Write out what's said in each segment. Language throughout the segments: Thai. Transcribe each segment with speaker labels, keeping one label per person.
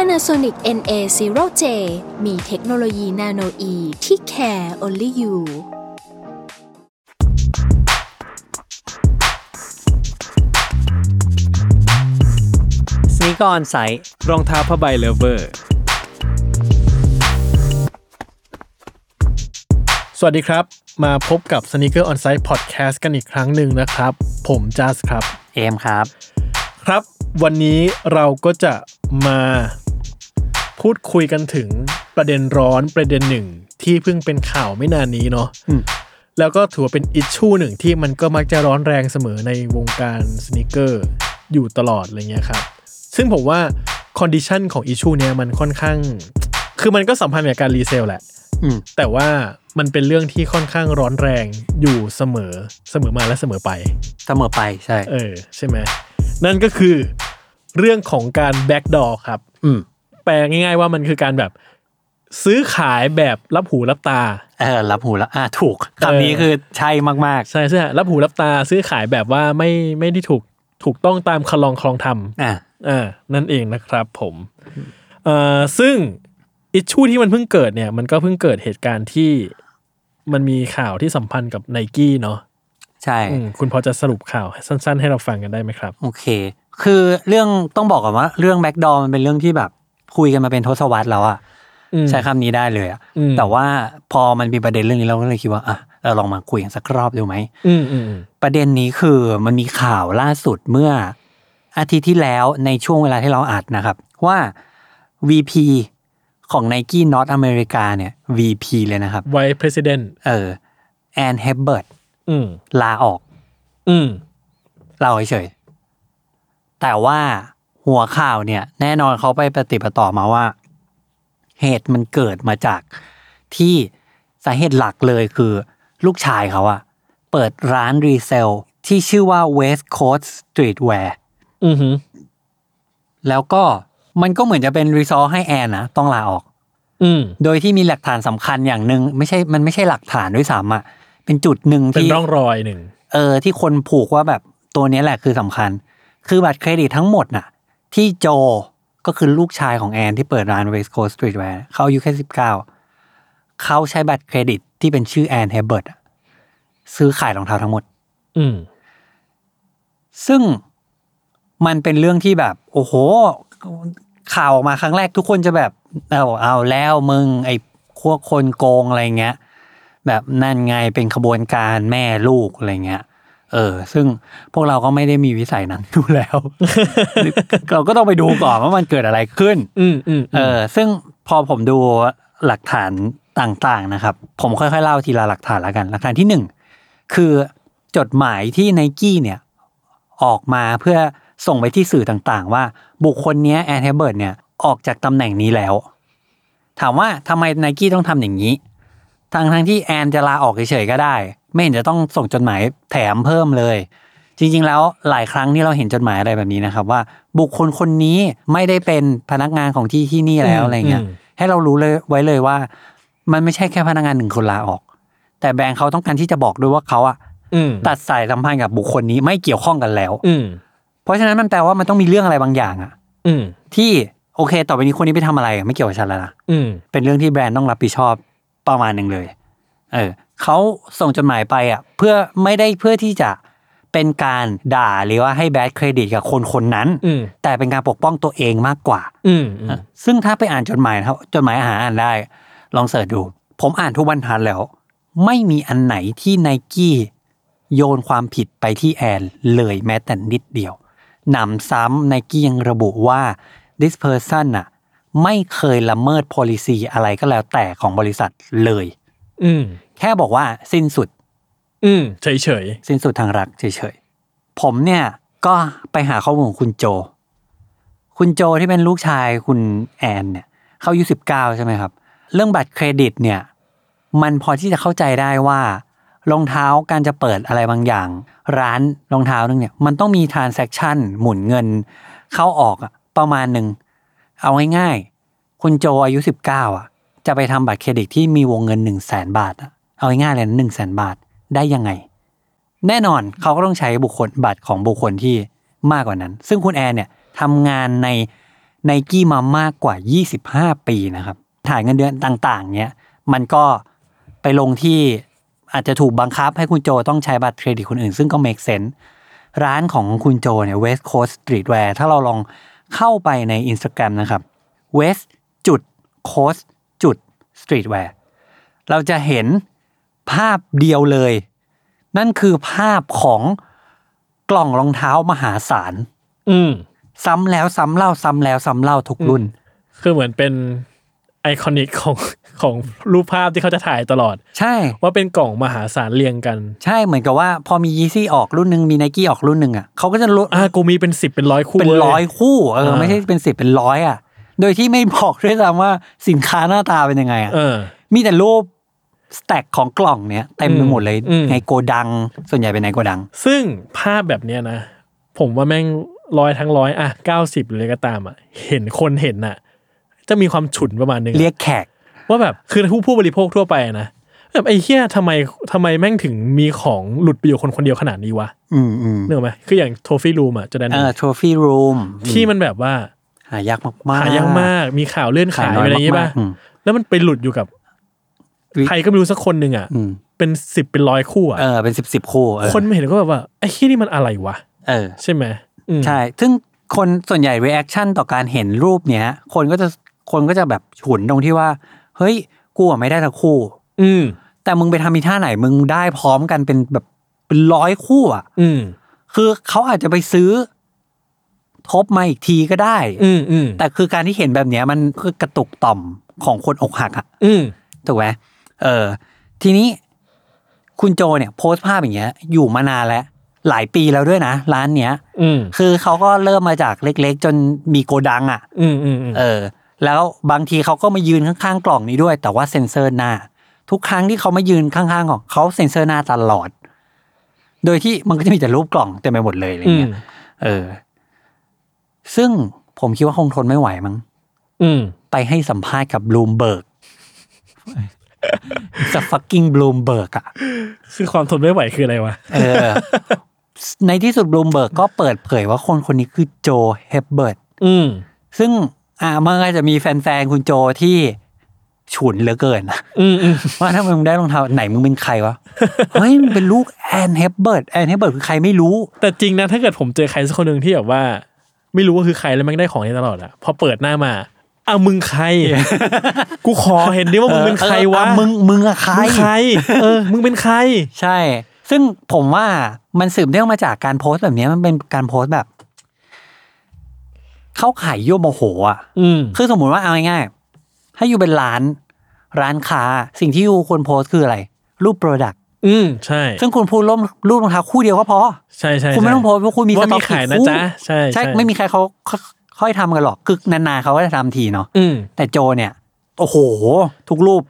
Speaker 1: Panasonic NA0J มีเทคโนโลยีนาโนอีที่ care only you
Speaker 2: สนิกออนไซต์
Speaker 3: รองเท้าผ้าใบเลเวอร์
Speaker 4: สวัสดีครับ มาพบกับ Sneaker On Site Podcast กันอีกครั้งหนึ่งนะครับ ผมจัสครับ
Speaker 2: เอมครับ
Speaker 4: ครับ วันนี้เราก็จะมาพูดคุยกันถึงประเด็นร้อนประเด็นหนึ่ง ที่เพิ่งเป็นข่าวไม่นานนี้เนาะแล้วก็ถือว่าเป็นอิชชูหนึ่งที่มันก็มักจะร้อนแรงเสมอในวงการสนิเกอร์อยู่ตลอดอะไรเงี้ยครับ ซึ่งผมว่าคอนดิชันของอิชชูเนี้ยมันค่อนข้าง คือมันก็สัมพันธ์กับการรีเซลแหละ
Speaker 2: อืม
Speaker 4: แต่ว่ามันเป็นเรื่องที่ค่อนข้างร้อนแรงอยู่เสมอเสมอมาและเสมอไป
Speaker 2: เสมอไปใช่
Speaker 4: เออใช่ไหมนั่นก็คือเรื่องของการแบ็กดอครับ
Speaker 2: อืม
Speaker 4: แปลง่ายๆว่ามันคือการแบบซื้อขายแบบรับหูรับตา
Speaker 2: เออรับหูแล้วอ่าถูกคำนี้คือใช่มาก
Speaker 4: ใช่ใช่รับหูรับตาซื้อขายแบบว่าไม่ไม่ได้ถูกถูกต้องตามคลองคลองธรรม
Speaker 2: ๆ อ่ะ
Speaker 4: อ่านั่นเองนะครับผมเอ่อซึ่งอิชชูที่มันเพิ่งเกิดเนี่ย มันก็เพิ่งเกิดเหตุการณ์ที่มันมีข่าวที่สัมพันธ์กับไนกี้เนาะ
Speaker 2: ใช่
Speaker 4: อืมคุณพอจะสรุปข่าวสั้น ๆ ให้เราฟังกันได้ไหมครับ
Speaker 2: โอเค คือเรื่องต้องบอกก่อนว่าเรื่องแบ็กดอมันเป็นเรื่องที่แบบคุยกันมาเป็นทศวรรษแล้วอะ
Speaker 4: อืม
Speaker 2: ใช้คำนี้ได้เลยอะ
Speaker 4: อืม
Speaker 2: แต่ว่าพอมันมีประเด็นเรื่องนี้เราก็เลยคิดว่าอ่ะเราลองมาคุยกันสักรอบดูไหม
Speaker 4: อืมอืมอืม
Speaker 2: ประเด็นนี้คือมันมีข่าวล่าสุดเมื่ออาทิตย์ที่แล้วในช่วงเวลาที่เราอัดนะครับ ว่า VP ของ n i k e North America เนี่ย VP เลยนะครับ
Speaker 4: ไวท์ประธาน
Speaker 2: เออแอนเฮเบิร์ต
Speaker 4: อืม
Speaker 2: ลาออก
Speaker 4: อืม
Speaker 2: ลาออกเฉยๆแต่ว่าหัวข่าวเนี่ย แน่นอนเขาไปปฏิปต่อมาว่า เหตุมันเกิดมาจากที่สาเหตุหลักเลยคือ ลูกชายเขาอะเปิดร้านรีเซลที่ชื่อว่า West Coast Streetwear
Speaker 4: อืมหืม
Speaker 2: แล้วก็มันก็เหมือนจะเป็นรีซอให้แอนนะต้องลาออก
Speaker 4: อืม
Speaker 2: โดยที่มีหลักฐานสำคัญอย่างหนึ่งไม่ใช่มันไม่ใช่หลักฐานด้วยซ้ำอ่ะเป็นจุดหนึ่ง
Speaker 4: เป็น
Speaker 2: ที่
Speaker 4: ร่องรอยหนึ่ง
Speaker 2: เออที่คนผูกว่าแบบตัวเนี้ยแหละคือสำคัญ คือบัตรเครดิตทั้งหมดน่ะ ที่โจก็คือลูกชายของแอนที่เปิดร้าน West Coast Streetwear เขาอายุแค่สิบเก้าเขาใช้บัตรเครดิตที่เป็นชื่อแอนเฮเบิร์ตอะซื้อขายรองเท้าทั้งหมด
Speaker 4: อืม
Speaker 2: ซึ่งมันเป็นเรื่องที่แบบ โอ้โห ข่าวออกมาครั้งแรกทุกคนจะแบบ เอาเอาแล้วมึง ไอ้พวกคนโกงอะไรเงี้ย แบบนั่นไงเป็นขบวนการแม่ลูกอะไรเงี้ย เออ ซึ่งพวกเราก็ไม่ได้มีวิสัยนั้นดูแล้ว เราก็ต้องไปดูก่อนว่ามันเกิดอะไรขึ้น
Speaker 4: อืมอืม
Speaker 2: เออ ซึ่งพอผมดูหลักฐานต่างๆนะครับ ผมค่อยๆเล่าทีละหลักฐานละกัน หลักฐานที่หนึ่งคือจดหมายที่ไนกี้เนี่ย ออกมาเพื่อส่งไปที่สื่อต่างๆ ว่าบุคคลเนี้ยแอนเทเบิร์ตเนี่ย ออกจากตำแหน่งนี้แล้ว ถามว่าทำไมไนกี้ต้องทำอย่างนี้ทางทั้งๆที่แอนจะลาออกเฉยๆก็ได้ ไม่เห็นจะต้องส่งจดหมายแถมเพิ่มเลย จริงๆ แล้วหลายครั้งที่เราเห็นจดหมายอะไรแบบนี้นะครับ ว่าบุคคลคนนี้ไม่ได้เป็นพนักงานของที่ที่นี่แล้วอะไรเงี้ยให้เรารู้เลยไว้เลยว่า มันไม่ใช่แค่พนักงานหนึ่งคนลาออก แต่แบรนด์เขาต้องการที่จะบอกด้วยว่าเขาอะ
Speaker 4: อืม
Speaker 2: ตัดสายสัมพันธ์กับบุคคลนี้ไม่เกี่ยวข้องกันแล้ว
Speaker 4: อืม
Speaker 2: เพราะฉะนั้นมันแปลว่ามันต้องมีเรื่องอะไรบางอย่างอะ
Speaker 4: อืม
Speaker 2: ที่โอเค ต่อไปนี้คนนี้ไปทำอะไรอะไม่เกี่ยวกับฉันแล้วนะ
Speaker 4: อืม
Speaker 2: เป็นเรื่องที่แบรนด์ต้องรับผิดชอบประมาณหนึ่งเลย เออเขาส่งจดหมายไปอ่ะ เพื่อไม่ได้เพื่อที่จะเป็นการด่าหรือว่าให้แบดเครดิตกับคนคนนั้น
Speaker 4: อืม
Speaker 2: แต่เป็นการปกป้องตัวเองมากกว่า
Speaker 4: อืมอืม
Speaker 2: ซึ่งถ้าไปอ่านจดหมายนะครับจดหมายอาหารอ่านได้ ลองเสิร์ชดู ผมอ่านทุกวันทันแล้ว ไม่มีอันไหนที่ไนกี้โยนความผิดไปที่แอนเลยแม้แต่นิดเดียวหนำซ้ำไนกี้ยังระบุว่า this person น่ะไม่เคยละเมิด policy อะไรก็แล้วแต่ของบริษัทเลย
Speaker 4: อืม
Speaker 2: แค่บอกว่าสิ้นสุด
Speaker 4: อืมเฉยเฉย
Speaker 2: สิ้นสุดทางรักเฉยๆ ผมเนี่ยก็ไปหาข้อมูลของคุณโจ คุณโจที่เป็นลูกชายคุณแอนเนี่ย เข้าอายุสิบเก้าใช่ไหมครับ เรื่องบัตรเครดิตเนี่ย มันพอที่จะเข้าใจได้ว่ารองเท้าการจะเปิดอะไรบางอย่าง ร้านรองเท้านึงเนี่ยมันต้องมีทราน a c t ชันหมุนเงิน เข้าออกอะประมาณหนึ่ง เอาง่ายๆ คุณโจอายุ 19 อ่ะ จะไปทำบัตรเครดิตที่มีวงเงิน 1 0 0 0 0แบาทอะเอาง่ายๆเลยนะหนึ่งแสนบาทได้ยังไง แน่นอนเขาก็ต้องใช้บุคคลบัตรของบุคคลที่มากกว่านั้น ซึ่งคุณแอนเนี่ยทำงานในในกี้มามากกว่า 25 ปีนะครับ ถ่ายเงินเดือนต่างๆ เนี่ยมันก็ไปลงที่อาจจะถูกบังคับให้คุณโจต้องใช้บัตรเครดิตคนอื่น ซึ่งก็ make sense ร้านของคุณโจเนี่ย West Coast Streetwear ถ้าเราลองเข้าไปใน Instagram นะครับ West จุด Coast จุด Streetwear เราจะเห็นภาพเดียวเลย นั่นคือภาพของกล่องรองเท้ามหาศาล
Speaker 4: อืม
Speaker 2: ซ้ำแล้วซ้ำเล่าซ้ำแล้วซ้ำเล่าทุกรุ่น
Speaker 4: คือเหมือนเป็นไอคอนิกของของรูปภาพที่เขาจะถ่ายตลอด
Speaker 2: ใช่
Speaker 4: ว่าเป็นกล่องมหาศาลเรียงกัน
Speaker 2: ใช่เหมือนกับว่าพอมียีซี่ออกรุ่นหนึ่งมีไนกี้ออกรุ่นหนึ่งอ่ะเขาก็จะลด
Speaker 4: อ่ากูมีเป็นสิบเป็นร้อยคู่
Speaker 2: เป็น
Speaker 4: ว้ย
Speaker 2: ร้อยคู่เออ
Speaker 4: อ่า
Speaker 2: ไม่ใช่เป็นสิบเป็นร้อยอ่ะ โดยที่ไม่บอก ด้วยซ้ำว่าสินค้าหน้าตาเป็นยังไงอ่ะ
Speaker 4: เออ
Speaker 2: มีแต่รูปสแต็กของกล่องเนี้ยเต็มไปหมดเลย
Speaker 4: อืม
Speaker 2: ในโกดัง ส่วนใหญ่เป็นในโกดัง
Speaker 4: ซึ่งภาพแบบเนี้ยนะ ผมว่าแม่งร้อยทั้งร้อยอ่ะเก้าสิบเลยก็ตามอ่ะ เห็นคนเห็นน่ะ จะมีความฉุนประมาณนึงอะ
Speaker 2: เรียกแขก
Speaker 4: ว่าแบบคือผู้ผู้บริโภคทั่วไปนะแบบไอ้เหี้ยทำไมทำไมแม่งถึงมีของหลุดไปอยู่คนคนเดียวขนาดนี้วะ
Speaker 2: อืมอืม
Speaker 4: เนกออกไหมคืออย่างโทฟี่รูมอ่ะจะได้
Speaker 2: เออทรฟี่รูม
Speaker 4: ที่มันแบบว่า
Speaker 2: หายากมาก ๆ
Speaker 4: หายากมากมีข่าวเลื่อนขาย
Speaker 2: ขายน้อย
Speaker 4: อะไรอย่างงี้ป่ะ
Speaker 2: มากๆอืม
Speaker 4: แล้วมันไปหลุดอยู่กับ
Speaker 2: วิ
Speaker 4: ใครก็ไม่รู้สักคนหนึ่งอ่ะ
Speaker 2: อืม
Speaker 4: เป็นสิบเป็นร้อยคู่อ่ะ
Speaker 2: เออเป็นสิบสิบคู่เออ
Speaker 4: คนไม่เห็นก็แบบว่าไอ้ที่นี่มันอะไรวะ
Speaker 2: เออ
Speaker 4: ใช่ไหมอืม
Speaker 2: ใช่ ซึ่งคนส่วนใหญ่ reaction ต่อการเห็นรูปเนี้ย คนก็จะคนก็จะแบบฉุนตรงที่ว่า เฮ้ยกูอะไม่ได้ทั้งคู่
Speaker 4: อืม
Speaker 2: แต่มึงไปทำอีท่าไหนมึงได้พร้อมกันเป็นแบบเป็นร้อยคู่อ่ะ
Speaker 4: อืม
Speaker 2: คือเขาอาจจะไปซื้อ ทบมาอีกทีก็ได้
Speaker 4: อืมอืม
Speaker 2: แต่คือการที่เห็นแบบเนี้ยมันคือกระตุกต่อมของคนอกหักอ่ะ
Speaker 4: อืม
Speaker 2: ถูกไหมเออ ทีนี้คุณโจเนี่ย โพสต์ภาพอย่างเงี้ย อยู่มานานแล้ว หลายปีแล้วด้วยนะ ร้านเนี้ย
Speaker 4: อืม
Speaker 2: คือเขาก็เริ่มมาจากเล็กๆ จนมีโกดังอ่ะ
Speaker 4: อืมอืมอืม
Speaker 2: เออ แล้วบางทีเขาก็มายืนข้างๆกล่องนี้ด้วย แต่ว่าเซ็นเซอร์หน้า ทุกครั้งที่เขามายืนข้างๆของเขาเซ็นเซอร์หน้าตลอด โดยที่มันก็จะมีแต่รูปกล่องเต็มไปหมดเลยอะไร
Speaker 4: อืม
Speaker 2: เงี้ยเออ ซึ่งผมคิดว่าคงทนไม่ไหวมั้ง
Speaker 4: อืม
Speaker 2: ไปให้สัมภาษณ์กับบลูมเบิร์ก จะฟักกิ้งบลูมเบิร์กอ่ะ
Speaker 4: คือความทนไม่ไหวคืออะไรวะ
Speaker 2: เออ ในที่สุดบลูมเบิร์กก็เปิดเผยว่าคนคนนี้คือโจเฮปเบิร์ต
Speaker 4: อืม
Speaker 2: ซึ่งอ่ามันก็จะมีแฟนๆ คุณโจที่ฉุนเหลือเกิน
Speaker 4: อืมอืม
Speaker 2: ว่าถ้ามึงได้รองเท้าไหนมึงเป็นใครวะ เฮ้ยมึงเป็นลูกแอนเฮปเบิร์ตแอนเฮปเบิร์ตคือใครไม่รู้
Speaker 4: แต่จริงนะ ถ้าเกิดผมเจอใครสักคนหนึ่งที่แบบว่า ไม่รู้ว่าคือใครแล้วแม่งได้ของนี้ตลอดอะพอเปิดหน้ามาอ่ะมึงใคร กูขอเห็นดิว่ามึงเป็นใครวะ
Speaker 2: เออเออมึงมึงอะใคร
Speaker 4: มึงใคร เออ มึงเป็นใคร
Speaker 2: ใช่ ซึ่งผมว่ามันสืบเนื่องมาจากการโพสต์แบบเนี้ยมันเป็นการโพสต์แบบ เข้าขายยั่วโมโหอ่ะ
Speaker 4: อืม
Speaker 2: คือสมมุติว่าเอาง่ายๆ ถ้าอยู่เป็นร้าน ร้านค้า สิ่งที่อยู่ควรโพสต์คืออะไร รูปโปรดักต์
Speaker 4: อืมใช่
Speaker 2: ซึ่งคุณพูดร่มรูปรองเท้าคู่เดียวก็พอ
Speaker 4: ใช่ใช่
Speaker 2: คุณไม่ต้องโพสต์ว่าคุณมีส
Speaker 4: ว่า
Speaker 2: ต็อ
Speaker 4: มี
Speaker 2: ก
Speaker 4: ขาย
Speaker 2: กี่
Speaker 4: นะ
Speaker 2: คู่
Speaker 4: จ๊ะใช่
Speaker 2: ใช่ไม่มีใครเขาค่อยทำกันหรอกคือนานๆเขาก็จะทำทีเนาะ
Speaker 4: อืม
Speaker 2: แต่โจเนี่ย โอ้โห ทุกรูป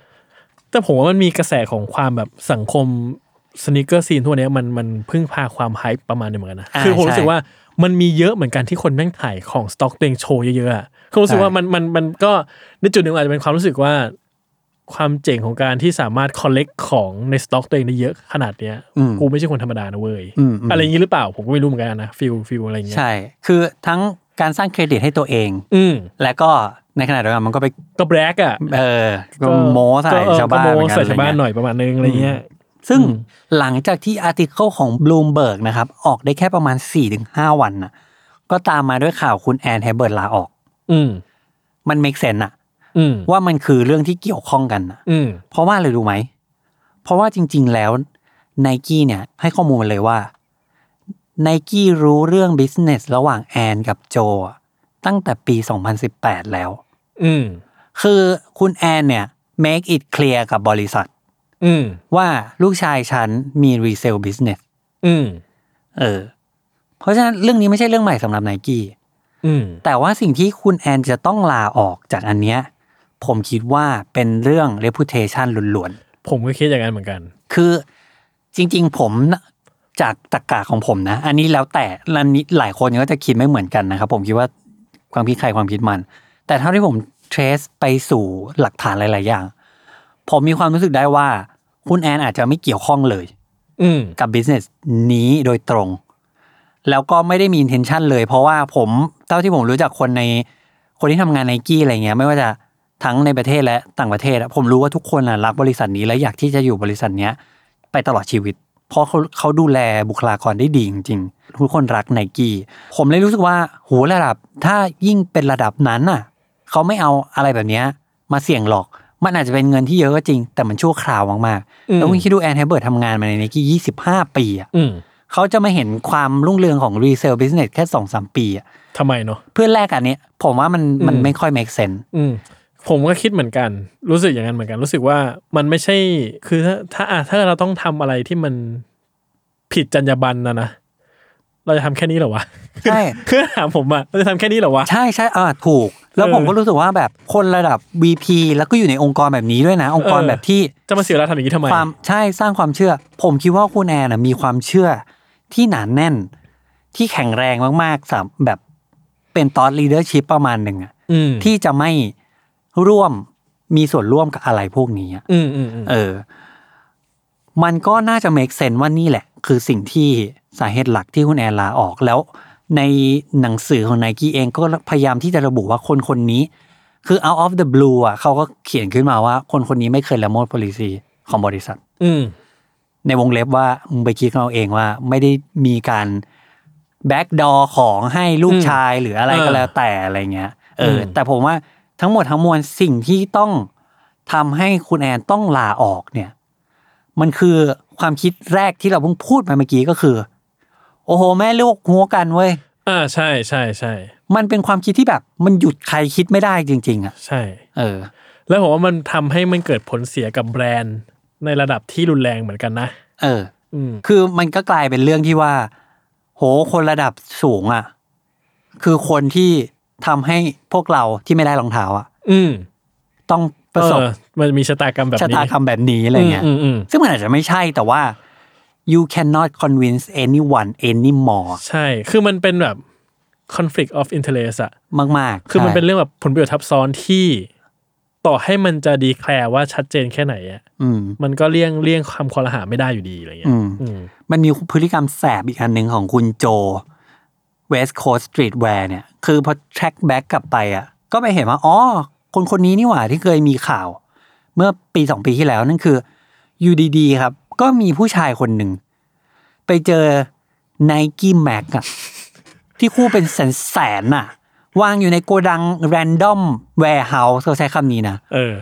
Speaker 4: แต่ผมว่ามันมีกระแสของความแบบสังคมสนิเกอร์ซีนทั่วเนี้ยมันมันพึ่งพาความไฮป์ประมาณหนึงเหมือนกันนะ
Speaker 2: อ่า
Speaker 4: คือผม
Speaker 2: ใช่
Speaker 4: รู้สึกว่ามันมีเยอะเหมือนกันที่คนแม่งถ่ายของสต็อกตัวเองโชว์เยอะๆอะคือรู้สึกว่า
Speaker 2: ใช่
Speaker 4: มันมันมันก็ในจุดหนึ่งอาจจะเป็นความรู้สึกว่า ความเจ๋งของการที่สามารถ collect ของในสต็อกตัวเองได้เยอะขนาดเนี้ย
Speaker 2: อืม
Speaker 4: กูไม่ใช่คนธรรมดานะเว้ย
Speaker 2: อืมอืม
Speaker 4: อะไรอย่างนี้หรือเปล่าผมก็ไม่รู้เหมือนกันนะฟิลฟิลอะไรอย่างเงี้ย
Speaker 2: ใช่ คือทั้งการสร้างเครดิตให้ตัวเอง
Speaker 4: อืม
Speaker 2: และก็ในขณะเดียวกันมันก็ไป
Speaker 4: ก็แบล็กอ่ะ
Speaker 2: เออก็โมใส่
Speaker 4: ก็เออ
Speaker 2: ชาวบ้าน
Speaker 4: ก็
Speaker 2: เห
Speaker 4: โม
Speaker 2: มือนกัน
Speaker 4: ใส่
Speaker 2: อะไร
Speaker 4: ชาวบ้านห
Speaker 2: เงี้ย
Speaker 4: น่อยประมาณนึงอะไรเงี้ย
Speaker 2: ซึ่ง
Speaker 4: อืม
Speaker 2: หลังจากที่อาร์ติเคิลของบลูมเบิร์กนะครับ ออกได้แค่ประมาณ 4-5 วันน่ะ ก็ตามมาด้วยข่าวคุณแอนเฮเบิร์ตลาออก
Speaker 4: อืม
Speaker 2: มันเม e เซนอะ
Speaker 4: อืม
Speaker 2: ว่ามันคือเรื่องที่เกี่ยวข้องกันน่ะ
Speaker 4: อืม
Speaker 2: เพราะว่าอะไรรู้ไหม เพราะว่าจริง ๆ แล้วไนกี้เนี่ย ให้ข้อมูลมาเลยว่าไนกี้รู้เรื่องบิสเนสระหว่างแอนกับโจอะตั้งแต่ปี 2018 แล้ว
Speaker 4: อืม
Speaker 2: คือคุณแอนเนี่ย make it clear กับบริษัท
Speaker 4: อืม
Speaker 2: ว่าลูกชายฉันมี resale business
Speaker 4: อืม
Speaker 2: เออ เพราะฉะนั้นเรื่องนี้ไม่ใช่เรื่องใหม่สำหรับไนกี้
Speaker 4: อืม
Speaker 2: แต่ว่าสิ่งที่คุณแอนจะต้องลาออกจากอันเนี้ย ผมคิดว่าเป็นเรื่อง reputation ล้วน
Speaker 4: ผมก็คิดอย่างนั้นเหมือนกัน
Speaker 2: ๆ คือจริงๆ ผมจากตรกกะของผมนะ อันนี้แล้วแต่และนี้หลายคนก็จะคิดไม่เหมือนกันนะครับ ผมคิดว่าความคิดใครความคิดมัน แต่เท่าที่ผม trace ไปสู่หลักฐานหลาย ๆ อย่าง ผมมีความรู้สึกได้ว่าคุณแอนอาจจะไม่เกี่ยวข้องเลย
Speaker 4: อืม
Speaker 2: กับ business นี้โดยตรง แล้วก็ไม่ได้มี intention เลย เพราะว่าผมเท่าที่ผมรู้จักคนในคนที่ทำงานไนกี้อะไรเงี้ย ไม่ว่าจะทั้งในประเทศและต่างประเทศอะผมรู้ว่าทุกคนอะรักบริษัทนี้และอยากที่จะอยู่บริษัทเนี้ย ไปตลอดชีวิต เพราะเขาเขาดูแลบุคลากรได้ดีจริงๆ ทุกคนรักไนกี้ผมเลยรู้สึกว่าโหระดับ ถ้ายิ่งเป็นระดับนั้นน่ะ เขาไม่เอาอะไรแบบเนี้ยมาเสี่ยงหรอก มันอาจจะเป็นเงินที่เยอะก็จริง แต่มันชั่วคราวมาก
Speaker 4: อื
Speaker 2: ๆ
Speaker 4: ม
Speaker 2: แล้วคุณคิดดูแอนแฮเบิร์ตทำงานมาในไนกี้ยี่สิบห้าปีอะ
Speaker 4: อืม
Speaker 2: เขาจะมาเห็นความรุ่งเรืองของรีเซลบิสเนสแค่สองสามปีอะ
Speaker 4: ทำไมเนาะ
Speaker 2: เพื่อแลกอันเนี้ยผมว่ามัน
Speaker 4: อืม
Speaker 2: มันไม่ค่อย make sense
Speaker 4: อืมผมก็คิดเหมือนกัน รู้สึกอย่างนั้นเหมือนกัน รู้สึกว่ามันไม่ใช่ คือถ้าถ้าอ่ะถ้าเราต้องทำอะไรที่มันผิดจรรยาบรรณนะนะ เราจะทำแค่นี้เหรอ วะ
Speaker 2: ใช่
Speaker 4: คือถามผมอะเราจะทำแค่นี้เหรอวะ
Speaker 2: ใช่ใช่เออถูก แล้ว
Speaker 4: เออ
Speaker 2: ผมก็รู้สึกว่าแบบคนระดับ VP แล้วก็อยู่ในองค์กรแบบนี้ด้วยนะ องค์กร
Speaker 4: เออ
Speaker 2: แบบที่
Speaker 4: จะมาเสียเวลาทำอย่างนี้ทำไม
Speaker 2: ความใช่สร้างความเชื่อ ผมคิดว่าคุณแอนนะมีความเชื่อที่หนานแน่น ที่แข็งแรงมากๆสำหรับแบบเป็นตอนลีดเดอร์ชิพประมาณหนึ่งอะ
Speaker 4: อืม
Speaker 2: ที่จะไม่ร่วมมีส่วนร่วมกับอะไรพวกนี้อะ
Speaker 4: อืมอืมอืม
Speaker 2: เออ มันก็น่าจะ make sense ว่านี่แหละ คือสิ่งที่สาเหตุหลักที่คุณแอนลาออกแล้ว ในหนังสือของไนกี้เองก็พยายามที่จะระบุว่าคนคนนี้ คือ out of the blue อ่ะเขาก็เขียนขึ้นมาว่า คนคนนี้ไม่เคยละเมิด policy ของบริษัท
Speaker 4: อืม
Speaker 2: ในวงเล็บว่ามึงไปคิดเอาเองว่าไม่ได้มีการแบ็กดอของให้ลูกชายหรืออะไรก็แล้วแต่อะไรเงี้ย เออ แต่ผมว่าทั้งหมดทั้งมวลสิ่งที่ต้องทำให้คุณแอนต้องลาออกเนี่ย มันคือความคิดแรกที่เราเพิ่งพูดไปเมื่อกี้ก็คือ โอ้โห แม่ลูกหัวกันเว้ย
Speaker 4: อ่าใช่ใช่ใช่
Speaker 2: มันเป็นความคิดที่แบบ มันหยุดใครคิดไม่ได้จริง ๆ อ่ะ
Speaker 4: ใช่
Speaker 2: เออ
Speaker 4: แล้วผมว่ามันทำให้มันเกิดผลเสียกับแบรนด์ ในระดับที่รุนแรงเหมือนกันนะ
Speaker 2: เออ
Speaker 4: อืม
Speaker 2: คือมันก็กลายเป็นเรื่องที่ว่า โหคนระดับสูงอะ่ะ คือคนที่ทำให้พวกเราที่ไม่ได้รองเท้าอะ่ะ
Speaker 4: อืม
Speaker 2: ต้องประสบ
Speaker 4: เออมันมีชะตากรรมแบบ
Speaker 2: ชะ
Speaker 4: นี้
Speaker 2: ตากรรมแบบนี้อะไรเงี้ย
Speaker 4: อืมอืมอืม
Speaker 2: ซึ่งมันอาจจะไม่ใช่แต่ว่า you cannot convince anyone anymore
Speaker 4: ใช่ คือมันเป็นแบบ conflict of interest อะ
Speaker 2: มากๆ
Speaker 4: คือมัน
Speaker 2: ใช่
Speaker 4: เป็นเรื่องแบบผลประโยชน์ทับซ้อนที่ ต่อให้มันจะดีแคลร์ว่าชัดเจนแค่ไหนอะ
Speaker 2: อืม
Speaker 4: มันก็เลี่ยงเลี่ยงความคอรหาไม่ได้อยู่ดีอะไรเงี้
Speaker 2: อื
Speaker 4: ย
Speaker 2: ม
Speaker 4: อืม
Speaker 2: มันมีพฤติกรรมแสบอีกอันหนึ่งของคุณโจ West Coast Streetwear เนี่ย คือพอ track back กลับไปอ่ะ ก็ไปเห็นว่า อ๋อ คนคนนี้นี่หว่าที่เคยมีข่าว เมื่อปีสองปีที่แล้วนั่นคืออยู่ดีๆครับ ก็มีผู้ชายคนหนึ่ง ไปเจอ Nike Mac อะที่คู่เป็นแสนๆน่ะ วางอยู่ในโกดัง Random Warehouse เขาใช้คำนี้นะ
Speaker 4: เออ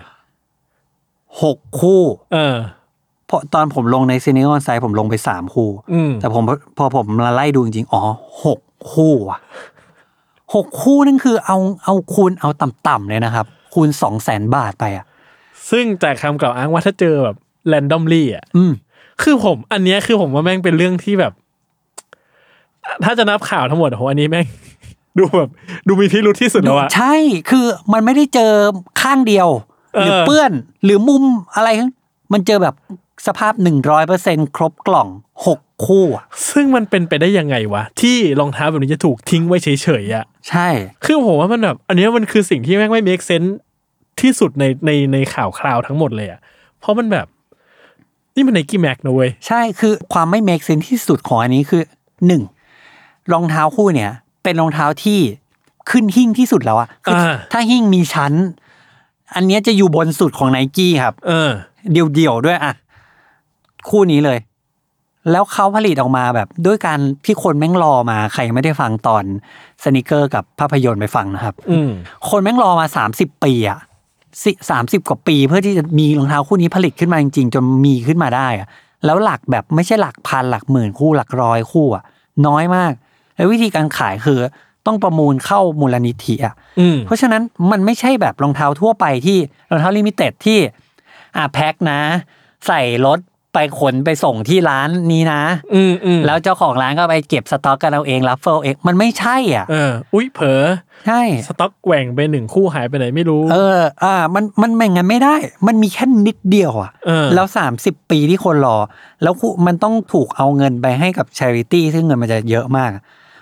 Speaker 2: หกคู่
Speaker 4: เออ
Speaker 2: เพราะตอนผมลงในซีเนียร์ไซผมลงไปสามคู่
Speaker 4: อืม
Speaker 2: แต่ผมพอผมมาไล่ดูจริงๆ อ๋อหกคู่อะหกคู่นั่นคือเอาเอาคูณเอาต่ำๆเลยนะครับ คูณสองแสนบาทไปอ่ะ
Speaker 4: ซึ่งจากคำกล่าวอ้างว่าถ้าเจอแบบ randomly อะ
Speaker 2: อืม
Speaker 4: คือผม อันเนี้ยคือผมว่าแม่งเป็นเรื่องที่แบบ ถ้าจะนับข่าวทั้งหมดโหอันนี้แม่ง ดูแบบดูมีพิรุธที่สุดแล้วอะ
Speaker 2: ใช่ คือมันไม่ได้เจอข้างเดียว ห
Speaker 4: เออ
Speaker 2: รือเปื้อน หรือมุมอะไรทั้งมันเจอแบบสภาพหนึ่งร้อยเปอร์เซ็นครบกล่องหกคู่อะ
Speaker 4: ซึ่งมันเป็นไปได้ยังไงวะ ที่รองเท้าแบบนี้จะถูกทิ้งไว้เฉยๆอะ
Speaker 2: ใช่
Speaker 4: คือผมว่ามันแบบ อันเนี้ยมันคือสิ่งที่แม่งไม่ make sense ที่สุดในในในข่าวคราวทั้งหมดเลยอะเพราะมันแบบ นี่มันไนกี้แม็กนะเว้ย
Speaker 2: ใช่คือความไม่ make sense ที่สุดของอันนี้คือหนึ่งรองเท้าคู่เนี่ย เป็นรองเท้าที่ขึ้นหิ้งที่สุดแล้วอะคืออา ถ้าหิ้งมีชั้น อันเนี้ยจะอยู่บนสุดของไนกี้ครับ
Speaker 4: เออ
Speaker 2: เดี่ยวๆด้วยอะคู่นี้เลย แล้วเขาผลิตออกมาแบบ ด้วยการที่คนแม่งรอมา ใครยังไม่ได้ฟังตอนสนิเกอร์กับภาพยนตร์ไปฟังนะครับ
Speaker 4: อืม
Speaker 2: คนแม่งรอมาสามสิบปีอะสามสิบกว่าปีเพื่อที่จะมีรองเท้าคู่นี้ผลิตขึ้นมาจริงๆ จนมีขึ้นมาได้อะแล้วหลักแบบไม่ใช่หลักพันหลักหมื่นคู่หลักร้อยคู่อะน้อยมากแล้ววิธีการขายคือต้องประมูลเข้ามูลนิธิอะ
Speaker 4: อืม
Speaker 2: เพราะฉะนั้นมันไม่ใช่แบบรองเท้าทั่วไปที่รองเท้าลิมิเต็ดที่อ่ะแพ็คนะ ใส่รถ ไปขนไปส่งที่ร้านนี้นะ
Speaker 4: อืมอืม
Speaker 2: แล้วเจ้าของร้านก็ไปเก็บสต็อกกันเอาเองรับเฟลเองมันไม่ใช่อ่ะ
Speaker 4: เออ อุ้ยเผลอ
Speaker 2: ใช่
Speaker 4: สต็อกแหว่งไปหนึ่งคู่หายไปไหนไม่รู้
Speaker 2: เออ อ่า มันมันไม่งั้นไม่ได้ มันมีแค่นิดเดียวอ่ะ
Speaker 4: เออ
Speaker 2: แล้วสามสิบปีที่คนรอ แล้วคุมันต้องถูกเอาเงินไปให้กับช h ริตี้ซึ่งเงินมันจะเยอะมาก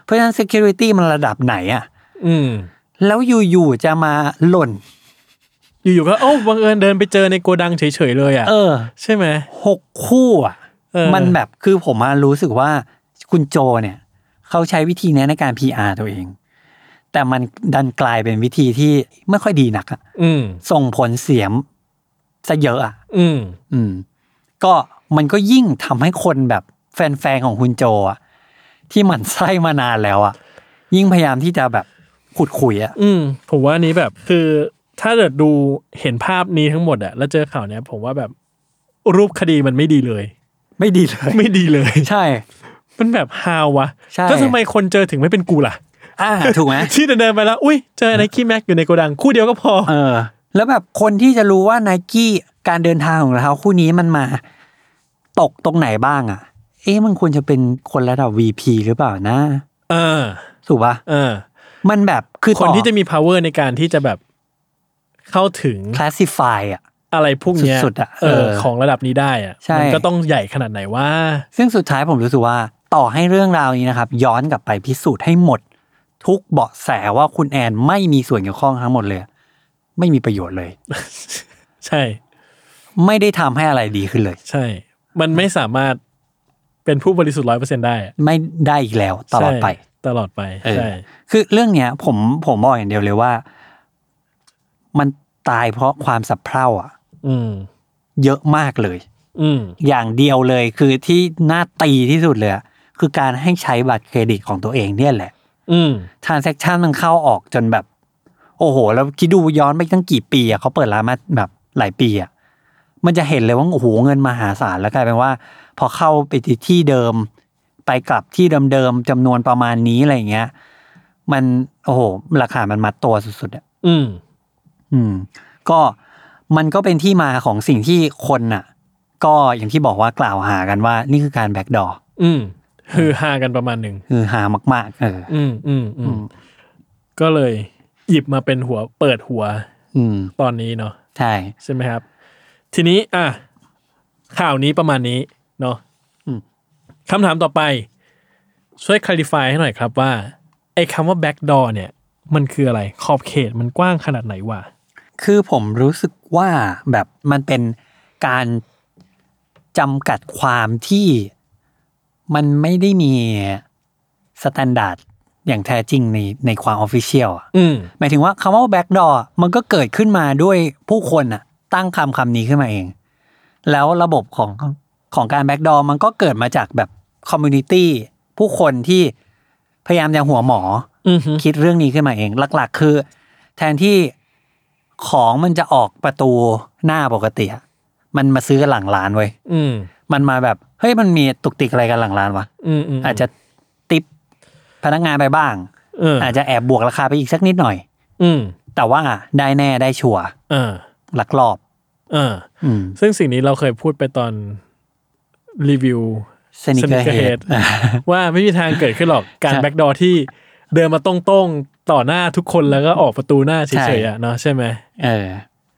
Speaker 2: เพราะฉะนั้น Security มันระดับไหนอ่ะ
Speaker 4: อืม
Speaker 2: แล้วอยู่ๆจะมาหล่น
Speaker 4: อยู่ๆก็โอ้าบังเอิญเดินไปเจอในโกดังเฉยๆเลยอ่ะ
Speaker 2: เออ
Speaker 4: ใช่ไหม
Speaker 2: หกคู่อ่ะ
Speaker 4: เออ
Speaker 2: มันแบบคือผมอะรู้สึกว่าคุณโจเนี่ย เขาใช้วิธีเนี้ยในการ PR ตัวเอง แต่มันดันกลายเป็นวิธีที่ไม่ค่อยดีนักอะ
Speaker 4: อืม
Speaker 2: ส่งผลเสียมซะเยอะอะ
Speaker 4: อืม
Speaker 2: อืม ก็มันก็ยิ่งทำให้คนแบบแฟนๆของคุณโจอะที่หมันไส้มานานแล้วอะยิ่งพยายามที่จะแบบขุดคุยอะ
Speaker 4: อืมผมว่าอันนี้แบบคือถ้าเกิดดูเห็นภาพนี้ทั้งหมดอะแล้วเจอข่าวเนี้ย ผมว่าแบบรูปคดีมันไม่ดีเลย
Speaker 2: ไม่ดีเลย
Speaker 4: ไม่ดีเลย
Speaker 2: ใช่
Speaker 4: มันแบบฮาววะ
Speaker 2: ใช่
Speaker 4: แล้วทำไมคนเจอถึงไม่เป็นกูล่ะ
Speaker 2: อ่าถูกไหม
Speaker 4: ที่เดินๆไปแล้ว อุ้ยเจอไนกี้แม็กอยู่ในโกดังคู่เดียวก็พอ
Speaker 2: เออแล้วแบบคนที่จะรู้ว่าไนกี้การเดินทางของเขาคู่นี้มันมา ตกตรงไหนบ้างอะ่ะ เอ๊ะมันควรจะเป็นคนระดับ VP หรือเปล่านะ
Speaker 4: เออ
Speaker 2: ถูกปะ
Speaker 4: เออ
Speaker 2: มันแบบคือ
Speaker 4: คนที่จะมี power ในการที่จะแบบเข้าถึง
Speaker 2: คลาสสิฟายอ่ะ
Speaker 4: อะไรพวกเนี้ย
Speaker 2: สุดๆอะ
Speaker 4: เอ
Speaker 2: เอ
Speaker 4: อ
Speaker 2: อ
Speaker 4: ของระดับนี้ได้อะ
Speaker 2: ใช่
Speaker 4: มัก็ต้องใหญ่ขนาดไหนว่า
Speaker 2: ซึ่งสุดท้ายผมรู้สึกว่าต่อให้เรื่องราวนี้นะครับ ย้อนกลับไปพิสูจน์ให้หมด ทุกเบาะแสว่าคุณแอนไม่มีส่วนเกี่ยวข้องทั้งหมดเลย ไม่มีประโยชน์เลย
Speaker 4: ใช่
Speaker 2: ไม่ได้ทำให้อะไรดีขึ้นเลย
Speaker 4: ใช่ มันไม่สามารถเป็นผู้บริสุทธิ์ร้อยเปอร์เซ็นได้อะ
Speaker 2: ไม่ได้อีกแล้วตลอดไป
Speaker 4: ใช่ตลอดไป
Speaker 2: เออ
Speaker 4: ใช่
Speaker 2: คือเรื่องเนี้ยผมผมบอกอย่างเดียวเลยว่า มันตายเพราะความสับเพร่าอะ
Speaker 4: อืม
Speaker 2: เยอะมากเลย
Speaker 4: อืม
Speaker 2: อย่างเดียวเลยคือที่น่าตีที่สุดเลยอะคือการให้ใช้บัตรเครดิตของตัวเองเนี่ยแหละ
Speaker 4: อืม
Speaker 2: ทรานเซ็คชันมันเข้าออกจนแบบ โอ้โห แล้วคิดดูย้อนไปตั้งกี่ปีอะเขาเปิดร้านมาแบบหลายปีอะมันจะเห็นเลยว่าโอ้โหเงินมหาศาลแล้วกลายเป็นว่า พอเข้าไปที่เดิม ไปกลับที่เดิมๆจำนวนประมาณนี้อะไรอย่างเงี้ย มันโอ้โหราคามันมัดตัวสุดๆอะ
Speaker 4: อืม
Speaker 2: อืมก็มันก็เป็นที่มาของสิ่งที่คนน่ะ ก็อย่างที่บอกว่ากล่าวหากันว่า นี่คือการแบ็กดอร์
Speaker 4: อืมฮือฮากันประมาณหนึ่ง
Speaker 2: คือหามาก ๆ เออ
Speaker 4: อืม อืม อื
Speaker 2: อื
Speaker 4: ม
Speaker 2: ม
Speaker 4: ก็เลยหยิบมาเป็นหัวเปิดหัว
Speaker 2: อืม
Speaker 4: ตอนนี้เนาะ
Speaker 2: ใช่
Speaker 4: ใช่ไหมครับ ทีนี้อ่ะข่าวนี้ประมาณนี้เนาะ
Speaker 2: อืม
Speaker 4: คำถามต่อไป ช่วยคล a ริฟายให้หน่อยครับว่า ไอ้คำว่า backdoor เนี่ย มันคืออะไร ขอบเขตมันกว้างขนาดไหนวะ
Speaker 2: คือผมรู้สึกว่าแบบมันเป็นการจำกัดความที่มันไม่ได้มีสแตนดาร์ดอย่างแท้จริงในในความออฟฟิเชียลอะ
Speaker 4: อืม
Speaker 2: หมายถึงว่าคำว่าแบ็กดอ r มันก็เกิดขึ้นมาด้วยผู้คนน่ะ ตั้งคำคำนี้ขึ้นมาเอง แล้วระบบของของการแบ็กดอ r มันก็เกิดมาจากแบบคอมมูนิตี้ผู้คนที่พยายามจะหัวหมอ
Speaker 4: อืมฮึ
Speaker 2: คิดเรื่องนี้ขึ้นมาเอง หลัก ๆ คือ แทนที่ของมันจะออกประตูหน้าปกติอะมันมาซื้อกันหลังร้านเว้ย
Speaker 4: อืม
Speaker 2: มันมาแบบเฮ้ยมันมีตุกติกอะไรกันหลังร้านวะ
Speaker 4: อืมอืม
Speaker 2: อาจจะติปพนักงานไปบ้าง
Speaker 4: เออ
Speaker 2: อาจจะแอบบวกราคาไปอีกสักนิดหน่อย
Speaker 4: อืม
Speaker 2: แต่ว่าได้แน่ได้ชัวร์
Speaker 4: เอ่า
Speaker 2: ลักลอบ
Speaker 4: อ่า ซึ่งสิ่งนี้เราเคยพูดไปตอนรีวิว
Speaker 2: สนิเกอร์เฮด
Speaker 4: Sneakerhead ว่าไม่มีทางเกิดขึ้นหรอกการ
Speaker 2: ใช่
Speaker 4: แบ็กดอร์ที่เดินมาตรงๆ ต่อหน้าทุกคนแล้วก็ออกประตูหน้าเฉ
Speaker 2: ใช่
Speaker 4: ยๆอ่ะเนาะใช่ไหม
Speaker 2: เออ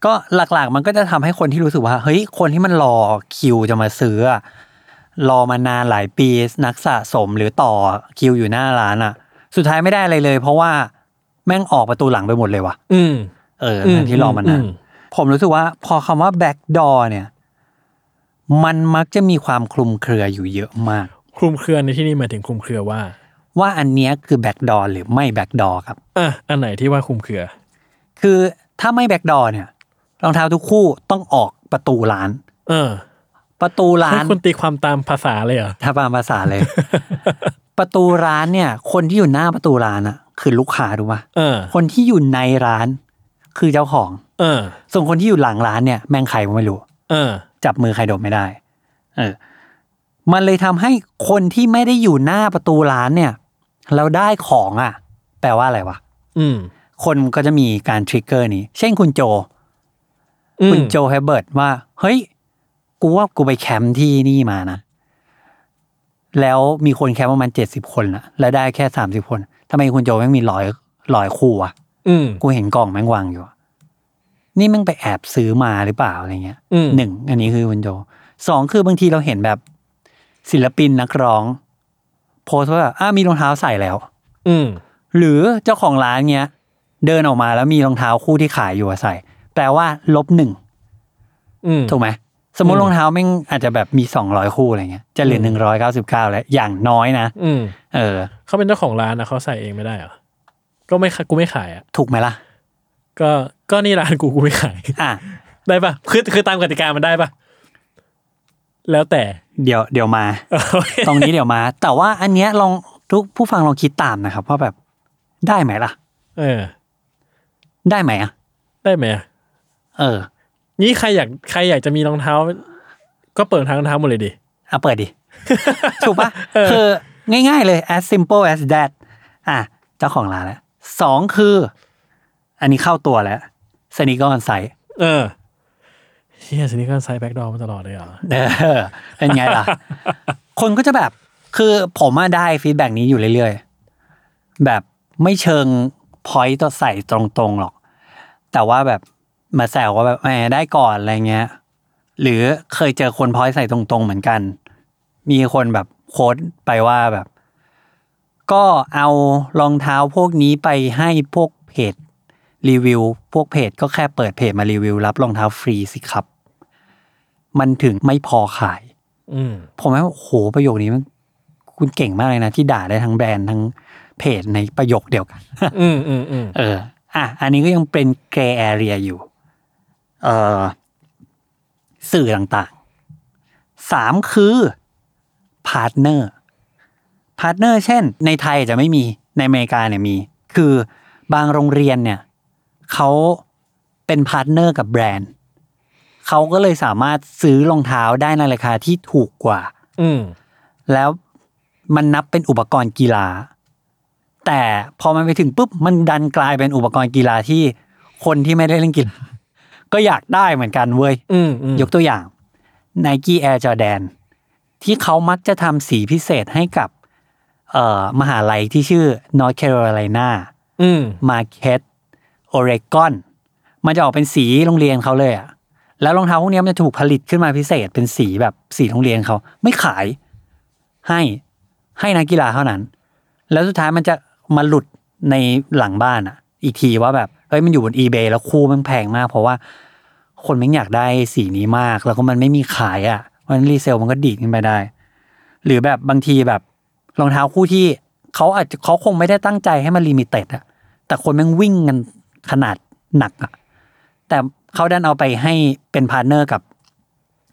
Speaker 2: ก็หลักๆ มันก็จะทำให้คนที่รู้สึกว่า เฮ้ย คนที่มันรอคิวจะมาซื้ออะรอมานานหลายปีนักสะสมหรือต่อคิวอยู่หน้าร้านอะสุดท้ายไม่ได้อะไรเลย เพราะว่าแม่งออกประตูหลังไปหมดเลยว่ะ
Speaker 4: อืม
Speaker 2: เออนั่นที่รอมานาน
Speaker 4: ม
Speaker 2: ผมรู้สึกว่า พอคำว่าแบ็กดอเนี่ย มันมักจะมีความคลุมเครืออยู่เยอะมาก
Speaker 4: คลุมเครือในที่นี่หมายถึงคลุมเครือว่า
Speaker 2: ว่าอันเนี้ยคือแบ็กดอหรือไม่แบ็กดอครับ
Speaker 4: อ่ะอันไหนที่ว่าคลุมเครือ
Speaker 2: คือถ้าไม่แบ็กดอร์เนี่ยรองเท้าทุกคู่ต้องออกประตูร้าน
Speaker 4: เออ
Speaker 2: ประตูร้า
Speaker 4: ให้
Speaker 2: น
Speaker 4: คุณตีความตามภาษาเลยเหรอ
Speaker 2: ถ้าตามภาษาเลย ประตูร้านเนี่ย คนที่อยู่หน้าประตูร้านอะคือลูกค้าถูกปะ
Speaker 4: เออ
Speaker 2: คนที่อยู่ในร้านคือเจ้าของ
Speaker 4: เออ
Speaker 2: ส่วนคนที่อยู่หลังร้านเนี่ยแม่งใครก็ไม่รู้
Speaker 4: เออ
Speaker 2: จับมือใครดมไม่ได้ เออ มันเลยทำให้คนที่ไม่ได้อยู่หน้าประตูร้านเนี่ย เราได้ของอะแปลว่าอะไรวะ
Speaker 4: อืม
Speaker 2: คนก็จะมีการทริกเกอร์นี้ เช่นคุณโจ
Speaker 4: อืม
Speaker 2: คุณโจเฮเบิร์ตว่า เฮ้ย กูว่ากูไปแคมป์ที่นี่มานะ แล้วมีคนแคมป์ประมาณเจ็ดสิบคนนะแล้วได้แค่สามสิบคนทำไมคุณโจแม่งมีร้อยร้อยคู่อะ
Speaker 4: อืม
Speaker 2: กูเห็นกล่องแม่งวางอยู่อะนี่แม่งไปแอบซื้อมาหรือเปล่าอะไรเงี้ย
Speaker 4: อืม
Speaker 2: หนึ่งอันนี้คือคุณโจสองคือบางทีเราเห็นแบบศิลปินนักร้อง โพสต์ว่าแบบอ่ามีรองเท้าใส่แล้ว
Speaker 4: อืม
Speaker 2: หรือเจ้าของร้านเนี้ย เดินออกมาแล้วมีรองเท้าคู่ที่ขายอยู่อะใส่ แปลว่าลบหนึ่ง
Speaker 4: อืม
Speaker 2: ถูกไหมสมมติ
Speaker 4: อืม
Speaker 2: รองเท้าแม่งอาจจะแบบมีสองร้อยคู่อะไรเงี้ยจะเหลือหนึ่งร้อยเก้าสิบเก้าแล้วอย่างน้อยนะ
Speaker 4: อืม
Speaker 2: เออ
Speaker 4: เขาเป็นเจ้าของร้านนะเขาใส่เองไม่ได้เหรอก็ไม่ขายกูไม่ขายอ่ะ
Speaker 2: ถูกไหมล่ะ
Speaker 4: ก็ก็นี่ ร้านกูกูไม่ขาย
Speaker 2: อ่ะ
Speaker 4: ได้ปะคือคือตามกติกามันได้ปะแล้วแต่
Speaker 2: เดี๋ยวเดี๋ยวมา ตรงนี้เดี๋ยวมา แต่ว่าอันเนี้ยลองทุกผู้ฟังลองคิดตามนะครับว่าแบบได้ไหมล่ะ
Speaker 4: เออ
Speaker 2: ได้ไหมอ่ะ
Speaker 4: ได้ไหมอะ
Speaker 2: เออ
Speaker 4: งี้ใครอยากใครอยากจะมีรองเท้า ก็เปิดทางรองเท้าหมดเลยดิ
Speaker 2: เอาเปิด ดิ ถูกปะ
Speaker 4: เออ
Speaker 2: คือง่ายๆเลย as simple as that อ่ะเจ้าของร้านแล้วสองคือ อันนี้เข้าตัวแล้วสนิกออนไซ
Speaker 4: เออเฮียสินี่ก็ใส่แบ็คดอมาตลอดเลยเหรอ
Speaker 2: เออเป็นไงล่ะ คนก็จะแบบ คือผมอะได้ฟีดแบ็กนี้อยู่เรื่อยๆ แบบไม่เชิงพอยต์ต่อใส่ตรงๆหรอก แต่ว่าแบบมาแซวว่าแบบแหมได้ก่อนอะไรเงี้ย หรือเคยเจอคนพอยต์ใส่ตรงๆเหมือนกัน มีคนแบบโค้ดไปว่าแบบ ก็เอารองเท้าพวกนี้ไปให้พวกเพจรีวิว พวกเพจก็แค่เปิดเพจมารีวิว รับรองเท้าฟรีสิครับ มันถึงไม่พอขาย
Speaker 4: อืม
Speaker 2: ผมว่าโหประโยคนี้มันคุณเก่งมากเลยนะ ที่ด่าได้ทั้งแบรนด์ทั้งเพจในประโยคเดียวกัน
Speaker 4: อืมอืมอืม
Speaker 2: เออ อ่ะ อันนี้ก็ยังเป็นเกร y a แอเรียอยู่ เออสื่อต่างๆ สามคือพาร์ทเนอร์ พาร์ทเนอร์เช่น ในไทยจะไม่มี ในอเมริกาเนี่ยมี คือบางโรงเรียนเนี่ยเขาเป็นพาร์ทเนอร์กับแบรนด์ เขาก็เลยสามารถซื้อรองเท้าได้ในราคาที่ถูกกว่า
Speaker 4: อืม
Speaker 2: แล้วมันนับเป็นอุปกรณ์กีฬา แต่พอมันไปถึงปุ๊บมันดันกลายเป็นอุปกรณ์กีฬาที่คนที่ไม่ได้เล่นกีฬา ก็อยากได้เหมือนกันเว้ย
Speaker 4: อืมอืม
Speaker 2: ยกตัวอย่าง Nike Air Jordan ที่เขามักจะทำสีพิเศษให้กับเอ่อมหาลัยที่ชื่อ North Carolina
Speaker 4: อืม
Speaker 2: มาร์เก็ตโอเรกอนมันจะออกเป็นสีโรงเรียนเขาเลยอะแล้วรองเท้าพวกเนี้ยมันจะถูกผลิตขึ้นมาพิเศษเป็นสีแบบสีโรงเรียนเขาไม่ขาย ให้ให้นักกีฬาเท่านั้น แล้วสุดท้ายมันจะมาหลุดในหลังบ้านอะอีกทีว่าแบบเฮ้ยมันอยู่บน eBay แล้วคู่มันแพงมาก เพราะว่า คนไม่อยากได้สีนี้มาก แล้วก็มันไม่มีขายอะมันรีเซลมันก็ดีดขึ้นไปได้ หรือแบบบางทีแบบรองเท้าคู่ที่เขาอาจจะเขาคงไม่ได้ตั้งใจให้มันลิมิเต็ดอะ แต่คนแม่งวิ่งกันขนาดหนักอะแต่เขาดันเอาไปให้เป็นพาร์ทเนอร์กับ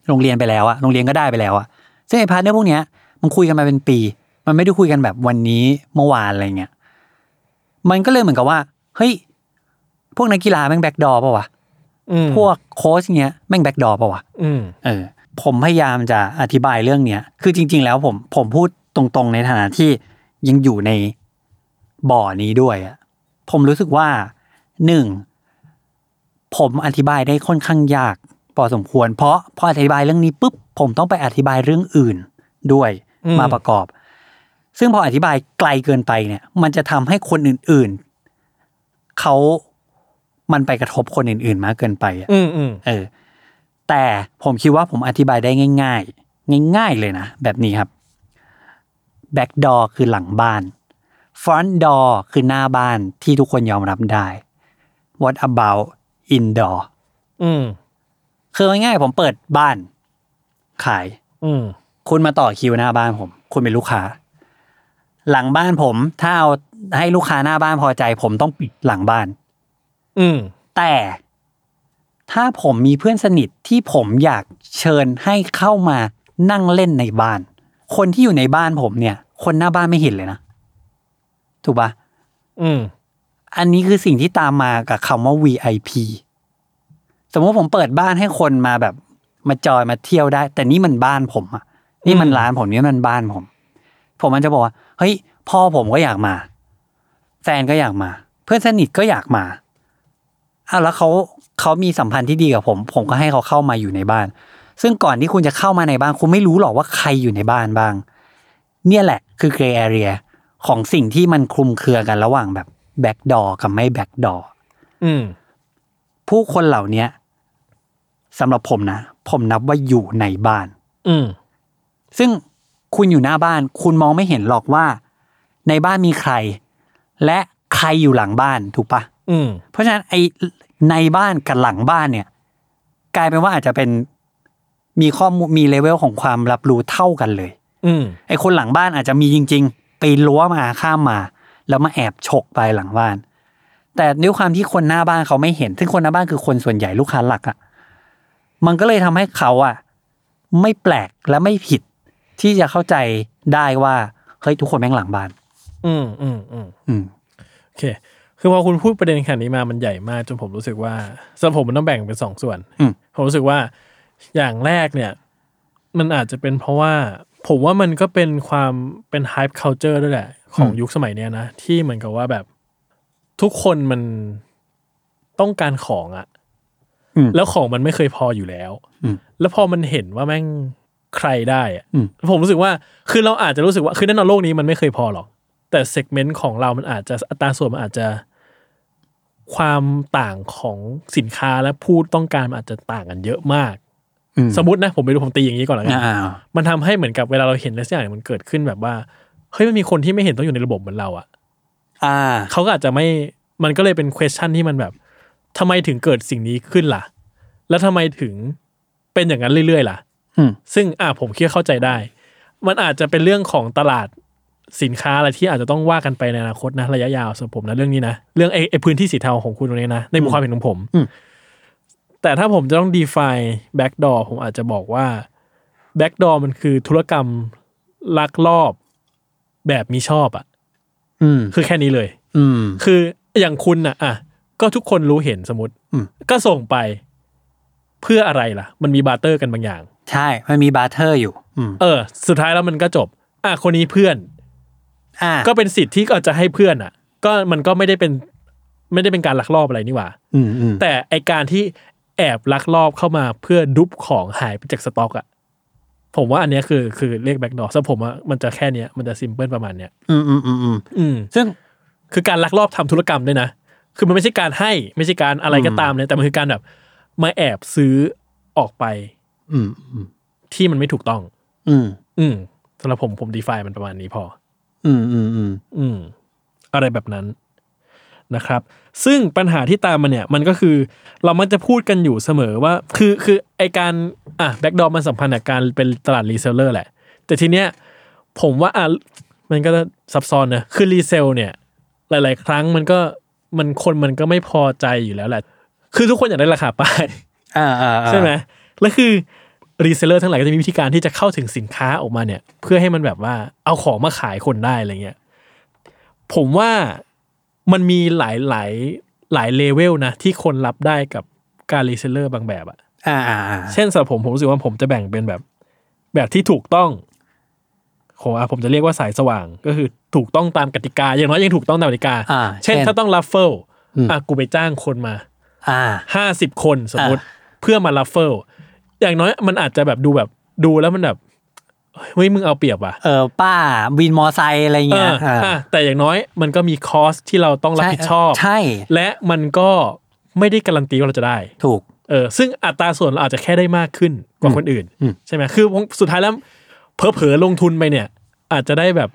Speaker 2: โรงเรียนไปแล้วอะโรงเรียนก็ได้ไปแล้วอะซึ่งไอ้พาร์ทเนอร์พวกเนี้ยมันคุยกันมาเป็นปี มันไม่ได้คุยกันแบบวันนี้เมื่อวานอะไรเงี้ย มันก็เลยเหมือนกับว่า เฮ้ย พวกนักกีฬาแม่งแบ็กดอร์ป่าวะ
Speaker 4: อืม
Speaker 2: พวกโค้ชเงี้ยแม่งแบ็กดอร์ป่าวะ
Speaker 4: อืม
Speaker 2: เออผมพยายามจะอธิบายเรื่องเนี้ย คือจริง ๆ แล้วผมผมพูดตรงๆ ในฐานะที่ยังอยู่ในบ่อนี้ด้วยอะผมรู้สึกว่าหนึ่งผมอธิบายได้ค่อนข้างยากพอสมควร เพราะพออธิบายเรื่องนี้ปุ๊บผมต้องไปอธิบายเรื่องอื่นด้วยมาประกอบ ซึ่งพออธิบายไกลเกินไปเนี่ย มันจะทำให้คนอื่นๆเขามันไปกระทบคนอื่น ๆ มากเกินไปอะ
Speaker 4: อืมอืม
Speaker 2: เออแต่ผมคิดว่าผมอธิบายได้ง่าย ๆ ง่าย ๆ เลยนะ แบบนี้ครับ back door คือหลังบ้าน front door คือหน้าบ้านที่ทุกคนยอมรับได้ what about indoor
Speaker 4: อืม
Speaker 2: คือง่ายๆผมเปิดบ้านขาย
Speaker 4: อืม
Speaker 2: คุณมาต่อคิวหน้าบ้านผม คุณเป็นลูกค้า หลังบ้านผม ถ้าเอาให้ลูกค้าหน้าบ้านพอใจ ผมต้องปิดหลังบ้าน
Speaker 4: อืม
Speaker 2: แต่ถ้าผมมีเพื่อนสนิทที่ผมอยากเชิญให้เข้ามานั่งเล่นในบ้าน คนที่อยู่ในบ้านผมเนี่ย คนหน้าบ้านไม่เห็นเลยนะ ถูกปะ
Speaker 4: อืม
Speaker 2: อันนี้คือสิ่งที่ตามมากับคำว่า VIP สมมติผมเปิดบ้านให้คนมาแบบ มาจอยมาเที่ยวได้ แต่นี่มันบ้านผมอะนี่มันร้านผมนี่มันบ้านผม ผมมันจะบอกว่าเฮ้ยพ่อผมก็อยากมา แฟนก็อยากมา เพื่อนสนิทก็อยากมา อ้าวแล้วเขาเขามีสัมพันธ์ที่ดีกับผม ผมก็ให้เขาเข้ามาอยู่ในบ้าน ซึ่งก่อนที่คุณจะเข้ามาในบ้าน คุณไม่รู้หรอกว่าใครอยู่ในบ้านบ้าง เนี่ยแหละคือ gray area ของสิ่งที่มันคลุมเครือกันระหว่างแบบ back door กับไม่ back door
Speaker 4: อืม
Speaker 2: ผู้คนเหล่าเนี้ยสำหรับผมนะ ผมนับว่าอยู่ในบ้าน
Speaker 4: อืม
Speaker 2: ซึ่งคุณอยู่หน้าบ้าน คุณมองไม่เห็นหรอกว่า ในบ้านมีใคร และใครอยู่หลังบ้านถูกปะ
Speaker 4: อืม
Speaker 2: เพราะฉะนั้นไอในบ้านกับหลังบ้านเนี่ย กลายเป็นว่าอาจจะเป็นมีข้อมูลมีเลเวลของความรับรู้เท่ากันเลย
Speaker 4: อืม
Speaker 2: ไอคนหลังบ้านอาจจะมีจริง ๆ ไปล้วมาข้ามมา แล้วมาแอบฉกไปหลังบ้าน แต่ด้วยความที่คนหน้าบ้านเขาไม่เห็น ซึ่งคนหน้าบ้านคือคนส่วนใหญ่ลูกค้าหลักอะ่ะมันก็เลยทำให้เขาอะ่ะไม่แปลกและไม่ผิด ที่จะเข้าใจได้ว่าเฮ้ยทุกคนแม่งหลังบ้าน
Speaker 4: อืมอืมอืม
Speaker 2: อืม
Speaker 4: โอเค คือพอคุณพูดประเด็นขนาดนี้มามันใหญ่มากจนผมรู้สึกว่าสำหรับผมมันต้องแบ่งเป็นสองส่วน
Speaker 2: อืม
Speaker 4: ผมรู้สึกว่าอย่างแรกเนี่ย มันอาจจะเป็นเพราะว่า ผมว่ามันก็เป็นความเป็น hype culture ด้วยแหละ ของยุคสมัยเนี้ยนะ ที่เหมือนกับว่าแบบทุกคนมันต้องการของอะ
Speaker 2: อืม
Speaker 4: แล้วของมันไม่เคยพออยู่แล้ว
Speaker 2: อืม
Speaker 4: แล้วพอมันเห็นว่าแม่งใครได้อะ
Speaker 2: อืม
Speaker 4: ผมรู้สึกว่าคือเราอาจจะรู้สึกว่าคือแน่นอนโลกนี้มันไม่เคยพอหรอก แต่เซกเมนต์ของเรามันอาจจะอัตราส่วนมันอาจจะความต่างของสินค้าและผู้ต้องการมันอาจจะต่างกันเยอะมาก
Speaker 2: อืม
Speaker 4: สมมตินะผมไปดูผมตีอย่างนี้ก่อนแล้วกัน
Speaker 2: อ่า
Speaker 4: มันทำให้เหมือนกับเวลาเราเห็นอะไรสักอย่างเนี่ยมันเกิดขึ้นแบบว่าเฮ้ยมันมีคนที่ไม่เห็นต้องอยู่ในระบบเหมือนเราอะ
Speaker 2: ๆอ่า
Speaker 4: เขาก็อาจจะไม่มันก็เลยเป็น question ที่มันแบบทำไมถึงเกิดสิ่งนี้ขึ้นล่ะ แล้วทำไมถึงเป็นอย่างนั้นเรื่อยๆล่ะ
Speaker 2: อืม
Speaker 4: ซึ่งอ่ะผมคิดว่าเข้าใจได้ มันอาจจะเป็นเรื่องของตลาดสินค้าอะไรที่อาจจะต้องว่ากันไปในอนาคตนะระยะยาวสำหรับผมนะเรื่องนี้นะเรื่องไอ้ไอ้พื้นที่สีเทาของคุณตรงนี้นะในมุมความเห็นของผม
Speaker 2: อืม
Speaker 4: แต่ถ้าผมจะต้อง define backdoor ผมอาจจะบอกว่า backdoor มันคือธุรกรรมลักลอบแบบมีชอบอะ่ะ
Speaker 2: อืม
Speaker 4: คือแค่นี้เลย
Speaker 2: อืม
Speaker 4: คืออย่างคุณน่ะอ่ะก็ทุกคนรู้เห็นสมมติ
Speaker 2: อืม
Speaker 4: ก็ส่งไปเพื่ออะไรล่ะ มันมีบาร์เตอร์กันบางอย่าง
Speaker 2: ใช่ มันมีบาร์เทอร์อยู่ อืม
Speaker 4: เออ สุดท้ายแล้วมันก็จบ อ่ะคนนี้เพื่อน
Speaker 2: อ่า
Speaker 4: ก็เป็นสิทธิ์ที่ก็จะให้เพื่อนอ่ะ ก็มันก็ไม่ได้เป็น ไม่ได้เป็นการลักลอบอะไรนี่หว่า
Speaker 2: อืมอืม
Speaker 4: แต่ไอการที่แอบลักลอบเข้ามาเพื่อดุบของหายไปจากสต็อกอ่ะ ผมว่าอันเนี้ยคือคือเรียกแบ็กดอร์สำหรับผมอ่ะมันจะแค่เนี้ยมันจะซิมเพิลประมาณเนี้ย
Speaker 2: อืมอืมอืมอืม
Speaker 4: อืม
Speaker 2: ซึ่ง
Speaker 4: คือการลักลอบทำธุรกรรมด้วยนะ คือมันไม่ใช่การให้ไม่ใช่การอะไรก็ตามเลย แต่มันคือการแบบมาแอบซื้อออกไป
Speaker 2: อืมอืม
Speaker 4: ที่มันไม่ถูกต้อง
Speaker 2: อืม
Speaker 4: อืมสำหรับผมผมดีไฟมันประมาณนี้พอ
Speaker 2: อืมอืมอืม
Speaker 4: อืม อะไรแบบนั้นนะครับ ซึ่งปัญหาที่ตามมาเนี่ย มันก็คือเรามักจะพูดกันอยู่เสมอว่า คือคือไอการอ่ะแบ็กดอมมันสัมพันธ์กับการเป็นตลาดรีเซลเลอร์แหละ แต่ทีเนี้ยผมว่าอ่ะมันก็ซับซ้อนนะคือรีเซลเนี่ย หลาย ๆ ครั้งมันก็มันคนมันก็ไม่พอใจอยู่แล้วแหละ คือทุกคนอยากได้ราคาป้าย
Speaker 2: อ่าอ่าอ่า
Speaker 4: ใช่ไหมแล้วคือรีเซลเลอร์ทั้งหลายก็จะมีวิธีการที่จะเข้าถึงสินค้าออกมาเนี่ย เพื่อให้มันแบบว่าเอาของมาขายคนได้อะไรเงี้ย ผมว่ามันมีหลายหลายหลายเลเวลนะ ที่คนรับได้กับการรีเซลเลอร์บางแบบอะ
Speaker 2: อ่าอ่าอ่า
Speaker 4: เช่นสำหรับผมผมรู้สึกว่าผมจะแบ่งเป็นแบบแบบที่ถูกต้องโหอ่ะผมจะเรียกว่าสายสว่างก็คือถูกต้องตามกติกา อย่างน้อยยังถูกต้องตามกติกา
Speaker 2: อ่า
Speaker 4: เช่น ถ้าต้องรัฟเฟิล
Speaker 2: อืม
Speaker 4: อ่ะกูไปจ้างคนมา
Speaker 2: อ่า
Speaker 4: ห้าสิบคนสมมติเพื่อมาลัฟเฟิลอย่างน้อยมันอาจจะแบบดูแบบดูแล้วมันแบบเฮ้ยมึงเอาเปรียบว่ะ
Speaker 2: เออป้าวินมอไซค์อะไร
Speaker 4: เอ
Speaker 2: เงี้ย
Speaker 4: อ
Speaker 2: อ่า
Speaker 4: อ่ะแต่อย่างน้อยมันก็มีคอสที่เราต้องรับผิดชอบ
Speaker 2: ใช่ใช่
Speaker 4: และมันก็ไม่ได้การันตีว่าเราจะได้
Speaker 2: ถูก
Speaker 4: เออซึ่งอัตราส่วนเราอาจจะแค่ได้มากขึ้นกว่าคนอื่น
Speaker 2: อืม
Speaker 4: ใช่ไหมคือสุดท้ายแล้วเผลอๆลงทุนไปเนี่ย อาจจะได้แบบ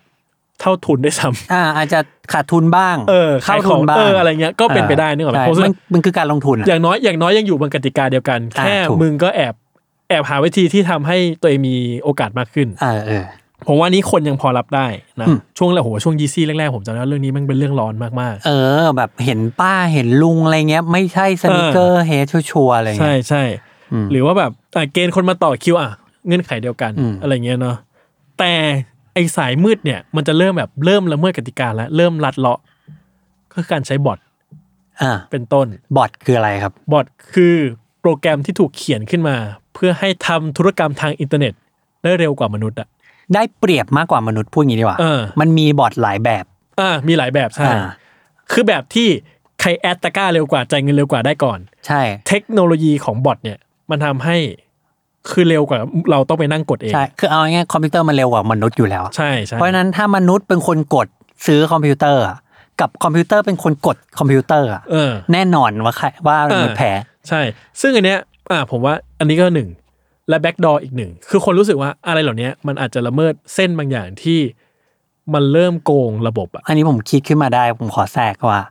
Speaker 4: เท่าทุนด้วยซ้ำ
Speaker 2: อ่า อาจจะขาดทุนบ้าง
Speaker 4: เออ
Speaker 2: เข้า
Speaker 4: ขยข
Speaker 2: ทุ
Speaker 4: อง
Speaker 2: นบ้าง
Speaker 4: เอออะไรเงี้ยก็เป็นไปได้นึกออกไหม
Speaker 2: ใช่
Speaker 4: เพราะฉะ
Speaker 2: มั
Speaker 4: นั้น น
Speaker 2: มันคือการลงทุนอะ
Speaker 4: อย่างน้อยอย่างน้อยยังอยู่บนกติกาเดียวกัน
Speaker 2: อ่า
Speaker 4: แค่
Speaker 2: ถูก
Speaker 4: มึงก็แอบแอบหาวิธีที่ทำให้ตัวเองมีโอกาสมากขึ้น
Speaker 2: เออเออ
Speaker 4: ผมว่านี้คนยังพอรับได้นะ
Speaker 2: อืม
Speaker 4: ช่วงแรกโหช่วงยีซี่แรกๆผมจำได้ว่าเรื่องนี้มันเป็นเรื่องร้อนมาก
Speaker 2: เออ แบบเห็นป้าเห็นลุงอะไรเงี้ย ไม่ใช่สนิเกอร์เฮดชัวร์ๆอะไร
Speaker 4: ๆ ใช่
Speaker 2: เงี้ย
Speaker 4: ใช่
Speaker 2: อืม
Speaker 4: หรือว่าแบบอ่ะเกณฑ์คนมาต่อคิวอ่ะเงื่อนไขเดียวกัน
Speaker 2: อืม
Speaker 4: อะไรเงี้ยเนาะแต่ไอสายมืดเนี่ยมันจะเริ่มแบบเริ่มละเมิดกติกาแล้วเริ่มลัดเลาะก็คือการใช้บอท
Speaker 2: อ่า
Speaker 4: เป็นต้น
Speaker 2: บอทคืออะไรครับ
Speaker 4: บอทคือโปรแกรมที่ถูกเขียนขึ้นมา เพื่อให้ทำธุรกรรมทางอินเทอร์เน็ตได้เร็วกว่ามนุษย์อะ
Speaker 2: ได้เปรียบมากกว่ามนุษย์พูดอย่างนี้ดีกว่า
Speaker 4: เออ
Speaker 2: มันมีบอทหลายแบบ
Speaker 4: อ่ามีหลายแบบใช่
Speaker 2: อ่า
Speaker 4: คือแบบที่ใครแอดตะกร้าเร็วกว่าจ่ายเงินเร็วกว่าได้ก่อน
Speaker 2: ใช่
Speaker 4: เทคโนโลยีของบอทเนี่ย มันทำให้ คือเร็วกว่าเราต้องไปนั่งกดเอง
Speaker 2: ใช่ คือเอาง่ายๆคอมพิวเตอร์มันเร็วกว่ามนุษย์อยู่แล้ว
Speaker 4: ใช่ใช่
Speaker 2: เพราะฉะนั้นถ้ามนุษย์เป็นคนกดซื้อคอมพิวเตอร์อะกับคอมพิวเตอร์เป็นคนกดคอมพิวเตอร์อะ
Speaker 4: เออ
Speaker 2: แน่นอนว่าใครว่ามนุษย์แพ้
Speaker 4: ใช่ ซึ่งอันเนี้ย อ่า ผมว่าอันนี้ก็หนึ่ง และแบ็กดอร์อีกหนึ่ง คือคนรู้สึกว่าอะไรเหล่าเนี้ยมันอาจจะละเมิดเส้นบางอย่างที่มันเริ่มโกงระบบอะ
Speaker 2: อันนี้ผมคิดขึ้นมาได้ผมขอแทรกว่า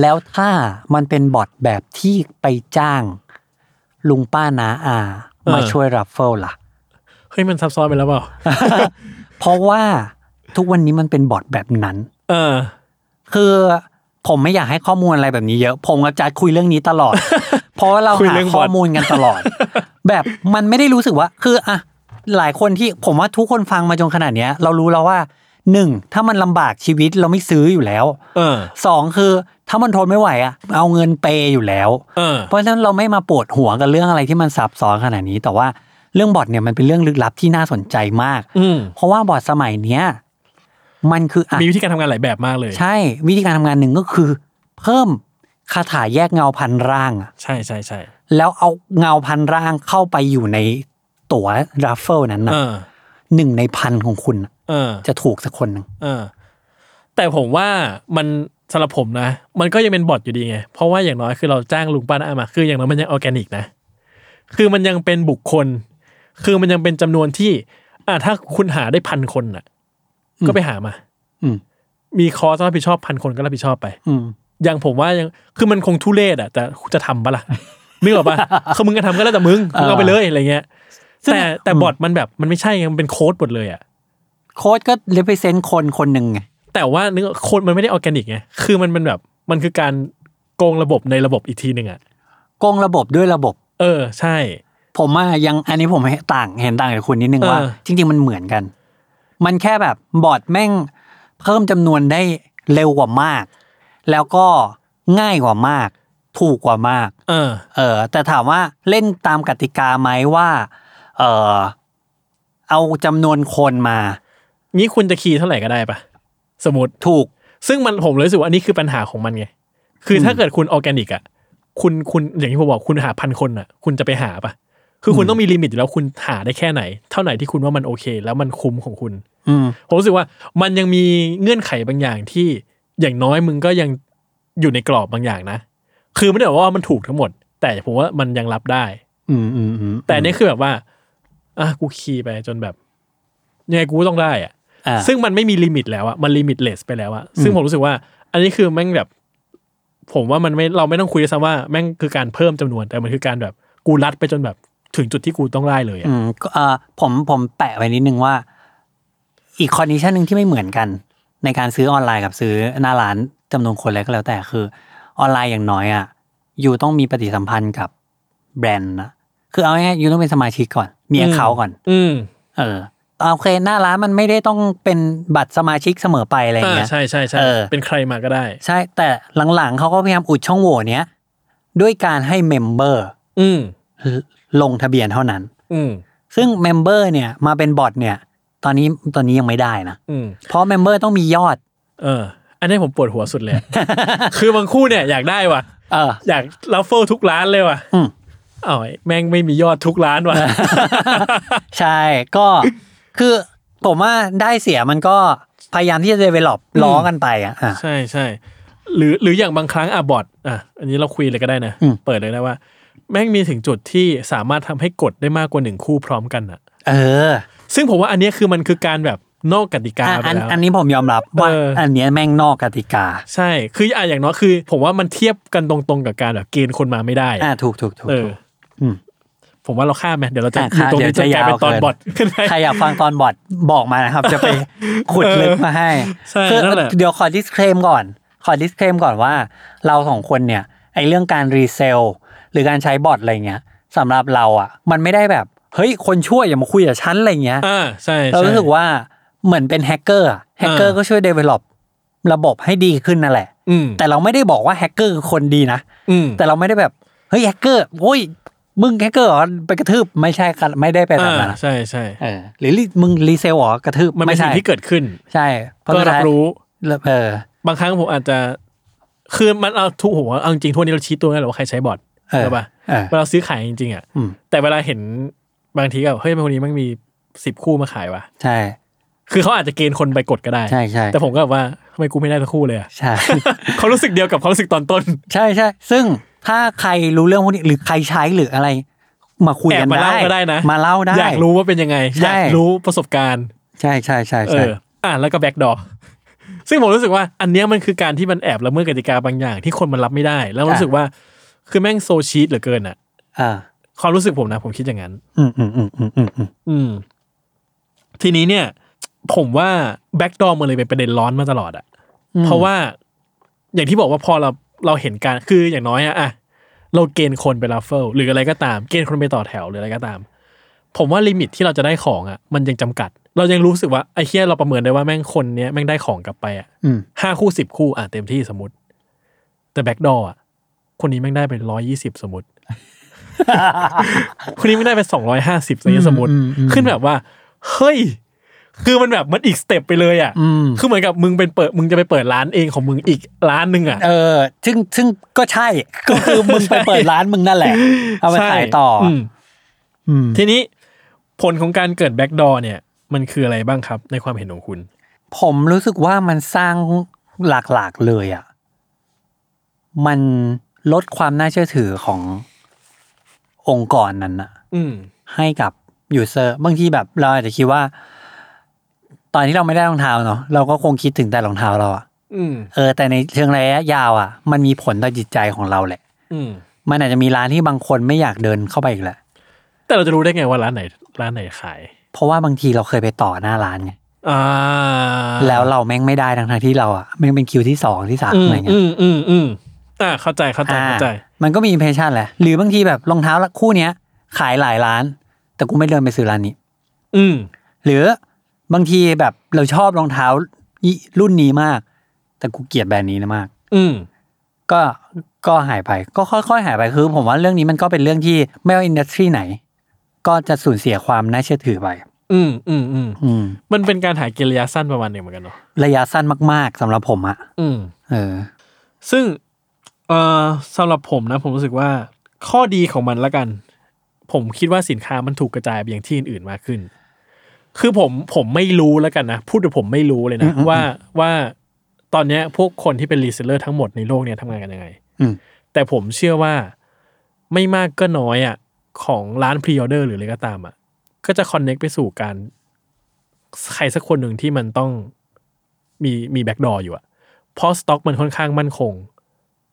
Speaker 2: แล้วถ้ามันเป็นบอทแบบที่ไปจ้าง ลุงป้านาอา มาช่วยรับเฟิลล่ะ
Speaker 4: เฮ้ยมันซับซ้อนไปแล้วเปล่า
Speaker 2: เพราะว่าทุกวันนี้มันเป็นบอทแบบนั้น
Speaker 4: เออ
Speaker 2: คือผมไม่อยากให้ข้อมูลอะไรแบบนี้เยอะ ผมกับจัดคุยเรื่องนี้ตล อด เพราะว่าเรา
Speaker 4: คุย
Speaker 2: หา
Speaker 4: เรื่องบอท
Speaker 2: ข้อมูลกันต ลอด แบบมันไม่ได้รู้สึกว่า คืออะหลายคนที่ผมว่าทุกคนฟังมาจนขนาดเนี้ย เรารู้แล้วว่าหนึ่งถ้ามันลำบากชีวิตเราไม่ซื้ออยู่แล้ว
Speaker 4: เออ
Speaker 2: สองคือถ้ามันทนไม่ไหวอะเอาเงินเปย์อยู่แล้ว
Speaker 4: เออ
Speaker 2: เพราะฉะนั้นเราไม่มาปวดหัวกับเรื่องอะไรที่มันซับซ้อนขนาดนี้ แต่ว่าเรื่องบอทเนี่ยมันเป็นเรื่องลึกลับที่น่าสนใจมาก
Speaker 4: อืม
Speaker 2: เพราะว่าบอทสมัยเนี้ยมันคืออ่ะ
Speaker 4: มีวิธีการทำงานหลายแบบมากเลย
Speaker 2: ใช่วิธีการทำงานหนึ่งก็คือ เพิ่มคาถาแยกเงาพันร่างอะ
Speaker 4: ใช่ใช่ใช่
Speaker 2: แล้วเอาเงาพันร่างเข้าไปอยู่ในตั๋วรัฟเฟิลนั้นนะ
Speaker 4: เออ
Speaker 2: หนึ่งในพันของคุณน่ะ
Speaker 4: เออ
Speaker 2: จะถูกสักคนหนึ่ง
Speaker 4: เออ แต่ผมว่ามันสำหรับผมนะ มันก็ยังเป็นบอทอยู่ดีไง เพราะว่าอย่างน้อยคือเราจ้างลุงป้าน้ามา คืออย่างน้อยมันยังออร์แกนิกนะ คือมันยังเป็นบุคคล คือมันยังเป็นจำนวนที่ อ่าถ้าคุณหาได้พันคนน่ะ ก็ไปหามา
Speaker 2: อืม
Speaker 4: มีคอร์สรับผิดชอบพันคนก็รับผิดชอบไป
Speaker 2: อืม
Speaker 4: อย่างผมว่ายัง คือมันคงทุเรศอ่ะ แต่จะทำปะล่ะ นึกออกปะคือมึงก็ทำก็แล้วแต่มึงมึงเอาไปเลยอะไรเงี้ย แต่แต่บอทมันแบบมันไม่ใช่ไง มันเป็นโค้ดหมดเลยอ่ะ
Speaker 2: โค้ดก็เลเวเซนต์คนคนหนึ่งไง
Speaker 4: แต่ว่านึกว่าคนมันไม่ได้ออร์แกนิกไง คือมันเป็นแบบ มันคือการโกงระบบในระบบอีกทีหนึ่งอ่ะ
Speaker 2: โกงระบบด้วยระบบ
Speaker 4: เออ ใช่
Speaker 2: ผมว่ายังอันนี้ผมเห็นต่างเห็นต่างจากคุณนิดนึง
Speaker 4: เออ
Speaker 2: ว่า จริง ๆ มันเหมือนกัน มันแค่แบบบอร์ดแม่งเพิ่มจำนวนได้เร็วกว่ามาก แล้วก็ง่ายกว่ามาก ถูกกว่ามาก
Speaker 4: เออ
Speaker 2: เออ แต่ถามว่าเล่นตามกติกาไหมว่า เออเอาจำนวนคนมา
Speaker 4: นี่คุณจะคีย์เท่าไหร่ก็ได้ปะสมมติ
Speaker 2: ถูก
Speaker 4: ซึ่งมันผมเลยรู้สึกว่าอันนี้คือปัญหาของมันไง คือถ้าเกิดคุณออร์แกนิกอ่ะ คุณคุณอย่างที่ผมบอกคุณหาพันคนอ่ะ คุณจะไปหาปะคือคุณต้องมีลิมิตอยู่แล้วคุณหาได้แค่ไหน เท่าไหร่ที่คุณว่ามันโอเค แล้วมันคุ้มของคุณ
Speaker 2: อืม
Speaker 4: ผมรู้สึกว่ามันยังมีเงื่อนไขบางอย่างที่อย่างน้อยมึงก็ยังอยู่ในกรอบบางอย่างนะ คือไม่ได้บอกว่ามันถูกทั้งหมด แต่ผมว่ามันยังรับได้
Speaker 2: อืมอืมอืม
Speaker 4: แต่อันนี่คือแบบว่าอ่ะกูคีย์ไปจนแบบยังไงกูก็ต้องได้อะ
Speaker 2: อ่า
Speaker 4: ซึ่งมันไม่มีลิมิตแล้วอะมันลิมิตเลสไปแล้วอะซึ่ง
Speaker 2: อืม
Speaker 4: ผมรู้สึกว่า อันนี้คือแม่งแบบ ผมว่ามันไม่เราไม่ต้องคุยด้วยซ้ำว่าแม่งคือการเพิ่มจำนวน แต่มันคือการแบบกูรัดไปจนแบบถึงจุดที่กูต้องได้เลยอะ
Speaker 2: อืมก็เอ่อผมผมแปะไว้นิดนึงว่า อีกคอนดิชันหนึ่งที่ไม่เหมือนกัน ในการซื้อออนไลน์กับซื้อหน้าร้านจำนวนคนอะไรก็แล้วแต่คือออนไลน์อย่างน้อยอ่ะอยู่ต้องมีปฏิสัมพันธ์กับแบรนด์นะคือเอาง่ายๆอยู่ต้องเป็นสมาชิกก่อน มีแอคเคาท์ก่อน
Speaker 4: อืม
Speaker 2: เออเอาโอเคหน้าร้านมันไม่ได้ต้องเป็นบัตรสมาชิกเสมอไปอะไรอย่าง
Speaker 4: อ่า
Speaker 2: เงี้ย
Speaker 4: ใช่ใช่ใช่
Speaker 2: เออ
Speaker 4: เป็นใครมาก็ได้
Speaker 2: ใช่แต่หลังๆเขาก็พยายามอุดช่องโหว่เนี้ยด้วยการให้เมมเบอร์
Speaker 4: อืม
Speaker 2: ลงทะเบียนเท่านั้น
Speaker 4: อืม
Speaker 2: ซึ่งเมมเบอร์เนี่ยมาเป็นบอทเนี่ย ตอนนี้ตอนนี้ยังไม่ได้นะ
Speaker 4: อืม
Speaker 2: เพราะเมมเบอร์ต้องมียอด
Speaker 4: เออ อันนี้ผมปวดหัวสุดเลย คือบางคู่เนี่ยอยากได้ว่ะ
Speaker 2: เออ
Speaker 4: อยากลัฟเฟิลทุกร้านเลยว่ะ
Speaker 2: อืม
Speaker 4: เอ้าวแม่งไม่มียอดทุกร้าน ว่ะ
Speaker 2: ใช่ก็คือผมว่าได้เสียมันก็พยายามที่จะ develop ล้อกันไปอะอ่ะ
Speaker 4: ใช่ใช่หรือหรืออย่างบางครั้งอะบอทอ่ะ อันนี้เราคุยเลยก็ได้นะ
Speaker 2: อืม
Speaker 4: เปิดเลยนะว่า แม่งมีถึงจุดที่สามารถทำให้กดได้มากกว่าหนึ่งคู่พร้อมกันอ่ะ
Speaker 2: เออ
Speaker 4: ซึ่งผมว่าอันเนี้ยคือมันคือการแบบนอกกติกา
Speaker 2: อ่ะ
Speaker 4: ไป
Speaker 2: อัน
Speaker 4: แล้ว
Speaker 2: อันนี้ผมยอมรับว่า
Speaker 4: เอออั
Speaker 2: อันเนี้ยแม่งนอกกติกา
Speaker 4: ใช่ คืออ่ะอย่างน้อยคือ ผมว่ามันเทียบกันตรงๆกับการแบบเกณฑ์คนมาไม่ได้
Speaker 2: อ่ะถูกถูกถูก
Speaker 4: เออ
Speaker 2: ถูก อืม
Speaker 4: ผมว่าเราข้ามไหมเดี๋ยวเราจะ
Speaker 2: อ่ะ
Speaker 4: อยู่ตรงนี้
Speaker 2: เดี๋
Speaker 4: จ
Speaker 2: ย
Speaker 4: น
Speaker 2: วจะ
Speaker 4: กลายเป็นตอ
Speaker 2: ยาว
Speaker 4: น
Speaker 2: เกิน
Speaker 4: บอทขึ้นไป
Speaker 2: ใครอยากฟังตอนบอดบอกมา นะครับ จะไปขุดลึกมาให้
Speaker 4: ใช่
Speaker 2: คือ
Speaker 4: นั่นแหละ
Speaker 2: เดี๋ยวขอ disclaim ก่อน ขอ disclaim ก่อนว่า เราสองคนเนี่ยไอเรื่องการรีเซลหรือการใช้บอทอะไรเงี้ยสำหรับเราอ่ะ มันไม่ได้แบบ เฮ้ย คนช่วยอย่ามาคุยกับฉันอะไรเงี้ย
Speaker 4: อ่าใช่
Speaker 2: เรา
Speaker 4: ใช่
Speaker 2: รู้สึกว่าเหมือนเป็นแฮกเกอร์อะแฮกเกอร์
Speaker 4: เออ
Speaker 2: ก็ช่วย develop ระบบให้ดีขึ้นนั่นแหละ
Speaker 4: อืม
Speaker 2: แต่เราไม่ได้บอกว่าแฮกเกอร์คือคนดีนะ
Speaker 4: อืม
Speaker 2: แต่เราไม่ได้แบบ เฮ้ยแฮกเกอร์โอ้ยมึงแฮกเกอร์เหรอไปกระทืบไม่ใช่ครับไม่ได้ไปแบบนั้น
Speaker 4: อ่า
Speaker 2: นะ
Speaker 4: ใช่ใช่
Speaker 2: เออหรือรีมึงรีเซลเหรอกระทืบ
Speaker 4: มันเป็นสิ่งที่เกิดขึ้น
Speaker 2: ใช่เพาะ
Speaker 4: ก็รับรู้
Speaker 2: แล้วเออ
Speaker 4: บางครั้งผมอาจจะ คือมันเอาทุกหัวเอาจริงๆทั่วกนี้เราชี้ตัวได้หรอว่าใครใช้บอท
Speaker 2: เออ
Speaker 4: ใช่ปะ
Speaker 2: เออ
Speaker 4: เวลาซื้อขายจริงๆอ่ะ
Speaker 2: อืม
Speaker 4: แต่เวลาเห็น บางทีก็แบบเฮ้ยทำไมันคนนี้มันมีสิบคู่มาขายวะ
Speaker 2: ใช่
Speaker 4: คือเขาอาจจะเกณฑ์คนไปกดก็ได้
Speaker 2: ใช่ใช่
Speaker 4: แต่ผมก็แบบว่าทำไมกูไม่ได้สักคู่เลยอะ
Speaker 2: ใช่
Speaker 4: เขารู้สึกเดียวกับเขารู้สึกตอนต้น
Speaker 2: ใช่ใช่ซึ่งถ้าใครรู้เรื่องพวกนี้หรือใครใช้หรืออะไร มาคุยกัน
Speaker 4: แอบมา
Speaker 2: ได้
Speaker 4: เล่าก็ได้นะ
Speaker 2: มาเล่าได้
Speaker 4: อยากรู้ว่าเป็นยังไง
Speaker 2: ใช่
Speaker 4: อยากรู้ประสบการณ์
Speaker 2: ใช่ใช่ใช่
Speaker 4: เอ
Speaker 2: ใช่
Speaker 4: ออ่ะแล้วก็แบ็กดอ ซึ่งผมรู้สึกว่าอันเนี้ยมันคือการที่มันแอบละเมิดกติกาบางอย่างที่คนมันรับไม่ได้ แล้วรู้สึกว่าคือแม่งโซชีตเหลือเกินอะ
Speaker 2: อ่า
Speaker 4: ความรู้สึกผมนะผมคิดอย่างนั้น
Speaker 2: อืมอืมอืมอืมอืมอืม
Speaker 4: อืม ทีนี้เนี่ย ผมว่าแบ็กดอมันเลยเป็นประเด็นร้อนมาตลอดอะเพราะว่าอย่างที่บอกว่าพอเราเราเห็นการคืออย่างน้อยอะอะเราเกณฑ์คนไปรัฟเฟิลหรืออะไรก็ตาม เกณฑ์คนไปต่อแถวหรืออะไรก็ตาม ผมว่าลิมิตที่เราจะได้ของอะมันยังจำกัด เรายังรู้สึกว่าไอ้เฮียเราประเมินได้ว่าแม่งคนเนี้ยแม่งได้ของกลับไปอะ
Speaker 2: อืม
Speaker 4: ห้าคู่สิบคู่อ่ะเต็มที่สมมติ แต่แบ็กดออะคนนี้แม่งได้ไปร้อยี่สิบสม มติ คนนี้ไม่ได้ไปสองร้อยห้าสิบสมมติ ขึ้นแบบว่า เฮ้ย คือมันแบบมันอีกสเต็ปไปเลยอ่ะ
Speaker 2: อืม
Speaker 4: คือเหมือนกับมึงเป็นเปิด มึงจะไปเปิดร้านเองของมึงอีกร้านหนึ่งอ่ะ
Speaker 2: เออซึ่งซึ่งก็ใช่ ก็คือมึงไปเปิดร้านมึงนั่นแหละ เอาไป
Speaker 4: ใช่
Speaker 2: ขายต่ออ
Speaker 4: ม
Speaker 2: อืม
Speaker 4: ทีนี้ผลของการเกิดแบ็กดอร์เนี่ย มันคืออะไรบ้างครับ ในความเห็นของคุณ
Speaker 2: ผมรู้สึกว่ามันสร้างหลากๆเลยอะ่ะ มันลดความน่าเชื่อถือขององค์กรนั้นอะ
Speaker 4: อืม
Speaker 2: ให้กับยูเซอร์บางทีแบบเราอาจจะคิดว่า ตอนที่เราไม่ได้รองเท้าเนาะเราก็คงคิดถึงแต่รองเท้าเราอะ
Speaker 4: อืม
Speaker 2: เออ แต่ในเชิงระยะยาวอะ่ะ มันมีผลต่อจิตใจของเราแหละ
Speaker 4: อืม
Speaker 2: มันอาจจะมีร้านที่บางคนไม่อยากเดินเข้าไปอีกแหละ
Speaker 4: แต่เราจะรู้ได้ไงว่าร้านไหน ร้านไหนขาย
Speaker 2: เพราะว่าบางทีเราเคยไปต่อหน้าร้านไง
Speaker 4: อ่า
Speaker 2: แล้วเราแม่งไม่ได้ทั้งๆที่เราอะ่ะแม่งเป็นคิวที่สองที่สาม
Speaker 4: อืม
Speaker 2: อะไรเงี้ย
Speaker 4: อืมอืมอืมอ่า เข้าใจ เข้าใจ
Speaker 2: อ่า
Speaker 4: เข้าใจ
Speaker 2: มันก็มีอิมเพรสชันแหละ หรือบางทีแบบรองเท้าคู่เนี้ย ขายหลายร้าน แต่กูไม่เดินไปซื้อร้านนี้
Speaker 4: อืม
Speaker 2: หรือบางทีแบบเราชอบรองเท้ายี่รุ่นนี้มาก แต่กูเกลียดแบรนด์นี้นะมาก
Speaker 4: อืม
Speaker 2: ก็ก็หายไป ก็ค่อยๆ หายไปคือ ผมว่าเรื่องนี้มันก็เป็นเรื่องที่ไม่ว่าอินดัสทรีไหน ก็จะสูญเสียความน่าเชื่อถือไป
Speaker 4: อืมอืมอืม
Speaker 2: อืม
Speaker 4: มันเป็นการหายเกลียสั้นประมาณหนึ่งเหมือนกันเนาะ
Speaker 2: ระยะสั้นมากๆสำหรับผมอะ
Speaker 4: อืม
Speaker 2: เออ
Speaker 4: ซึ่งเอ่อสำหรับผมนะ ผมรู้สึกว่าข้อดีของมันละกัน ผมคิดว่าสินค้ามันถูกกระจายไปยังที่อื่นๆมากขึ้น คือผมผมไม่รู้แล้วกันนะพูดแต่ผมไม่รู้เลยนะ
Speaker 2: อืม
Speaker 4: ว่าว่าตอนเนี้ยพวกคนที่เป็นรีเซลเลอร์ทั้งหมดในโลกเนี้ยทำงานกันยังไง
Speaker 2: อืม
Speaker 4: แต่ผมเชื่อว่าไม่มากก็น้อยอ่ะของร้านพรีออเดอร์หรืออะไรก็ตามอ่ะก็จะคอนเน็กไปสู่การใครสักคนหนึ่งที่มันต้องมีมีแบ็กดออยู่อ่ะ เพราะสต็อกมันค่อนข้างมั่นคง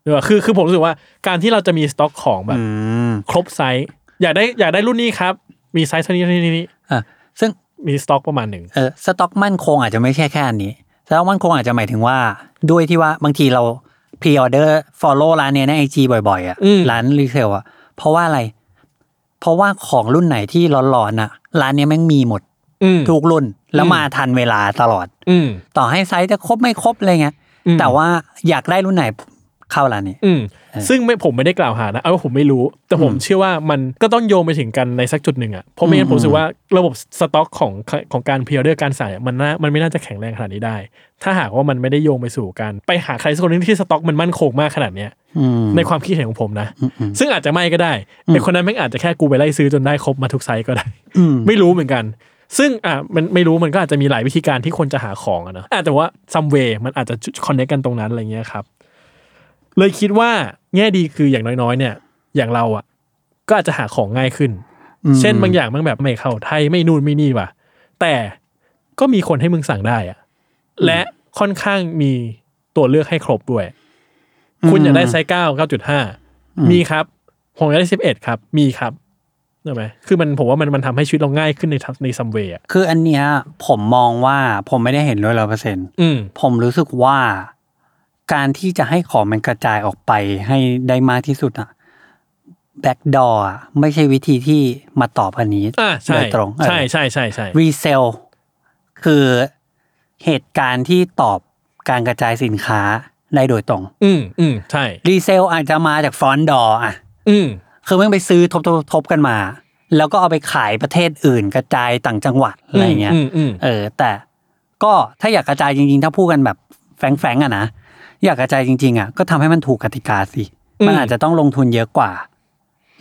Speaker 4: เนอะคือคือผมรู้สึกว่าการที่เราจะมีสต็อกของแบบ
Speaker 2: อืม
Speaker 4: ครบไซส์อยากได้อยากได้รุ่นนี้ครับ มีไซส์เท่านี้เท่านี้เท่านี้
Speaker 2: อ่ะซึ่ง
Speaker 4: มีสต็อกประมาณหนึ่ง
Speaker 2: เออสต็อกมั่นคงอาจจะไม่ใช่แค่อันนี้สต็อกมั่นคงอาจจะหมายถึงว่า ด้วยที่ว่าบางทีเราพรีออเดอร์ฟอลโล่ร้านเนี้ยในไอจีบ่อยๆอ่ะร้านรีเซลอ่ะ เพราะว่าอะไร เพราะว่าของรุ่นไหนที่ร้อนๆอ่ะ ร้านเนี้ยแม่งมีหมด
Speaker 4: อืม
Speaker 2: ทุกรุ่นแล้วมาทันเวลาตลอด
Speaker 4: อืม
Speaker 2: ต่อให้ไซส์จะครบไม่ครบอะไรเงี้ย
Speaker 4: อืม
Speaker 2: แต่ว่าอยากได้รุ่นไหนเข้าร้านนี้
Speaker 4: อืม
Speaker 2: เออ
Speaker 4: ซึ่งไม่ผมไม่ได้กล่าวหานะเอาว่าผมไม่รู้ แต่ผมเชื่อว่ามันก็ต้องโยงไปถึงกันในสักจุดหนึ่งอ่ะเพราะไม่งั้น
Speaker 2: อืม
Speaker 4: ผมรู้สึกว่าระบบสต็อกของของการพรีออเดอร์การสั่งเนี่ยมันน่ามันไม่น่าจะแข็งแรงขนาดนี้ได้ ถ้าหากว่ามันไม่ได้โยงไปสู่การไปหาใครสักคนหนึงที่สต็อกมันมั่นคงมากขนาดเนี้ย
Speaker 2: อืม
Speaker 4: ในความคิดเห็นของผมนะ
Speaker 2: อืมอืม
Speaker 4: ซึ่งอาจจะไม่ก็ได้ไอคนนั้นแม่งอาจจะแค่กูไปไล่ซื้อจนได้ครบมาทุกไซส์ก็ได้
Speaker 2: อืม
Speaker 4: ไม่รู้เหมือนกัน ซึ่งอ่ะมันไม่รู้มันก็อาจจะมีหลายวิธีการที่คนจะหาของอะเนอะอ่ะแต่ว่าซัมเวมันอาจจะคอนเนคกันตรงนั้นอะไรเงี้ยครับ เลยคิดว่าแง่ดีคืออย่างน้อยๆ เนี่ย อย่างเราอ่ะ ก็อาจจะหาของง่ายขึ้น เช่นบางอย่างมันแบบไม่เข้าไทยไม่นู่นไม่นี่ว่ะ แต่ก็มีคนให้มึงสั่งได้อะและค่อนข้างมีตัวเลือกให้ครบด้วย คุณอยากได้ไซส์เก้าเก้าจุดห้ามีครับผมอยากได้สิบเอ็ดครับ มีครับใช่ไหมคือมันผมว่ามันมันทำให้ชีวิตเราง่ายขึ้นในทัในซัมเวย์อ่ะ
Speaker 2: คืออันเนี้ยผมมองว่าผมไม่ได้เห็นด้วยร้อยเปอร์เซ็นต์
Speaker 4: อืม
Speaker 2: ผมรู้สึกว่าการที่จะให้ของมันกระจายออกไปให้ได้มากที่สุดอะแบ็กดอร์ไม่ใช่วิธีที่มาตอบอันนี้
Speaker 4: อ่าใช่
Speaker 2: โดยตรง
Speaker 4: ใช่ใช่ใช่ใช่
Speaker 2: รีเซลคือเหตุการณ์ที่ตอบการกระจายสินค้าได้โดยตรง
Speaker 4: อืมอืมใช่
Speaker 2: รีเซลอาจจะมาจากฟรอนต์ดออะ
Speaker 4: อืม
Speaker 2: คือมึงไปซื้อทบทบทบกันมา แล้วก็เอาไปขายประเทศอื่น กระจายต่างจังหวัดอะไรเงี้ย
Speaker 4: อืมอืม
Speaker 2: เออแต่ก็ถ้าอยากกระจายจริงๆ ถ้าพูดกันแบบแฝงๆอะนะอยากกระจายจริงๆอะก็ทำให้มันถูกกติกาสิ มันอาจจะต้องลงทุนเยอะกว่า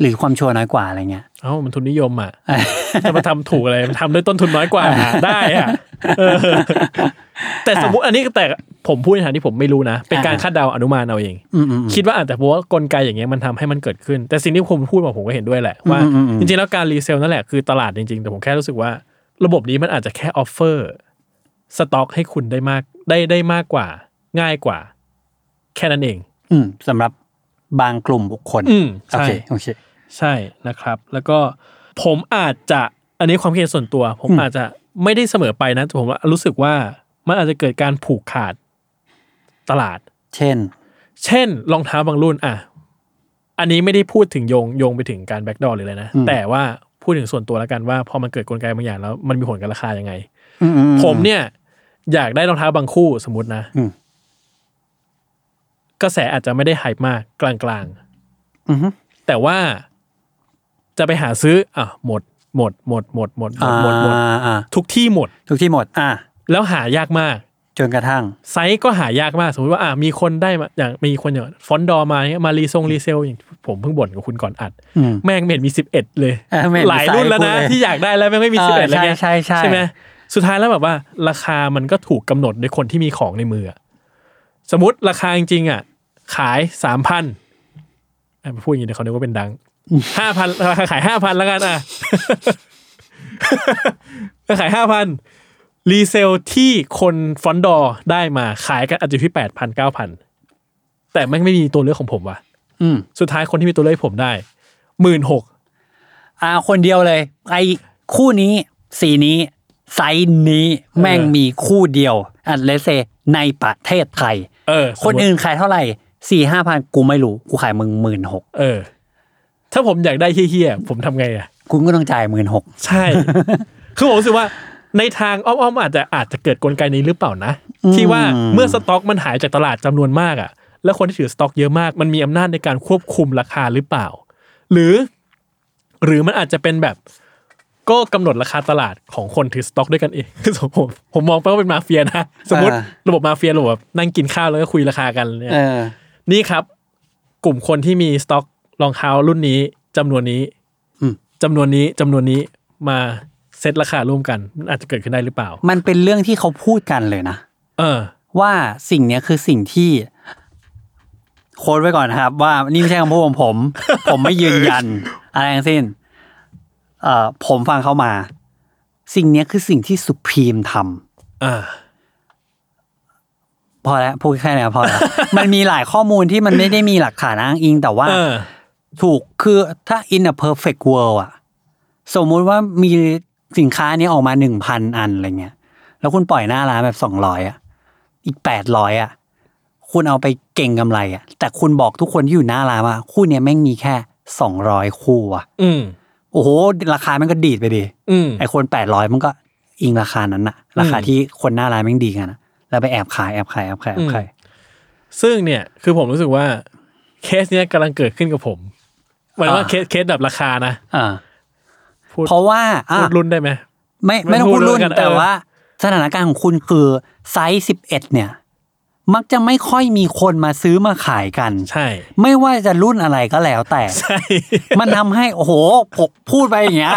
Speaker 2: หรือความชัวร์น้อยกว่าอะไรเงี้ย
Speaker 4: เอ้ามันทุนนิยมอ่ะ จะมาทำถูกอะไรมันทำด้วยต้นทุนน้อยกว่า ได้อ่ะเออแต่สมมุติอันนี้แต่ผมพูดในฐานะที่ผมไม่รู้นะ เป็นการ
Speaker 2: อ่า
Speaker 4: คาดเดาอนุมานเอาเอง
Speaker 2: อืมอืมอืม
Speaker 4: คิดว่าอาจจะเพราะว่ากลไกอย่างเงี้ยมันทำให้มันเกิดขึ้น แต่สิ่งที่ผมพูดมาผมก็เห็นด้วยแหละ ว่า
Speaker 2: อืมอืมอืม
Speaker 4: จริงๆ แล้วการรีเซลนั่นแหละคือตลาดจริงๆ แต่ผมแค่รู้สึกว่า ระบบนี้มันอาจจะแค่ออฟเฟอร์สต็อกให้คุณได้มากได้ได้มากกว่า ง่ายกว่า แค่นั้นเอง
Speaker 2: อืมสำหรับบางกลุ่มบุคคล
Speaker 4: อืม
Speaker 2: โอ
Speaker 4: ใช่
Speaker 2: เคโอเค
Speaker 4: ใช่นะครับ แล้วก็ผมอาจจะอันนี้ความคิดเห็นส่วนตัว ผม
Speaker 2: อืม
Speaker 4: อาจจะไม่ได้เสมอไปนะแต่ผมว่ารู้สึกว่ามันอาจจะเกิดการผูกขาดตลาด
Speaker 2: เช่น
Speaker 4: เช่นรองเท้าบางรุ่นอ่ะ อันนี้ไม่ได้พูดถึงโยงโยงไปถึงการแบ็กดอร์หรืออะไรนะ
Speaker 2: อืม
Speaker 4: แต่ว่าพูดถึงส่วนตัวแล้วกันว่าพอมันเกิดกลไกบางอย่างแล้วมันมีผลกับราคายังไง
Speaker 2: อือือื
Speaker 4: ผมเนี่ย อยากได้รองเท้าบางคู่สมมตินะ
Speaker 2: อืม
Speaker 4: กระแสอาจจะไม่ได้ไฮป์มากกลาง
Speaker 2: อือฮึ
Speaker 4: ๆ แต่ว่าจะไปหาซื้ออ่ะหมดหมดหมดหมดหมดหมดหมดหมด
Speaker 2: อ่าอ่า
Speaker 4: ทุกที่หมด
Speaker 2: ทุกที่หมด อ่า
Speaker 4: แล้วหายากมาก
Speaker 2: จนกระทั่ง
Speaker 4: ไซส์ก็หายากมาก สมมติว่าอ่ะมีคนได้มาอย่างมีคนอย่างฟอนต์ดอร์มาเนี่ยมารีซงรีเซลอย่างผมเพิ่งบ่นกับคุณก่อนอัด
Speaker 2: อืม
Speaker 4: แม่งเม็ดมี 11 เลย
Speaker 2: เออไม่เห็นมี
Speaker 4: หลายรุ่นแล้วนะ
Speaker 2: ไซส์กูเลย
Speaker 4: ที่อยากได้แล้วแม่งไม่มี
Speaker 2: เออ
Speaker 4: 11แล้วไง
Speaker 2: ใช่ใช่ใช่
Speaker 4: ไหมสุดท้ายแล้วแบบว่า ราคามันก็ถูกกำหนดโดยคนที่มีของในมืออะสมมติราคาจริงๆอ่ะ ขายสามพันพูดอย่างนี้เดี๋ยวเขาเรียกว่าเป็นดังห้าพันราคาขายห้าพันแล้วกันอ่ะ ราคาขายห้าพันรีเซลที่คนฟอนต์ดอร์ได้มาขายกันอาจจะอยู่ที่แปดพันเก้าพันแต่แม่งไม่มีตัวเลือกของผมว่ะ
Speaker 2: อืม
Speaker 4: สุดท้ายคนที่มีตัวเลือกให้ผมได้หมื่นหก
Speaker 2: อ่าคนเดียวเลยไอคู่นี้สีนี้ ไซส์นี้แม่งมีคู่เดียวอันเลเซในประเทศไทย
Speaker 4: เออ
Speaker 2: คนอื่นขายเท่าไหร่สี่ห้าพันกูไม่รู้ กูขายมึงหมื่นหก
Speaker 4: เออ ถ้าผมอยากได้เฮี้ยๆ ผมทำไงอ่ะ
Speaker 2: กูก็ต้องจ่ายหมื่นหก
Speaker 4: ใช่ คือผมรู้สึกว่าในทางอ้อมๆ อาจจะอาจจะเกิดกลไกนี้หรือเปล่านะ ที่ว่าเมื่อสต็อกมันหายจากตลาดจำนวนมากอ่ะ แล้วคนที่ถือสต็อกเยอะมาก มันมีอำนาจในการควบคุมราคาหรือเปล่า หรือ หรือมันอาจจะเป็นแบบ ก็กำหนดราคาตลาดของคนถือสต็อกด้วยกันเอง คือผมผมผมมองไปว่าเป็นมาเฟียนะ สมมติระบบมาเฟียระบบแบบนั่งกินข้าวแล้วก็คุยราคากันเนี่ย
Speaker 2: เออ
Speaker 4: นี่ครับ กลุ่มคนที่มีสต็อกรองเท้ารุ่นนี้จำนวนนี้
Speaker 2: อืม
Speaker 4: จำนวนนี้จำนวนนี้มาเซตราคาร่วมกันมันอาจจะเกิดขึ้นได้หรือเปล่า
Speaker 2: มันเป็นเรื่องที่เขาพูดกันเลยนะ
Speaker 4: เออ
Speaker 2: ว่าสิ่งเนี้ยคือสิ่งที่ โค้ดไว้ก่อนนะครับ ว่านี่ไม่ใช่คำพูดของผม ผมไม่ยืน ยัน อะไรทั้งสิ้น เอ่อผมฟังเขามา สิ่งเนี้ยคือสิ่งที่สุพีมท
Speaker 4: อ่า
Speaker 2: ำพอแล้วพูดแค่เนี้ยพอแล้ว มันมีหลายข้อมูลที่มันไม่ได้มีหลักฐานอ้างอิง แต่ว่า
Speaker 4: เออ
Speaker 2: ถูกคือถ้า in a perfect world อะสมมุติว่ามีสินค้านี้ออกมาหนึ่งพันอันอะไรเงี้ย แล้วคุณปล่อยหน้าร้านแบบสองร้อยอะอีกแปดร้อยอะคุณเอาไปเก่งกำไรอะแต่คุณบอกทุกคนที่อยู่หน้าร้านว่า คู่เนี้ยแม่งมีแค่สองร้อยคู่อะ
Speaker 4: อืม
Speaker 2: โอ้โห ราคามันก็ดีดไปดิ
Speaker 4: อืม
Speaker 2: ไอคนแปดร้อยมันก็อิงราคานั้นอะราคาที่คนหน้าร้านแม่งดีกันอะแล้วไปแอบขายแอบขายแอบขายแอบขาย
Speaker 4: ซึ่งเนี่ย คือผมรู้สึกว่า เคสเนี้ยกำลังเกิดขึ้นกับผมหมายถึงว่าเคสเคสแบบราคานะ
Speaker 2: อ่า
Speaker 4: พูด
Speaker 2: เพราะว่าอ่ะ
Speaker 4: พูดรุ่นได้ไหม
Speaker 2: ไม่
Speaker 4: ไม่
Speaker 2: ไม่ต้อง
Speaker 4: พู
Speaker 2: พู
Speaker 4: ด
Speaker 2: ด
Speaker 4: เรื่
Speaker 2: รุ่
Speaker 4: อน งกัน
Speaker 2: แต่
Speaker 4: เออ
Speaker 2: ว่าสถานการณ์ของคุณคือไซส์สิบเอ็ดเนี่ย มักจะไม่ค่อยมีคนมาซื้อมาขายกัน
Speaker 4: ใช่
Speaker 2: ไม่ว่าจะรุ่นอะไรก็แล้ว แต่
Speaker 4: ใช่
Speaker 2: มันทำให้โอ้โหผมพูดไปอย่างเงี้ย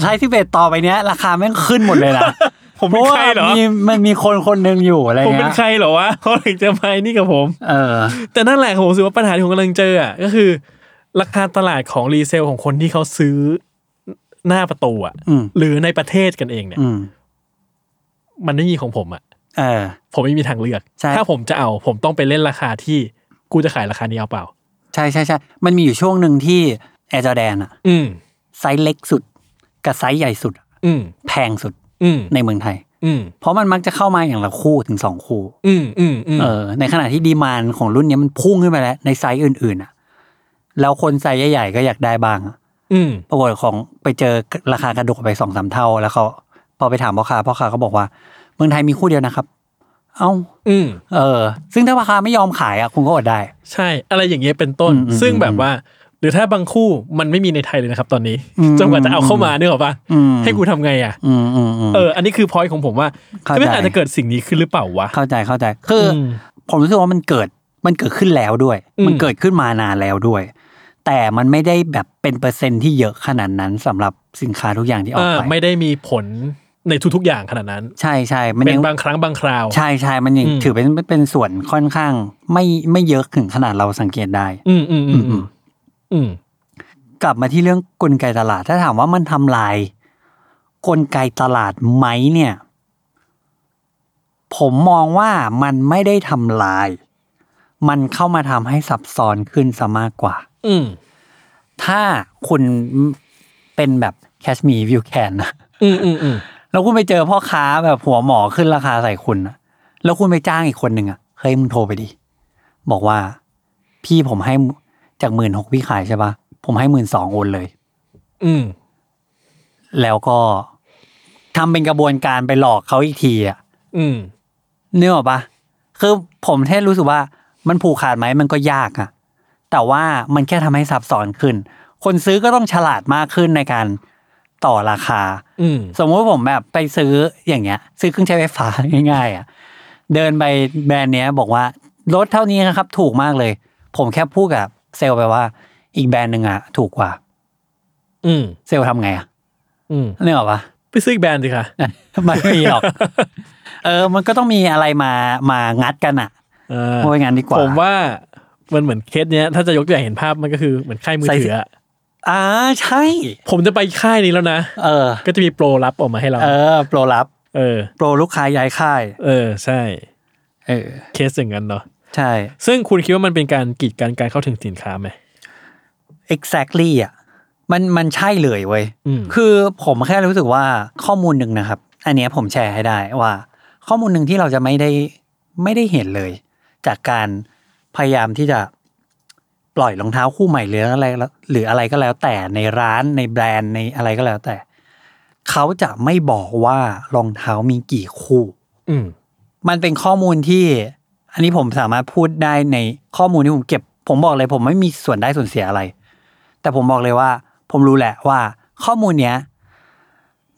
Speaker 2: ไซส์สิบเอ็ดต่อไปเนี้ย ราคาแม่งขึ้นหมดเลยนะ
Speaker 4: ผมเป็นใครเหรอ
Speaker 2: พาะว่ามีมันมีคนคนหนึ่งอยู่อะไร
Speaker 4: ผมเป็
Speaker 2: เงี้
Speaker 4: น
Speaker 2: ย
Speaker 4: ใครเหรอวะเขาถึงจะมาไอ้นี่กับผม
Speaker 2: เออ
Speaker 4: แต่นั่นแหละผมรู้สึกว่าปัญหาที่ผมกำลังเจออ่ะก็คือ ราคาตลาดของรีเซลของคนที่เขาซื้อหน้าประตูอ่ะ
Speaker 2: อืม
Speaker 4: หรือในประเทศกันเองเนี่ย
Speaker 2: อืม
Speaker 4: มันไม่มีของผมอ่ะ
Speaker 2: เออ
Speaker 4: ผมไม่มีทางเลือก
Speaker 2: ใช่
Speaker 4: ถ้าผมจะเอาผมต้องไปเล่นราคาที่กูจะขายราคานี้เอาเปล่า
Speaker 2: ใช่ใช่ใช่มันมีอยู่ช่วงหนึ่งที่แอร์จอแดนอะ
Speaker 4: อืม
Speaker 2: ไซส์เล็กสุด กับไซส์ใหญ่สุด
Speaker 4: อืม
Speaker 2: แพงสุด
Speaker 4: อืม
Speaker 2: ในเมืองไทย
Speaker 4: อืม
Speaker 2: เพราะมันมักจะเข้ามาอย่างละคู่ถึงสองคู่
Speaker 4: อืม อืม อืม
Speaker 2: เออในขณะที่ดีมานของรุ่นเนี้ยมันพุ่งขึ้นไปแล้วในไซส์อื่นๆอ่ะ แล้วคนไซส์ใหญ่ๆก็อยากได้บ้างอะ
Speaker 4: อืม
Speaker 2: ปรากฏของไปเจอราคากระโดดไปสองสามเท่า แล้วเขาพอไปถามพ่อค้าพ่อค้าเขาบอกว่าเมืองไทยมีคู่เดียวนะครับ เอ้า
Speaker 4: อืม
Speaker 2: เออ ซึ่งถ้าพ่อค้าไม่ยอมขายอ่ะคุณก็อดได้
Speaker 4: ใช่ อะไรอย่างเงี้ยเป็นต้น
Speaker 2: อืมอืม
Speaker 4: ซึ่งแบบว่า หรือถ้าบางคู่มันไม่มีในไทยเลยนะครับ ตอนนี้
Speaker 2: อืม
Speaker 4: จนกว่าจะเอาเข้ามาเนี่ยหรอปะ
Speaker 2: อืม
Speaker 4: ให้กูทำไงอ่ะ
Speaker 2: อืมอืมอืม
Speaker 4: เออ อันนี้คือพอยของผมว่า
Speaker 2: เข้าใจ
Speaker 4: ไม่อาจจะเกิดสิ่งนี้ขึ้นหรือเปล่าวะ
Speaker 2: เข้าใจเข้าใจคืออ
Speaker 4: ม
Speaker 2: ผมรู้สึกว่ามันเกิดมันเกิดขึ้นแล้วด้วย
Speaker 4: อืม
Speaker 2: มันเกิดขึ้นมานานแล้วด้วย แต่มันไม่ได้แบบเป็นเปอร์เซ็นต์ที่เยอะขนาดนั้นสำหรับสินค้าทุกอย่างที่ออก
Speaker 4: อ่า
Speaker 2: ไป
Speaker 4: ไม่ได้มีผลในทุกๆอย่างขนาดนั้น
Speaker 2: ใช่ใช่มัน
Speaker 4: เป็
Speaker 2: ยั
Speaker 4: น
Speaker 2: ง
Speaker 4: บางครั้งบางคราว
Speaker 2: ใช่ใช่มันยัง
Speaker 4: อืม
Speaker 2: ถือเป็นเป็นส่วนค่อนข้าง ไม่ไม่เยอะถึงขนาดเราสังเกตได้
Speaker 4: อืมอืมอืม
Speaker 2: อื
Speaker 4: อื
Speaker 2: ม
Speaker 4: มอืม
Speaker 2: กลับมาที่เรื่องกลไกตลาด ถ้าถามว่ามันทำลาย กลไกตลาดไหมเนี่ย ผมมองว่ามันไม่ได้ทำลาย มันเข้ามาทำให้ซับซ้อนขึ้นซะมากกว่า
Speaker 4: อืม
Speaker 2: ถ้าคุณเป็นแบบแคชมีวิวแคนนะ
Speaker 4: อืมอืมอืม
Speaker 2: แล้วคุณไปเจอพ่อค้าแบบหัวหมอขึ้นราคาใส่คุณน่ะแล้วคุณไปจ้างอีกคนหนึ่งอ่ะ เฮ้ยมึงโทรไปดิ บอกว่า พี่ผมให้จากหมื่นหกพี่ขายใช่ปะผมให้หมื่นสองโอนเลย
Speaker 4: อืม
Speaker 2: แล้วก็ทำเป็นกระบวนการไปหลอกเขาอีกทีอ่ะ
Speaker 4: อืม
Speaker 2: นึกออกปะคือผมแค่รู้สึกว่ามันผูกขาดไหมมันก็ยากอ่ะ แต่ว่ามันแค่ทำให้ซับซ้อนขึ้น คนซื้อก็ต้องฉลาดมากขึ้นในการต่อราคา
Speaker 4: อืม
Speaker 2: สมมุติผมแบบไปซื้ออย่างเงี้ย ซื้อเครื่องใช้ไฟฟ้า ง่ายๆอ่ะเดินไปแบรนด์เนี้ย บอกว่าลดเท่านี้นะครับ ถูกมากเลย ผมแค่พูดกับเซลล์ไปว่า อีกแบรนด์หนึ่งอ่ะ ถูกกว่า
Speaker 4: อืม
Speaker 2: เซลล์ทำไงอ่ะ
Speaker 4: อืม
Speaker 2: นึกออกปะ
Speaker 4: ไปซื้ออีกแบรนด์สิคะ
Speaker 2: มันไม่มีหรอก เออ มันก็ต้องมีอะไรมามางัดกันอ่ะ
Speaker 4: อ่า
Speaker 2: โอ้ยงานดีกว่า
Speaker 4: ผมว่ามันเหมือนเคสเนี้ย ถ้าจะยกตัวอย่างเห็นภาพมันก็คือเหมือนค่ายมือ
Speaker 2: ใส่สิ
Speaker 4: ถืออะ
Speaker 2: อ่าใช่
Speaker 4: ผมจะไปค่ายนี้แล้วนะ
Speaker 2: เออ
Speaker 4: ก็จะมีโปรลับออกมาให้เรา
Speaker 2: เออ โปรรับ
Speaker 4: เออ
Speaker 2: โปรลูกค้าย้ายค่าย
Speaker 4: เออ ใช่
Speaker 2: เออ
Speaker 4: เคสอย่างนั้นเนาะ
Speaker 2: ใช่
Speaker 4: ซึ่งคุณคิดว่ามันเป็นการกีดกันการเข้าถึงสินค้าไหม
Speaker 2: exactly อ่ะมันมันใช่เลยเว้ย
Speaker 4: อืม
Speaker 2: คือผมแค่รู้สึกว่าข้อมูลหนึ่งนะครับ อันเนี้ยผมแชร์ให้ได้ว่า ข้อมูลหนึ่งที่เราจะไม่ได้ไม่ได้เห็นเลย จากการพยายามที่จะปล่อยรองเท้าคู่ใหม่หรืออะไรแล้วหรืออะไรก็แล้ว แต่ในร้านในแบรนด์ในอะไรก็แล้วแต่ เขาจะไม่บอกว่ารองเท้ามีกี่คู่
Speaker 4: อืม
Speaker 2: มันเป็นข้อมูลที่ อันนี้ผมสามารถพูดได้ในข้อมูลที่ผมเก็บ ผมบอกเลยผมไม่มีส่วนได้ส่วนเสียอะไร แต่ผมบอกเลยว่า ผมรู้แหละว่า ข้อมูลเนี้ย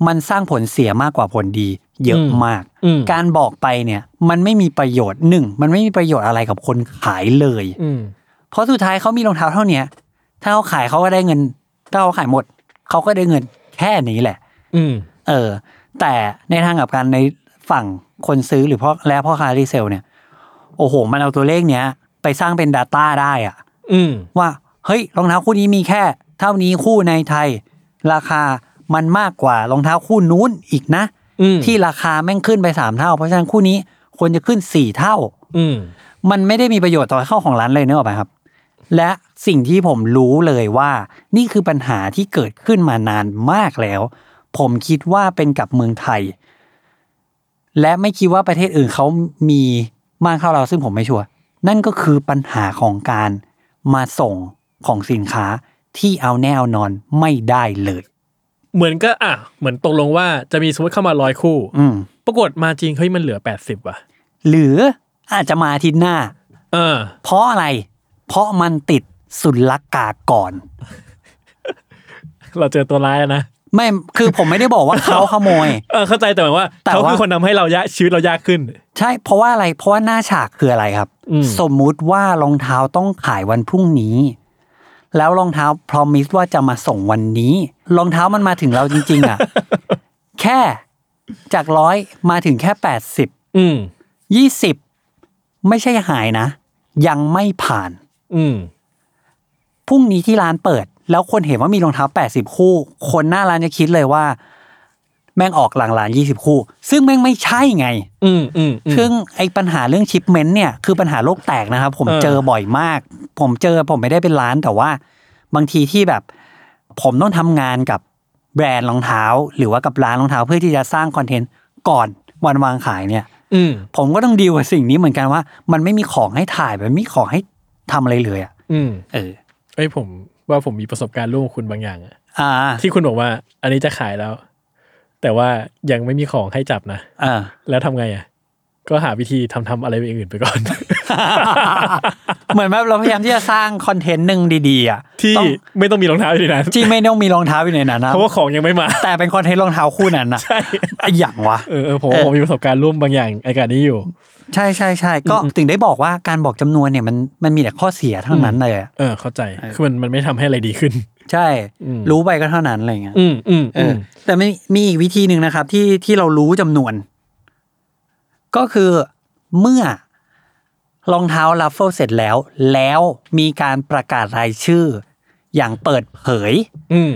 Speaker 2: มันสร้างผลเสียมากกว่าผลดี เยอะ
Speaker 4: อืม
Speaker 2: มาก
Speaker 4: อืม
Speaker 2: การบอกไปเนี่ย มันไม่มีประโยชน์หนึ่งมันไม่มีประโยชน์อะไรกับคนขายเลย
Speaker 4: อืม
Speaker 2: เพราะสุดท้ายเขามีรองเท้าเท่าเนี้ยถ้าเขาขายเขาก็ได้เงินถ้าเขาขายหมดเขาก็ได้เงินแค่นี้แหละ
Speaker 4: อืม
Speaker 2: เออ แต่ในทางกลับกันในฝั่งคนซื้อหรือพ่อและพ่อค้ารีเซลเนี่ย โอ้โห มันเอาตัวเลขเนี้ย ไปสร้างเป็น Data ได้อะ
Speaker 4: อืม
Speaker 2: ว่า เฮ้ยรองเท้าคู่นี้มีแค่ เท่านี้คู่ในไทย ราคามันมากกว่ารองเท้าคู่นู้นอีกนะ
Speaker 4: อืม
Speaker 2: ที่ราคาแม่งขึ้นไปสามเท่า เพราะฉะนั้นคู่นี้ควรจะขึ้นสี่เท่า
Speaker 4: อืม
Speaker 2: มันไม่ได้มีประโยชน์ต่อเข้าของร้านเลยเนกอะไปะครับ และสิ่งที่ผมรู้เลยว่า นี่คือปัญหาที่เกิดขึ้นมานานมากแล้ว ผมคิดว่าเป็นกับเมืองไทย และไม่คิดว่าประเทศอื่นเขามีมากเท่าเราซึ่งผมไม่ชัวร์นั่นก็คือปัญหาของการมาส่งของสินค้าที่เอาแน่เอานอนไม่ได้เลย
Speaker 4: เหมือนก็อ่ะ เหมือนตกลงว่าจะมีสมมติเข้ามาร้อยคู่
Speaker 2: อืม
Speaker 4: ปรากฏมาจริงเฮ้ยมันเหลือแปดสิบว่ะ
Speaker 2: หรืออาจจะมาอาทิตย์หน้า
Speaker 4: เออ
Speaker 2: เพราะอะไร เพราะมันติดสุลกากก่อน
Speaker 4: เราเจอตัวร้ายแล้วนะ
Speaker 2: ไม่ คือผมไม่ได้บอก ว่าเขาขโมย
Speaker 4: เออ เข้าใจแต่หมายว่า
Speaker 2: แต่
Speaker 4: เขา
Speaker 2: ว่า
Speaker 4: คือคนทำให้เรายะชีวิตเรายากขึ้น
Speaker 2: ใช่ เพราะว่าอะไร เพราะว่าหน้าฉากคืออะไรครับ
Speaker 4: อืม
Speaker 2: สมมุติว่ารองเท้าต้องขายวันพรุ่งนี้ แล้วรองเท้าพรอมิสว่าจะมาส่งวันนี้ รองเท้ามันมาถึงเราจริง ๆ อ่ะ แค่จากร้อยมาถึงแค่แปดสิบ
Speaker 4: อืม
Speaker 2: ยี่สิบไม่ใช่หายนะ ยังไม่ผ่าน
Speaker 4: อืม
Speaker 2: พรุ่งนี้ที่ร้านเปิด แล้วคนเห็นว่ามีรองเท้า 80 คู่ คนหน้าร้านจะคิดเลยว่า แม่งออกหลังร้าน20 คู่ ซึ่งแม่งไม่ใช่ไง
Speaker 4: อืมอืมอืม
Speaker 2: ซึ่งไอ้ปัญหาเรื่องชิปเมนต์เนี่ยคือปัญหาโลกแตกนะครับ ผม
Speaker 4: เออ
Speaker 2: เจอบ่อยมาก ผมเจอผมไม่ได้เป็นร้านแต่ว่า บางทีที่แบบ ผมต้องทำงานกับแบรนด์รองเท้า หรือว่ากับร้านรองเท้าเพื่อที่จะสร้างคอนเทนต์ก่อนวันวางขายเนี่ย
Speaker 4: อืม
Speaker 2: ผมก็ต้องดีลกับสิ่งนี้เหมือนกันว่า มันไม่มีของให้ถ่ายมันไม่มีของให้ทำอะไรเลยอ่ะ
Speaker 4: อืม
Speaker 2: เออ
Speaker 4: เอ้ยผมว่าผมมีประสบการณ์ร่วมกับคุณบางอย่างอะ
Speaker 2: อ่า
Speaker 4: ที่คุณบอกว่า อันนี้จะขายแล้ว แต่ว่ายังไม่มีของให้จับนะ
Speaker 2: อ่า
Speaker 4: แล้วทำไงอะ ก็หาวิธีทำทำอะไรอย่างอื่นไปก่อน
Speaker 2: เหมือนแบบเราพยายามที่จะสร้างคอนเทนต์หนึ่งดีๆอ่ะ
Speaker 4: ที่
Speaker 2: ต้อง
Speaker 4: ไม่ต้องมีรองเท้าอยู่ในนั้น
Speaker 2: ที่ไม่ต้องมีรองเท้าอยู่ในนั้นนะ
Speaker 4: เพราะว่าของยังไม่มา
Speaker 2: แต่เป็นคอนเทนต์รองเท้าคู่นั้นนะ
Speaker 4: ใช่
Speaker 2: ไอ้อย่างวะ
Speaker 4: เออเออผม
Speaker 2: เอ
Speaker 4: ว่า
Speaker 2: อ
Speaker 4: ผมมีประสบการณ์ร่วมบางอย่างไอการนี้อยู่
Speaker 2: ใช่ใช่ใช่ก็ถึงได้บอกว่าการบอกจำนวนเนี่ยมันมันมีแต่ข้อเสียทั้งนั้นเลยอะ
Speaker 4: เออ เข้าใจ คือมันมันไม่ทำให้อะไรดีขึ้น
Speaker 2: ใช่
Speaker 4: อืม
Speaker 2: รู้ไปก็เท่านั้นอะไรเงี้ย
Speaker 4: อืมอืม
Speaker 2: เอ
Speaker 4: อื
Speaker 2: อ
Speaker 4: ม
Speaker 2: แต่มีมีอีกวิธีหนึ่งนะครับที่ที่เรารู้จำนวน ก็คือเมื่อรองเท้าลัฟเฟิลเสร็จแล้ว แล้วมีการประกาศรายชื่อ อย่างเปิดเผย
Speaker 4: อืม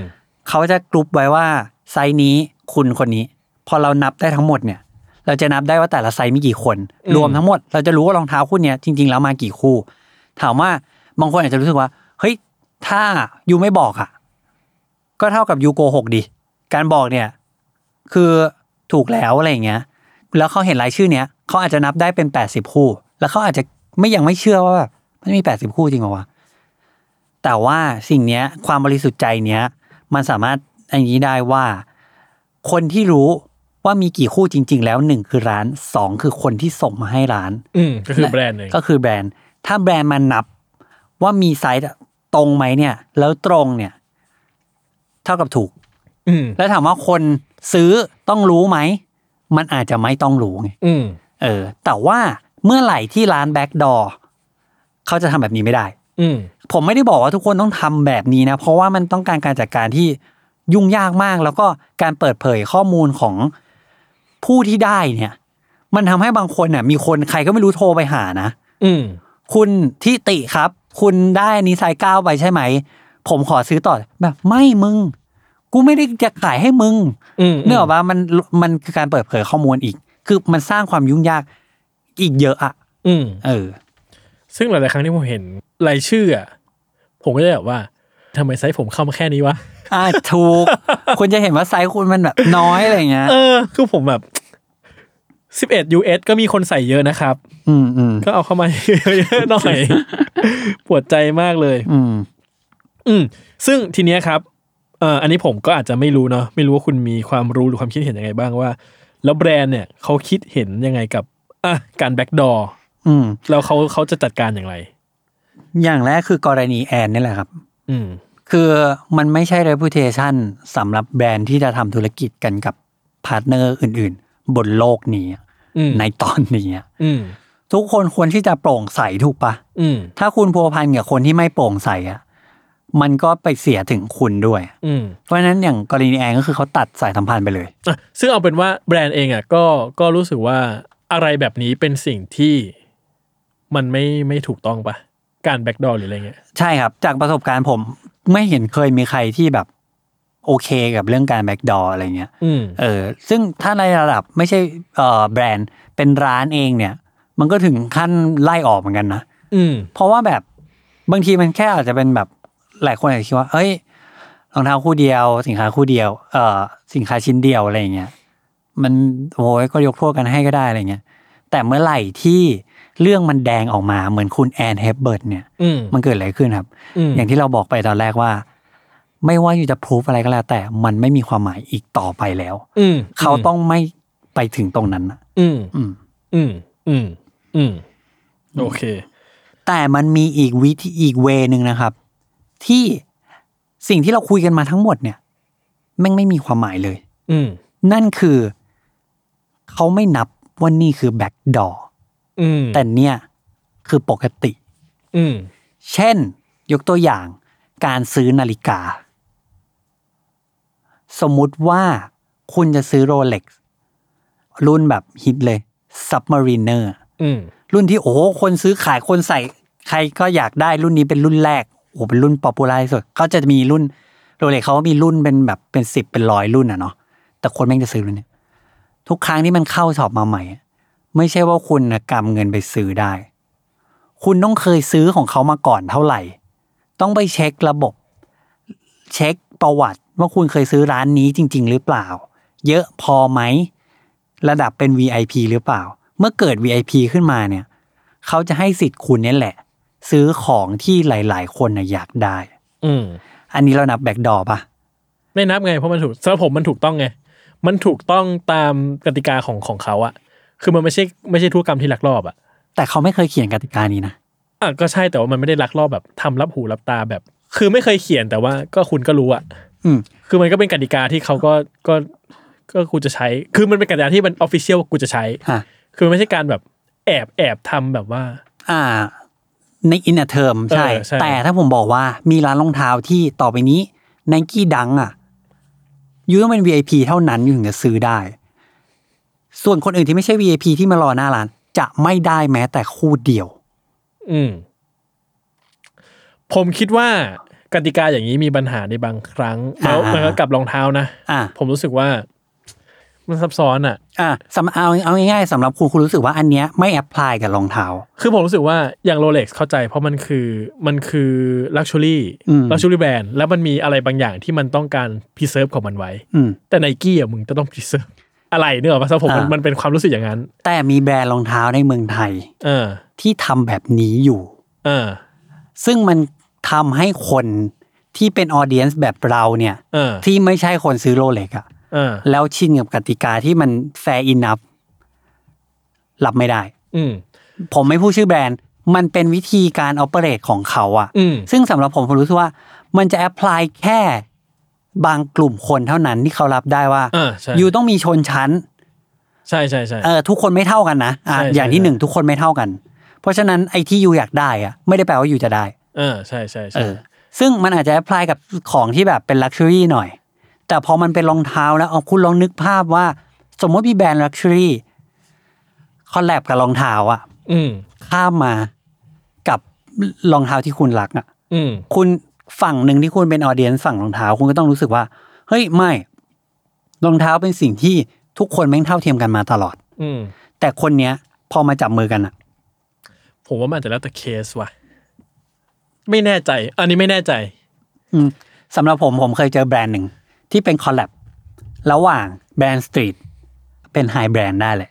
Speaker 2: เขาจะกรุ๊ปไว้ว่า ไซส์นี้คุณคนนี้ พอเรานับได้ทั้งหมดเนี่ย เราจะนับได้ว่าแต่ละไซส์มีกี่คน รวมทั้งหมด เราจะรู้ว่ารองเท้าคู่เนี้ยจริง ๆ แล้วมากี่คู่ ถามว่าบางคนอาจจะรู้สึกว่า เฮ้ย ถ้ายูไม่บอกอะก็เท่ากับยูโกหกดิ การบอกเนี่ย คือถูกแล้วอะไรอย่างเงี้ย แล้วเขาเห็นรายชื่อเนี้ยเขาอาจจะนับได้เป็นแปดสิบคู่ แล้วเขาอาจจะไม่ยังไม่เชื่อว่าแบบมันมีแปดสิบคู่จริงเหรอวะ แต่ว่าสิ่งเนี้ยความบริสุทธิ์ใจเนี้ย มันสามารถอันนี้ได้ว่า คนที่รู้ว่ามีกี่คู่จริง ๆ แล้วหนึ่งคือร้านสองคือคนที่ส่งมาให้ร้าน
Speaker 4: อืมก็คือแบรนด์เลย
Speaker 2: ก็คือแบรนด์ ถ้าแบรนด์มันนับว่ามีไซส์ตรงไหมเนี่ย แล้วตรงเนี่ย เท่ากับถูก
Speaker 4: อืม
Speaker 2: แล้วถามว่าคนซื้อต้องรู้ไหม มันอาจจะไม่ต้องรู้ไง
Speaker 4: อืม
Speaker 2: เออ แต่ว่าเมื่อไหร่ที่ร้านแบ็กดอร์เขาจะทำแบบนี้ไม่ได้
Speaker 4: อืม
Speaker 2: ผมไม่ได้บอกว่าทุกคนต้องทำแบบนี้นะ เพราะว่ามันต้องการการจัดการที่ยุ่งยากมาก แล้วก็การเปิดเผยข้อมูลของผู้ที่ได้เนี่ย มันทำให้บางคนน่ะ มีคนใครก็ไม่รู้โทรไปหานะ
Speaker 4: อืม
Speaker 2: คุณที่ติครับ คุณได้อันนี้ไซส์เก้าไปใช่ไหม ผมขอซื้อต่อแบบไม่มึง กูไม่ได้จะขายให้มึง
Speaker 4: อืม
Speaker 2: เนื่องว่ามันมันคือการเปิดเผยข้อมูลอีก คือมันสร้างความยุ่งยากอีกเยอะอะ
Speaker 4: อืม
Speaker 2: เออ
Speaker 4: ซึ่งหลายๆครั้งที่ผมเห็นรายชื่ออะผมก็จะแบบว่าทำไมไซส์ผมเข้ามาแค่นี้วะ
Speaker 2: อ่าถูก คุณจะเห็นว่าไซส์คุณมันแบบน้อยอะไรเงี้ย
Speaker 4: เออ คือผมแบบสิบเอ็ด US ก็มีคนใส่เยอะนะครับ
Speaker 2: อืมอืม
Speaker 4: ก็เอาเข้า มา เยอะๆหน่อย ปวดใจมากเลย
Speaker 2: อืม
Speaker 4: อืมซึ่งทีเนี้ยครับเอ่ออันนี้ผมก็อาจจะไม่รู้เนาะไม่รู้ว่าคุณมีความรู้หรือความคิดเห็นยังไงบ้างว่า แล้วแบรนด์เนี่ยเขาคิดเห็นยังไงกับอ่ะการแบ็กดอร์
Speaker 2: อืม
Speaker 4: แล้วเขาเขาจะจัดการอย่างไร
Speaker 2: อย่างแรกคือกรณีแอนนี่แหละครับ
Speaker 4: อืม
Speaker 2: คือมันไม่ใช่ reputation สำหรับแบรนด์ที่จะทำธุรกิจกันกับพาร์ทเนอร์อื่น ๆ บนโลกนี้
Speaker 4: อืม
Speaker 2: ในตอนนี้อะ
Speaker 4: อืม
Speaker 2: ทุกคนควรที่จะโปร่งใสถูกปะ
Speaker 4: อืม
Speaker 2: ถ้าคุณพัวพันกับคนที่ไม่โปร่งใสอะมันก็ไปเสียถึงคุณด้วย
Speaker 4: อืม
Speaker 2: เพราะฉะนั้นอย่างกรณีแอนก็คือเขาตัดสายสัมพันธ์ไปเลย
Speaker 4: อ่ะซึ่งเอาเป็นว่าแบรนด์เองอ่ะก็ก็รู้สึกว่าอะไรแบบนี้เป็นสิ่งที่มันไม่ไม่ถูกต้องปะการแบ็กดอร์หรืออะไรเงี้ย
Speaker 2: ใช่ครับ จากประสบการณ์ผมไม่เห็นเคยมีใครที่แบบโอเคกับเรื่องการแบ็กดอร์อะไรเงี้ย
Speaker 4: อืม
Speaker 2: เออ ซึ่งถ้าในระดับไม่ใช่เอ่อแบรนด์เป็นร้านเองเนี่ย มันก็ถึงขั้นไล่ออกเหมือนกันนะ
Speaker 4: อืม
Speaker 2: เพราะว่าแบบบางทีมันแค่อาจจะเป็นแบบหลายคนอาจจะคิดว่า เอ้ยรองเท้าคู่เดียว สินค้าคู่เดียว เอ่อสินค้าชิ้นเดียวอะไรอย่างเงี้ยมันโอ้ยก็ยกโทษกันให้ก็ได้อะไรเงี้ยแต่เมื่อไหร่ที่เรื่องมันแดงออกมาเหมือนคุณแอนเฮปเบิร์ตเนี่ย
Speaker 4: อืม
Speaker 2: มันเกิดอะไรขึ้นครับ
Speaker 4: อืม
Speaker 2: อย่างที่เราบอกไปตอนแรกว่า ไม่ว่าอยู่จะพรูฟอะไรก็แล้ว แต่มันไม่มีความหมายอีกต่อไปแล้ว
Speaker 4: อืม
Speaker 2: เขาต้องไม่ไปถึงตรงนั้นน่ะ
Speaker 4: อืม
Speaker 2: อืม
Speaker 4: อืม อืม อืม โอเค
Speaker 2: แต่มันมีอีกวิธีอีกเวนึงนะครับ ที่สิ่งที่เราคุยกันมาทั้งหมดเนี่ยแม่งไม่มีความหมายเลย
Speaker 4: อืม
Speaker 2: นั่นคือ เขาไม่นับว่านี่คือแบ็กดอร์
Speaker 4: อืม
Speaker 2: แต่เนี่ยคือปกติ
Speaker 4: อืม
Speaker 2: เช่น ยกตัวอย่างการซื้อนาฬิกา สมมุติว่าคุณจะซื้อโรเล็กรุ่นแบบฮิตเลย Submariner
Speaker 4: อืม
Speaker 2: รุ่นที่โอ้โหคนซื้อขายคนใส่ ใครก็อยากได้รุ่นนี้เป็นรุ่นแรกโอ้โหเป็นรุ่นป๊อปปูล่าที่สุดเขาจะมีรุ่นโรเล็กเขาก็มีรุ่นเป็นแบบเป็นสิบเป็นร้อยรุ่นอ่ะเนาะแต่คนแม่งจะซื้อรุ่นเนี้ยทุกครั้งที่มันเข้าช็อปมาใหม่อะไม่ใช่ว่าคุณนะกำเงินไปซื้อได้ คุณต้องเคยซื้อของเขามาก่อนเท่าไหร่ ต้องไปเช็คระบบ เช็คประวัติว่าคุณเคยซื้อร้านนี้จริง ๆ หรือเปล่า เยอะพอไหม ระดับเป็น VIP หรือเปล่า เมื่อเกิด VIP ขึ้นมาเนี่ย เขาจะให้สิทธิ์คุณเนี่ยแหละ ซื้อของที่หลาย ๆ คนน่ะอยากได้
Speaker 4: อืม
Speaker 2: อันนี้เรานับแบ็กดอปะ
Speaker 4: ไม่นับไงเพราะมันถูกสำหรับผมมันถูกต้องไง มันถูกต้องตามกติกาของของเขาอะ คือมันไม่ใช่ไม่ใช่ธุรกรรมที่ลักลอบอ่ะ
Speaker 2: แต่เขาไม่เคยเขียนกติกานี้นะ
Speaker 4: อ่ะก็ใช่แต่ว่ามันไม่ได้ลักลอบแบบทำรับหูรับตาแบบ คือไม่เคยเขียนแต่ว่าก็คุณก็รู้อ่ะ
Speaker 2: อืม
Speaker 4: คือมันก็เป็นกติกาที่เขาก็ก็ก็กูจะใช้ คือมันเป็นกติกาที่มันออฟฟิเชียลกูจะใช้
Speaker 2: อ่ะ
Speaker 4: คือมันไม่ใช่การแบบแอบแอบทำแบบว่า
Speaker 2: อ่า ในอินเนอร์เทอมใช่
Speaker 4: เออใช่
Speaker 2: แต่ถ้าผมบอกว่ามีร้านรองเท้าที่ต่อไปนี้ n นกี้ดังอ่ะยูต้องเป็น VIP เท่านั้นยูถึงจะซื้อได้ ส่วนคนอื่นที่ไม่ใช่ VIP ที่มารอหน้าร้าน จะไม่ได้แม้แต่คู่เดียว
Speaker 4: อืม ผมคิดว่ากติกาอย่างนี้มีปัญหาในบางครั้ง แล้ว
Speaker 2: อ่ามั
Speaker 4: มันก็กลับรองเท้านะ
Speaker 2: อ่ะ
Speaker 4: ผมรู้สึกว่า มันซับซ้อนอ่ะ
Speaker 2: อ่ะสำเอาเอาง่ายๆสำหรับคุณคุณรู้สึกว่าอันเนี้ยไม่แอพพลายกับรองเท้า
Speaker 4: คือผมรู้สึกว่าอย่างโรเล็กเข้าใจ เพราะมันคือมันคือลักชัวรี่
Speaker 2: อืม
Speaker 4: ลักชัวรี่แบรนด์แล้วมันมีอะไรบางอย่างที่มันต้องการพิเซิร์ฟของมันไว้
Speaker 2: อืม
Speaker 4: แต่ไนกี้อ่ะมึงจะต้องพิเซิร์ฟอะไรเนกอะปะสำหรับผมมัน
Speaker 2: อ่ามั
Speaker 4: มันเป็นความรู้สึกอย่างนั้น
Speaker 2: แต่มีแบรนด์รองเท้าในเมืองไทย
Speaker 4: เออ
Speaker 2: ที่ทำแบบนี้อยู่
Speaker 4: เออ
Speaker 2: ซึ่งมันทำให้คนที่เป็นออเดียนส์แบบเราเนี่ย
Speaker 4: เออ
Speaker 2: ที่ไม่ใช่คนซื้อโรเล็กอะ
Speaker 4: เออ
Speaker 2: แล้วชินกับกติกาที่มันแฟร์อินนับรับไม่ได้
Speaker 4: อืม
Speaker 2: ผมไม่พูดชื่อแบรนด์ มันเป็นวิธีการออเปเรตของเขาอะ
Speaker 4: อืม
Speaker 2: ซึ่งสำหรับผมผมรู้สึกว่า มันจะแอพพลายแค่บางกลุ่มคนเท่านั้นที่เขารับได้ว่า
Speaker 4: อ่าใช่
Speaker 2: อยู่ต้องมีชนชั้น
Speaker 4: ใช่ใช่ใช่
Speaker 2: เออทุกคนไม่เท่ากันนะอ่ะ
Speaker 4: ใช่
Speaker 2: อย่างที่
Speaker 4: ใช่
Speaker 2: หนึ่งทุกคนไม่เท่ากัน เพราะฉะนั้นไอ้ที่ยูอยากได้อะไม่ได้แปลว่ายูจะได้
Speaker 4: เออใช่ใช่
Speaker 2: เอ
Speaker 4: ใช่
Speaker 2: อซึ่งมันอาจจะแอพพลายกับของที่แบบเป็นลักชัวรี่หน่อย แต่พอมันเป็นรองเท้าแล้วเอาคุณลองนึกภาพว่า สมมติมีแบรนด์ลักชัวรี่คอลแลบกับรองเท้าอะ
Speaker 4: อืม
Speaker 2: ข้ามมากับรองเท้าที่คุณรักอะ
Speaker 4: อืม
Speaker 2: คุณฝั่งหนึ่งที่คุณเป็นออเดียนฝั่งรองเท้าคุณก็ต้องรู้สึกว่า เฮ้ยไม่รองเท้าเป็นสิ่งที่ทุกคนแม่งเท่าเทียมกันมาตลอด
Speaker 4: อืม
Speaker 2: แต่คนเนี้ยพอมาจับมือกันอะ
Speaker 4: ผมว่ามันอาจจะแล้วแต่เคสว่ะ ไม่แน่ใจ อันนี้ไม่แน่ใจ
Speaker 2: อืมสำหรับผมผมเคยเจอแบรนด์หนึ่งที่เป็นคอลแลบระหว่างแบรนด์สตรีทเป็นไฮแบรนด์ได้เลย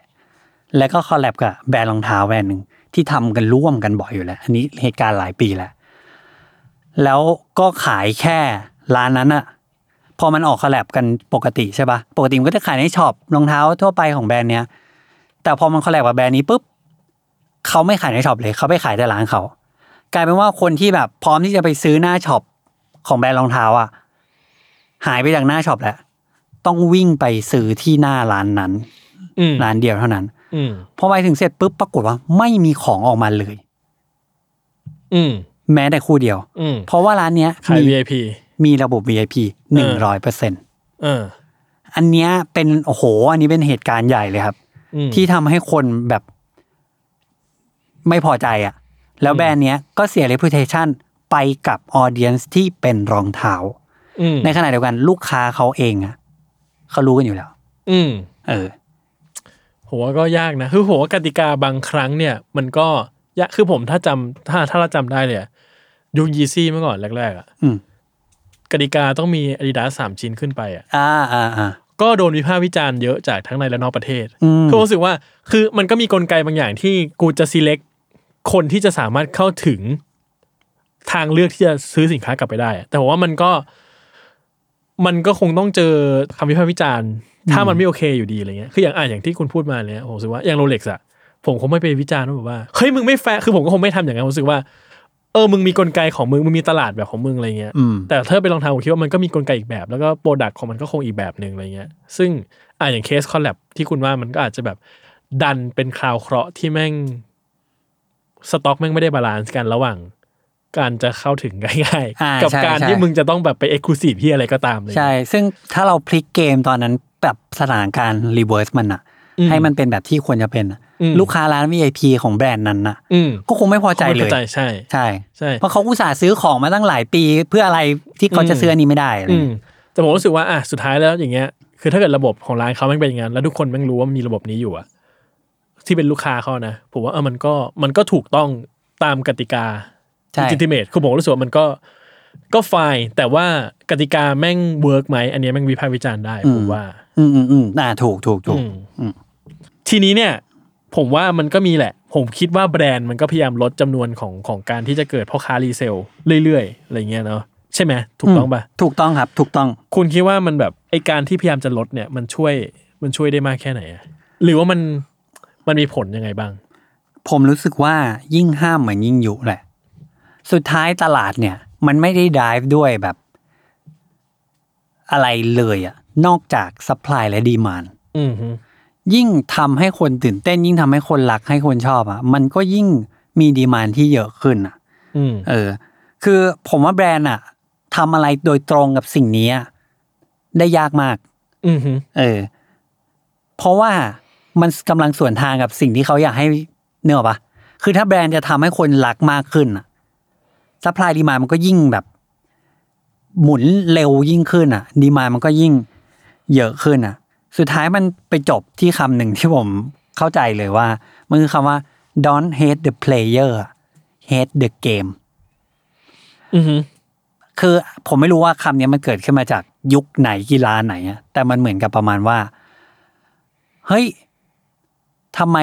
Speaker 2: แล้วก็คอลแลบกับแบรนด์รองเท้าแบรนด์หนึ่งที่ทำกันร่วมกันบ่อยอยู่แล้ว อันนี้เหตุการณ์หลายปีแล้ว แล้วก็ขายแค่ร้านนั้นอะพอมันออกคอลแลบกันปกติใช่ปะปกติมันก็จะขายในช็อปรองเท้าทั่วไปของแบรนด์เนี้ย แต่พอมันคอลแลบกับแบรนด์นี้ปุ๊บเขาไม่ขายในช็อปเลยเขาไปขายแต่ร้านเขา กลายเป็นว่าคนที่แบบพร้อมที่จะไปซื้อหน้าช็อปของแบรนด์รองเท้าอ่ะ หายไปจากหน้าช็อปแล้ว ต้องวิ่งไปซื้อที่หน้าร้านนั้น
Speaker 4: อืม
Speaker 2: ร้านเดียวเท่านั้น
Speaker 4: อืม
Speaker 2: พอไปถึงเสร็จปุ๊บปรากฏว่าไม่มีของออกมาเลย
Speaker 4: อืม
Speaker 2: แม้แต่คู่เดียว
Speaker 4: อืม
Speaker 2: เพราะว่าร้านเนี้ย
Speaker 4: ขาย
Speaker 2: มี
Speaker 4: VIP
Speaker 2: มีระบบ VIP หนึ่งร้อยเปอร์เซ็น
Speaker 4: เออ
Speaker 2: อันเนี้ยเป็นโอ้โห อันนี้เป็นเหตุการณ์ใหญ่เลยครับ
Speaker 4: อืม
Speaker 2: ที่ทำให้คนแบบไม่พอใจอะ่ะ แล้วแบรนด์เนี้ยก็เสีย reputation ไปกับออเดียนที่เป็นรองเท้า
Speaker 4: อืม
Speaker 2: ในขณะเดียวกันลูกค้าเขาเองอะเขารู้กันอยู่แล้ว
Speaker 4: อืม
Speaker 2: เออ
Speaker 4: ผมว่าก็ยากนะ คือผมว่ากติกาบางครั้งเนี่ย มันก็ยากคือผมถ้าจำถ้าถ้าเราจำได้เลยอะยุคยีซี่เมื่อก่อนแรกๆอะ
Speaker 2: อืม
Speaker 4: กติกาต้องมีอาดิดาสามชิ้นขึ้นไปอะ
Speaker 2: อ่าอ่าอ่า
Speaker 4: ก็โดนวิพากษ์วิจารณ์เยอะจากทั้งในและนอกประเทศ
Speaker 2: อืม
Speaker 4: คือผมรู้สึกว่า คือมันก็มีกลไกบางอย่างที่กูจะ select คนที่จะสามารถเข้าถึงทางเลือกที่จะซื้อสินค้ากลับไปได้อะแต่ผมว่ามันก็ มันก็คงต้องเจอคำวิพากษ์วิจารณ์ ถ้ามันไม่โอเคอยู่ดีอะไรเงี้ยคืออย่างอ่ะอย่างที่คุณพูดมาเนี่ยผมรู้สึกว่าอย่างโรเล็กซ์อะผมคงไม่ไปวิจารณ์ว่าแบบว่าเฮ้ยมึงไม่แฟร์คือผมก็คงไม่ทำอย่างนั้นผมรู้สึกว่า เออมึงมีกลไกของมึงมึงมีตลาดแบบของมึงอะไรเงี้ย
Speaker 2: อืม
Speaker 4: แต่ถ้าเป็นรองเท้าผมคิดว่ามันก็มีกลไกอีกแบบ แล้วก็โปรดักของมันก็คงอีกแบบหนึ่งอะไรเงี้ย ซึ่งอ่ะอย่างเคสคอลแลบที่คุณว่ามันก็อาจจะแบบดันเป็นคราวเคราะห์ที่แม่งสต็อกแม่งไม่ได้บาลานซ์กันระหว่าง การจะเข้าถึงง่าย
Speaker 2: อ่า
Speaker 4: กั
Speaker 2: ใช่
Speaker 4: การ
Speaker 2: ใช่
Speaker 4: ที่มึงจะต้องแบบไปเอ็กซ์คลูซีฟที่อะไรก็ตามเลย
Speaker 2: ใช่ ซึ่งถ้าเราพลิกเกมตอนนั้นแบบสถานการณ์รีเวิร์สมันอะ
Speaker 4: อืม
Speaker 2: ให้มันเป็นแบบที่ควรจะเป็นอะ
Speaker 4: อืม
Speaker 2: ลูกค้าร้าน VIP ของแบรนด์นั้นน่ะ
Speaker 4: อืม
Speaker 2: ก็คงไม่พอใจเล
Speaker 4: ข้าย ใจใช่
Speaker 2: ใช่
Speaker 4: ใช่
Speaker 2: เพราะเขาอุตส่าห์ซื้อของมาตั้งหลายปีเพื่ออะไรที่เขาจะซื้ออันนี้ไม่ได้อะไร
Speaker 4: อืม
Speaker 2: เงี้ย
Speaker 4: แต่ผมรู้สึกว่าอ่ะสุดท้ายแล้วอย่างเงี้ย คือถ้าเกิดระบบของร้านเขาแม่งเป็นอย่างนั้นแล้วทุกคนแม่งรู้ว่ามันมีระบบนี้อยู่อะที่เป็นลูกค้าเขานะผมว่าเออมันก็มันก็ถูกต้องตามกติกา
Speaker 2: ใช่
Speaker 4: l ิ g i เม e คือผมรู้สึกว่ามันก็ก็ไฟแต่ว่ากติกาแม่งเวิร์กไหมอันเนี้ยแม่งวิพากษ์วิจารณ์ได้ผมว่า
Speaker 2: อืมอืมอืมอ่าถูกถูกถูก
Speaker 4: อืมทีนี้เนี่ย ผมว่ามันก็มีแหละ ผมคิดว่าแบรนด์มันก็พยายามลดจำนวนของของการที่จะเกิดพ่อค้ารีเซลเรื่อยๆอะไรเงี้ยเนาะใช่ไหมถูกต้องปะ
Speaker 2: ถูกต้องครับ ถูกต้อง
Speaker 4: คุณคิดว่ามันแบบไอการที่พยายามจะลดเนี่ย มันช่วยมันช่วยได้มากแค่ไหนอะหรือว่ามัน มันมีผลยังไงบ้าง
Speaker 2: ผมรู้สึกว่ายิ่งห้ามเหมือนยิ่งยุแหละ สุดท้ายตลาดเนี่ย มันไม่ได้ดิฟด้วยแบบ อะไรเลยอะนอกจากสป l y และดีม n d
Speaker 4: อืมฮึ
Speaker 2: ยิ่งทำให้คนตื่นเต้น ยิ่งทำให้คนรักให้คนชอบอะมันก็ยิ่งมีดีม n d ที่เยอะขึ้นอะ
Speaker 4: อืม
Speaker 2: เออ คือผมว่าแบรนด์อะทำอะไรโดยตรงกับสิ่งนี้อะได้ยากมาก
Speaker 4: อืมฮึ
Speaker 2: เออ เพราะว่ามันกำลังส่วนทางกับสิ่งที่เขาอยากให้เนื้ออกปะคือถ้าแบรนด์จะทำให้คนรักมากขึ้นอะซัพพลายดีมามันก็ยิ่งแบบ หมุนเร็วยิ่งขึ้นอ่ะ ดีมามันก็ยิ่งเยอะขึ้นอ่ะ สุดท้ายมันไปจบที่คำหนึ่งที่ผมเข้าใจเลยว่า มันคือคำว่า don't hate the player อะ hate the game
Speaker 4: อืมฮึ
Speaker 2: คือผมไม่รู้ว่าคำเนี้ยมันเกิดขึ้นมาจากยุคไหนกีฬาไหนอะแต่มันเหมือนกับประมาณว่า เฮ้ยทำไม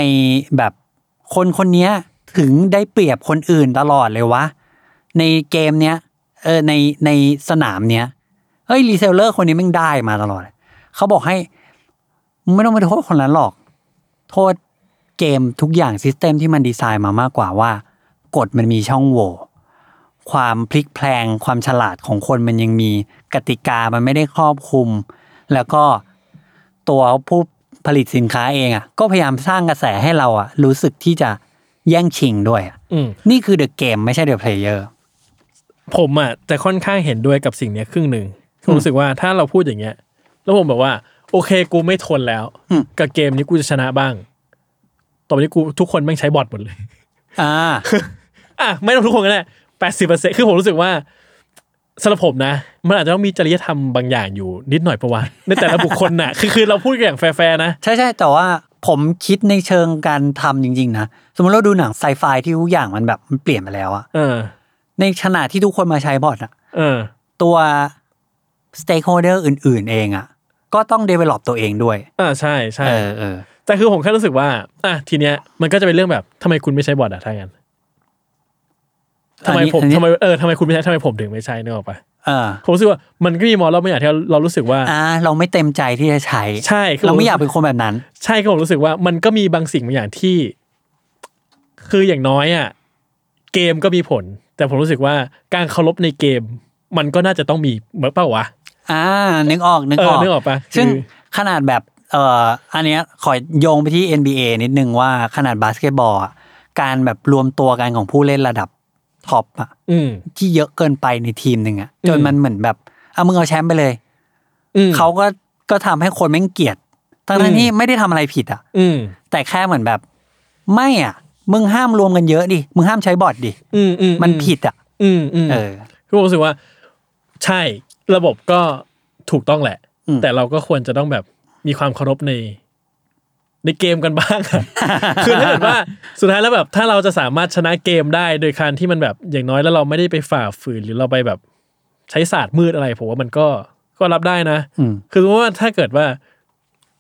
Speaker 2: แบบคนคนเนี้ยถึงได้เปรียบคนอื่นตลอดเลยวะ ในเกมเนี้ยเออในในสนามเนี้ยเฮ้ยรีเซลเลอร์คนนี้แม่งได้มาตลอด เขาบอกให้ไม่ต้องไปโทษคนนั้นหรอก โทษเกมทุกอย่างซิสเต็มที่มันดีไซน์มามากกว่าว่ากฎมันมีช่องโหว่ ความพลิกแพลงความฉลาดของคนมันยังมีกติกามันไม่ได้ครอบคลุม แล้วก็ตัวผู้ผลิตสินค้าเองอ่ะ ก็พยายามสร้างกระแสให้เราอ่ะ รู้สึกที่จะแย่งชิงด้วยอะ
Speaker 4: อืม
Speaker 2: นี่คือเดอะเกมไม่ใช่เดอะเพลเยอร์
Speaker 4: ผมอ่ะจะค่อนข้างเห็นด้วยกับสิ่งเนี้ยครึ่งหนึ่งผมรู้สึกว่าถ้าเราพูดอย่างเงี้ย แล้วผมแบบว่า โอเคกูไม่ทนแล้ว
Speaker 2: อืม
Speaker 4: กับเกมนี้กูจะชนะบ้าง ต่อไปนี้กูทุกคนแม่งใช้บอทหมดเลย
Speaker 2: อ่า
Speaker 4: อ่ะไม่ต้องทุกคนก็ได้แปดสิบเปอร์เซ็นคือผมรู้สึกว่าสำหรับผมนะ มันอาจจะต้องมีจริยธรรมบางอย่างอยู่นิดหน่อยประวัติ ในแต่ละบุคคลน่ะ คือคือเราพูดกันอย่างแฟร์ๆนะ
Speaker 2: ใช่ใช่แต่ว่าผมคิดในเชิงการทำจริง ๆ นะ สมมติเราดูหนังไซไฟที่ทุกอย่างมันแบบมันเปลี่ยนไปแล้วอะ
Speaker 4: เออ
Speaker 2: ในขณะที่ทุกคนมาใช้บอทอะ
Speaker 4: เออ
Speaker 2: ตัวสเต็กโฮเดอร์อื่น ๆ เองอะก็ต้อง develop ตัวเองด้วย
Speaker 4: อ่าใช่ใช่
Speaker 2: เออเออ
Speaker 4: แต่คือผมแค่รู้สึกว่า อ่ะทีเนี้ยมันก็จะเป็นเรื่องแบบทำไมคุณไม่ใช้บอทอะถ้างั้นทำไม
Speaker 2: อันนี้
Speaker 4: ผม
Speaker 2: อันนี้
Speaker 4: ทำไมเออทำไมคุณไม่ใช้ทำไมผมถึงไม่ใช้นึกออกปะ
Speaker 2: เออ
Speaker 4: ผมรู้สึกว่ามันก็มีมอลเราไม่อย่างที่เราเรารู้สึกว่า
Speaker 2: อ่าเราไม่เต็มใจที่จะใช้
Speaker 4: ใช่คื
Speaker 2: เราไม่อยาก
Speaker 4: ผ
Speaker 2: เป็นคนแบบนั้น
Speaker 4: ใช่คือผมรู้สึกว่ามันก็มีบางสิ่งบางอย่างที่ คืออย่างน้อยอ่ะเกมก็มีผล แต่ผมรู้สึกว่าการเคารพในเกม มันก็น่าจะต้องมีเหมือนเปล่าวะ
Speaker 2: อ่านึกออกนึก
Speaker 4: เอ
Speaker 2: อ
Speaker 4: อ
Speaker 2: อก
Speaker 4: นึกออกปะ
Speaker 2: ซึ่ง
Speaker 4: คือ
Speaker 2: ขนาดแบบเอ่ออันเนี้ยขอโยงไปที่ NBA นิดนึงว่าขนาดบาสเกตบอลอะการแบบรวมตัวกันของผู้เล่นระดับท็อปอะ
Speaker 4: อืม
Speaker 2: ที่เยอะเกินไปในทีมหนึ่งอะ
Speaker 4: อืม
Speaker 2: จนมันเหมือนแบบเอามึงเอาแชมป์ไปเลย
Speaker 4: อืม
Speaker 2: เขาก็ก็ทำให้คนแม่งเกลียดทั้ง
Speaker 4: อื
Speaker 2: นั้
Speaker 4: ม
Speaker 2: นที่ไม่ได้ทำอะไรผิดอะ
Speaker 4: อืม
Speaker 2: แต่แค่เหมือนแบบ ไม่อ่ะ มึงห้ามรวมกันเยอะดิมึงห้ามใช้บอทดิ
Speaker 4: อืมอื
Speaker 2: มันผิดอ่ะ
Speaker 4: อืมอืม
Speaker 2: เออ
Speaker 4: คือผมรู้สึกว่าใช่ระบบก็ถูกต้องแหละ
Speaker 2: อืม
Speaker 4: แต่เราก็ควรจะต้องแบบมีความเคารพใน ในเกมกันบ้างอะ คือถ้าเกิดว่าสุดท้ายแล้วแบบ ถ้าเราจะสามารถชนะเกมได้โดยการที่มันแบบอย่างน้อยแล้วเราไม่ได้ไปฝ่าฝืนหรือเราไปแบบใช้ศาสตร์มืดอะไรผมว่ามันก็ก็รับได้นะ
Speaker 2: อืม
Speaker 4: คือสมมติว่าถ้าเกิดว่า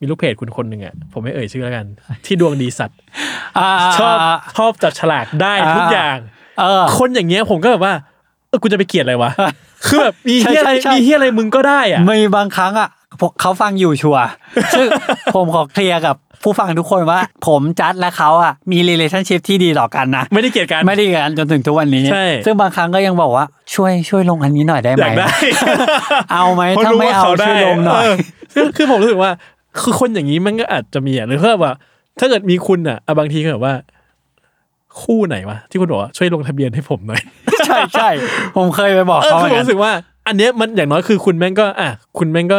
Speaker 4: มีลูกเพจคุณคนหนึ่งอ่ะผมไม่เอ่ยชื่อแล้วกัน ที่ดวงดีสัตว์
Speaker 2: า
Speaker 4: ชอบชอบจับฉลากได้ทุกอย่าง
Speaker 2: เออ
Speaker 4: คนอย่างเงี้ยผมก็แบบว่าเออกูจะไปเกลียดอะไร วะ คือแบบมี
Speaker 2: ใช่
Speaker 4: เฮียอะไร
Speaker 2: ใช่ใช่
Speaker 4: มีเฮียอะไรมึงก็ได้อะ
Speaker 2: มีบางครั้งอ่ะผมเขาฟังอยู่ชัวร์ ซึ่ งผมขอเคลียร์กับผู้ฟังทุกคนว่า ผมจัดและเขาอ่ะมี relationship ที่ดีต่อกันนะ
Speaker 4: ไม่ได้เกลียดกัน
Speaker 2: ไม่ได้กันจนถึงทุกวันนี้
Speaker 4: ใช่
Speaker 2: ซึ่งบางครั้งก็ยังบอกว่าช่วยช่วยลงอันนี้หน่อยได้ไหม
Speaker 4: อยากได้
Speaker 2: เอาไหม
Speaker 4: พระ
Speaker 2: ถ้า
Speaker 4: รู้
Speaker 2: ไม่
Speaker 4: ว่
Speaker 2: เอา
Speaker 4: ได้
Speaker 2: ช่วยลงหน่อย
Speaker 4: เคือคือผมรู้สึกว่า คือคนอย่างนี้มันก็อาจจะมีอ่ะหรือเพิ่มว่า ถ้าเกิดมีคุณอ่ะอ่ะบางทีก็แบบว่า คู่ไหนวะที่คุณบอกว่าช่วยลงทะเบียนให้ผมหน่อย
Speaker 2: ใช่ใช่ผมเคยไปบอก
Speaker 4: เออ
Speaker 2: เขาเห
Speaker 4: คื
Speaker 2: มือน
Speaker 4: อผมรู้
Speaker 2: กั
Speaker 4: สึ
Speaker 2: น
Speaker 4: กว่า อันเนี้ยมันอย่างน้อยคือคุณแม่งก็ อ่ะคุณแม่งก็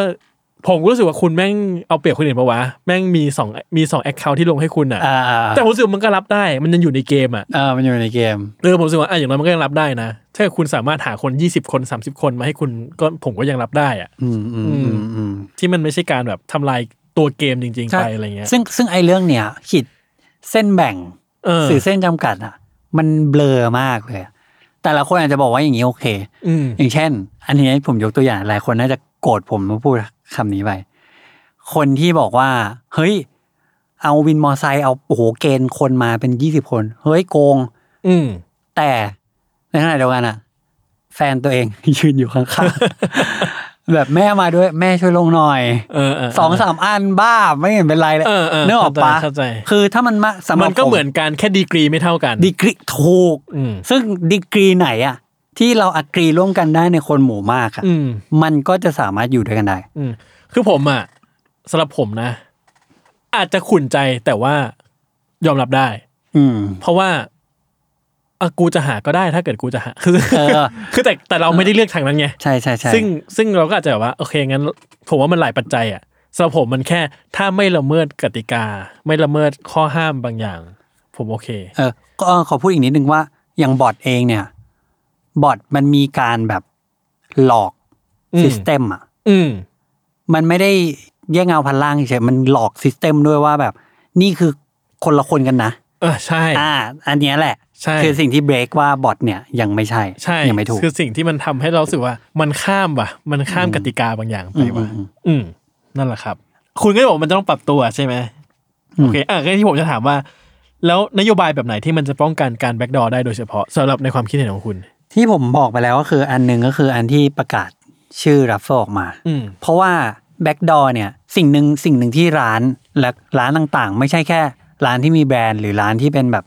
Speaker 4: ผมก็รู้สึกว่าคุณแม่งเอาเปรียบคนอื่นปะวะแม่งมีสองมีสองแอคเคาท์ที่ลงให้คุณอ่ะ
Speaker 2: อ่า
Speaker 4: แต่ผมรู้สึกมันก็รับได้ มันยังอยู่ในเกมอ่ะ
Speaker 2: เออมันอยู่ในเกม
Speaker 4: เออผมรู้สึกว่าอ่ะอย่างน้อยมันก็ยังรับได้นะ ถ้าคุณสามารถหาคน 20 คน 30 คนมาให้คุณก็ผมก็ยังรับได้อะ
Speaker 2: อืมอืมอืมอืม
Speaker 4: ที่มันไม่ใช่การแบบทำลายตัวเกมจริง ๆ
Speaker 2: ใช่
Speaker 4: ไปอะไรเงี้ย
Speaker 2: ซึ่งซึ่งไอ้เรื่องเนี้ยขีดเส้นแบ่ง
Speaker 4: เออ
Speaker 2: สื่อเส้นจำกัดอ่ะ มันเบลอมากเลยอะแต่ละคนอาจจะบอกว่าอย่างนี้โอเค
Speaker 4: อืม
Speaker 2: อย่างเช่น อันนี้ผมยกตัวอย่างหลายคนน่าจะโกรธผมเมื่อพูดคำนี้ไป คนที่บอกว่า เฮ้ย เอาวินมอไซค์เอาโอ้โหเกณฑ์คนมาเป็นยี่สิบคน เฮ้ยโกง
Speaker 4: อืม
Speaker 2: แต่ในขณะเดียวกันอะแฟนตัวเอง ยืนอยู่ข้างๆ แบบแม่มาด้วยแม่ช่วยลงหน่อย
Speaker 4: เออเออ
Speaker 2: สองสามอันบ้าไม่เห็นเป็นไรเลย
Speaker 4: เออเออ
Speaker 2: เนื้อออกปะ
Speaker 4: เข้าใจ
Speaker 2: คือถ้ามันมาสำหรั
Speaker 4: มั
Speaker 2: บ
Speaker 4: นก็
Speaker 2: ผ
Speaker 4: เหมือนกันแค่ดีกรีไม่เท่ากัน
Speaker 2: ดีกรีถูก
Speaker 4: อืม
Speaker 2: ซึ่งดีกรีไหนอะที่เราอักรีร่วมกันได้ในคนหมู่มากอะ
Speaker 4: อืม
Speaker 2: มันก็จะสามารถอยู่ด้วยกันได้
Speaker 4: อืมคือผมอ่ะสำหรับผมนะ อาจจะขุ่นใจแต่ว่ายอมรับได้
Speaker 2: อืม
Speaker 4: เพราะว่าอะกูจะหาก็ได้ถ้าเกิดกูจะหา คือ
Speaker 2: เออ
Speaker 4: คือแต่แต่เราไม่ได้เลือกทางนั้นไง
Speaker 2: ใช่ใช่ใช่
Speaker 4: ซึ่งซึ่งเราก็อาจจะแบบว่าโอเคงั้น ผมว่ามันหลายปัจจัยอ่ะสำหรับผมมันแค่ ถ้าไม่ละเมิดกติกา ไม่ละเมิดข้อห้ามบางอย่าง ผมโอเค
Speaker 2: เออก็ขอพูดอีกนิดนึงว่าอย่างบอทเองเนี่ย บอทมันมีการแบบหลอก
Speaker 4: อืม
Speaker 2: ซิสเต็มอะ
Speaker 4: อืม
Speaker 2: มันไม่ได้แยกเงาพันล่างเฉยๆมันหลอกซิสเต็มด้วยว่าแบบ นี่คือคนละคนกันนะ
Speaker 4: เออใช่
Speaker 2: อ่า อันเนี้ยแหละ
Speaker 4: ใช่
Speaker 2: คือสิ่งที่เบรกว่าบอทเนี่ยยังไม่ใช่
Speaker 4: ใช่
Speaker 2: ยังไม่ถูก
Speaker 4: คือสิ่งที่มันทำให้เรารู้สึกว่า มันข้ามว่ะ มันข้ามกติกาบางอย่างไปว่ะ
Speaker 2: อืมอืม
Speaker 4: อืม นั่นแหละครับ คุณก็บอกมันจะต้องปรับตัวใช่ไหมโอเคอ่ะก็ที่ผมจะถามว่า แล้วนโยบายแบบไหนที่มันจะป้องกันการแบ็กดอร์ได้โดยเฉพาะสำหรับในความคิดเห็นของคุณ
Speaker 2: ที่ผมบอกไปแล้วก็คืออันหนึ่งก็คืออันที่ประกาศชื่อรับโซออกมา
Speaker 4: อืม
Speaker 2: เพราะว่าแบ็กดอร์เนี่ยสิ่งหนึ่งสิ่งหนึ่งที่ร้านและร้านต่างๆ ไม่ใช่แค่ ร้านที่มีแบรนด์หรือร้านที่เป็นแบบ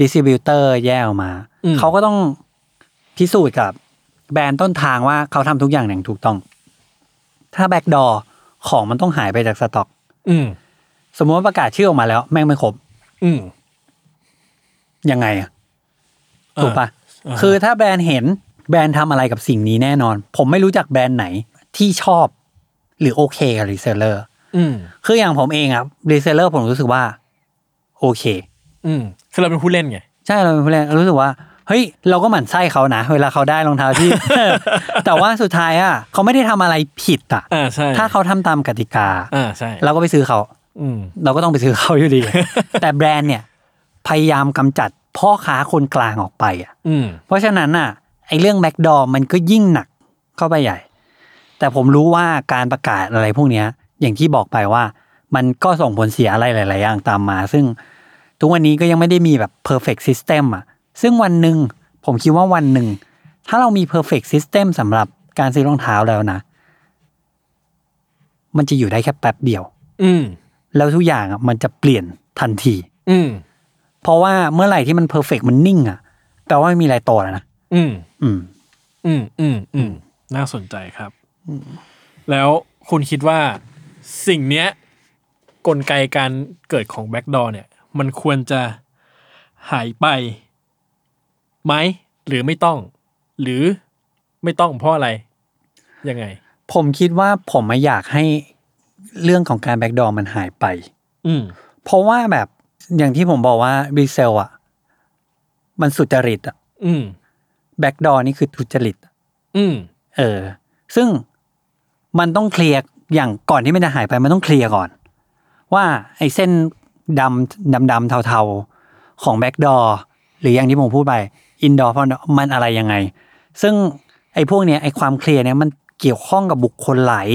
Speaker 2: ดิส t r บิวเตอร์แยกออกมา
Speaker 4: อืม
Speaker 2: เขาก็ต้องพิสูจน์กับแบรนด์ต้นทางว่าเขาทำทุกอย่างอย่างถูกต้อง ถ้าแบ็กดอร์ของมันต้องหายไปจากสต็อก
Speaker 4: อืม
Speaker 2: สมมติว่าประกาศชื่อออกมาแล้ว แม่งไม่ครบ
Speaker 4: อืม
Speaker 2: ยังไงอะ
Speaker 4: เออ
Speaker 2: ถูกปะ
Speaker 4: เออ
Speaker 2: คือถ้าแบรนด์เห็นแบรนด์ทำอะไรกับสิ่งนี้แน่นอน ผมไม่รู้จักแบรนด์ไหนที่ชอบ หรือโอเคกับรีเซลเลอร์
Speaker 4: อืม
Speaker 2: คืออย่างผมเองครับรีเซลเลอร์ผมรู้สึกว่า โอเค
Speaker 4: อืมคือเราเป็นผู้เล่นไง
Speaker 2: ใช่เราเป็นผู้เล่นรู้สึกว่า เฮ้ย เราก็หมั่นไส้เขานะ เวลาเขาได้รองเท้าที่ แต่ว่าสุดท้ายอ่ะเขาไม่ได้ทำอะไรผิดอ่ะ
Speaker 4: อ่าใช่
Speaker 2: ถ้าเขาทำตามกติกา
Speaker 4: อ่าใช่
Speaker 2: เราก็ไปซื้อเขา
Speaker 4: อืม
Speaker 2: เราก็ต้องไปซื้อเขาอยู่ ดี แต่แบรนด์เนี่ย พยายามกำจัดพ่อค้าคนกลางออกไปอ่ะ
Speaker 4: อืม
Speaker 2: เพราะฉะนั้นอ่ะไอ้เรื่องแบ็กดอมันก็ยิ่งหนักเข้าไปใหญ่ แต่ผมรู้ว่าการประกาศอะไรพวกเนี้ย อย่างที่บอกไปว่า มันก็ส่งผลเสียอะไรหลาย ๆ อย่างตามมา ซึ่งทุกวันนี้ก็ยังไม่ได้มีแบบ perfect system อ่ะ ซึ่งวันหนึ่งผมคิดว่าวันหนึ่ง ถ้าเรามี perfect system สำหรับการซื้อรองเท้าแล้วนะ มันจะอยู่ได้แค่แป๊บเดียว
Speaker 4: อืม
Speaker 2: แล้วทุกอย่างอะมันจะเปลี่ยนทันที
Speaker 4: อืม
Speaker 2: เพราะว่าเมื่อไหร่ที่มัน perfect มันนิ่งอ่ะแปลว่าไม่มีอะไรต่อแล้วนะ
Speaker 4: อืม
Speaker 2: อืม
Speaker 4: อืมอืมอืมน่าสนใจครับ แล้วคุณคิดว่าสิ่งเนี้ย กลไกการเกิดของแบ็กดอร์เนี่ย มันควรจะหายไปไหม หรือไม่ต้อง หรือไม่ต้องเพราะอะไร ยังไง
Speaker 2: ผมคิดว่าผมไม่อยากให้เรื่องของการแบ็กดอมันหายไป
Speaker 4: อืม
Speaker 2: เพราะว่าแบบอย่างที่ผมบอกว่ารีเซลอ่ะ มันสุจริตอ่ะ
Speaker 4: อืม
Speaker 2: แบ็กดอนี่คือทุจริตอะ
Speaker 4: อืม
Speaker 2: เออ ซึ่งมันต้องเคลียร์อย่างก่อนที่มันจะหายไปมันต้องเคลียร์ก่อน ว่าไอ้เส้นดำดำดำเทาๆ ของแบ็กดอหรืออย่างที่ผมพูดไปอินดอร์มันอะไรยังไง ซึ่งไอ้พวกเนี้ยไอ้ความเคลียร์เนี้ยมันเกี่ยวข้องกับบุคคลหลาย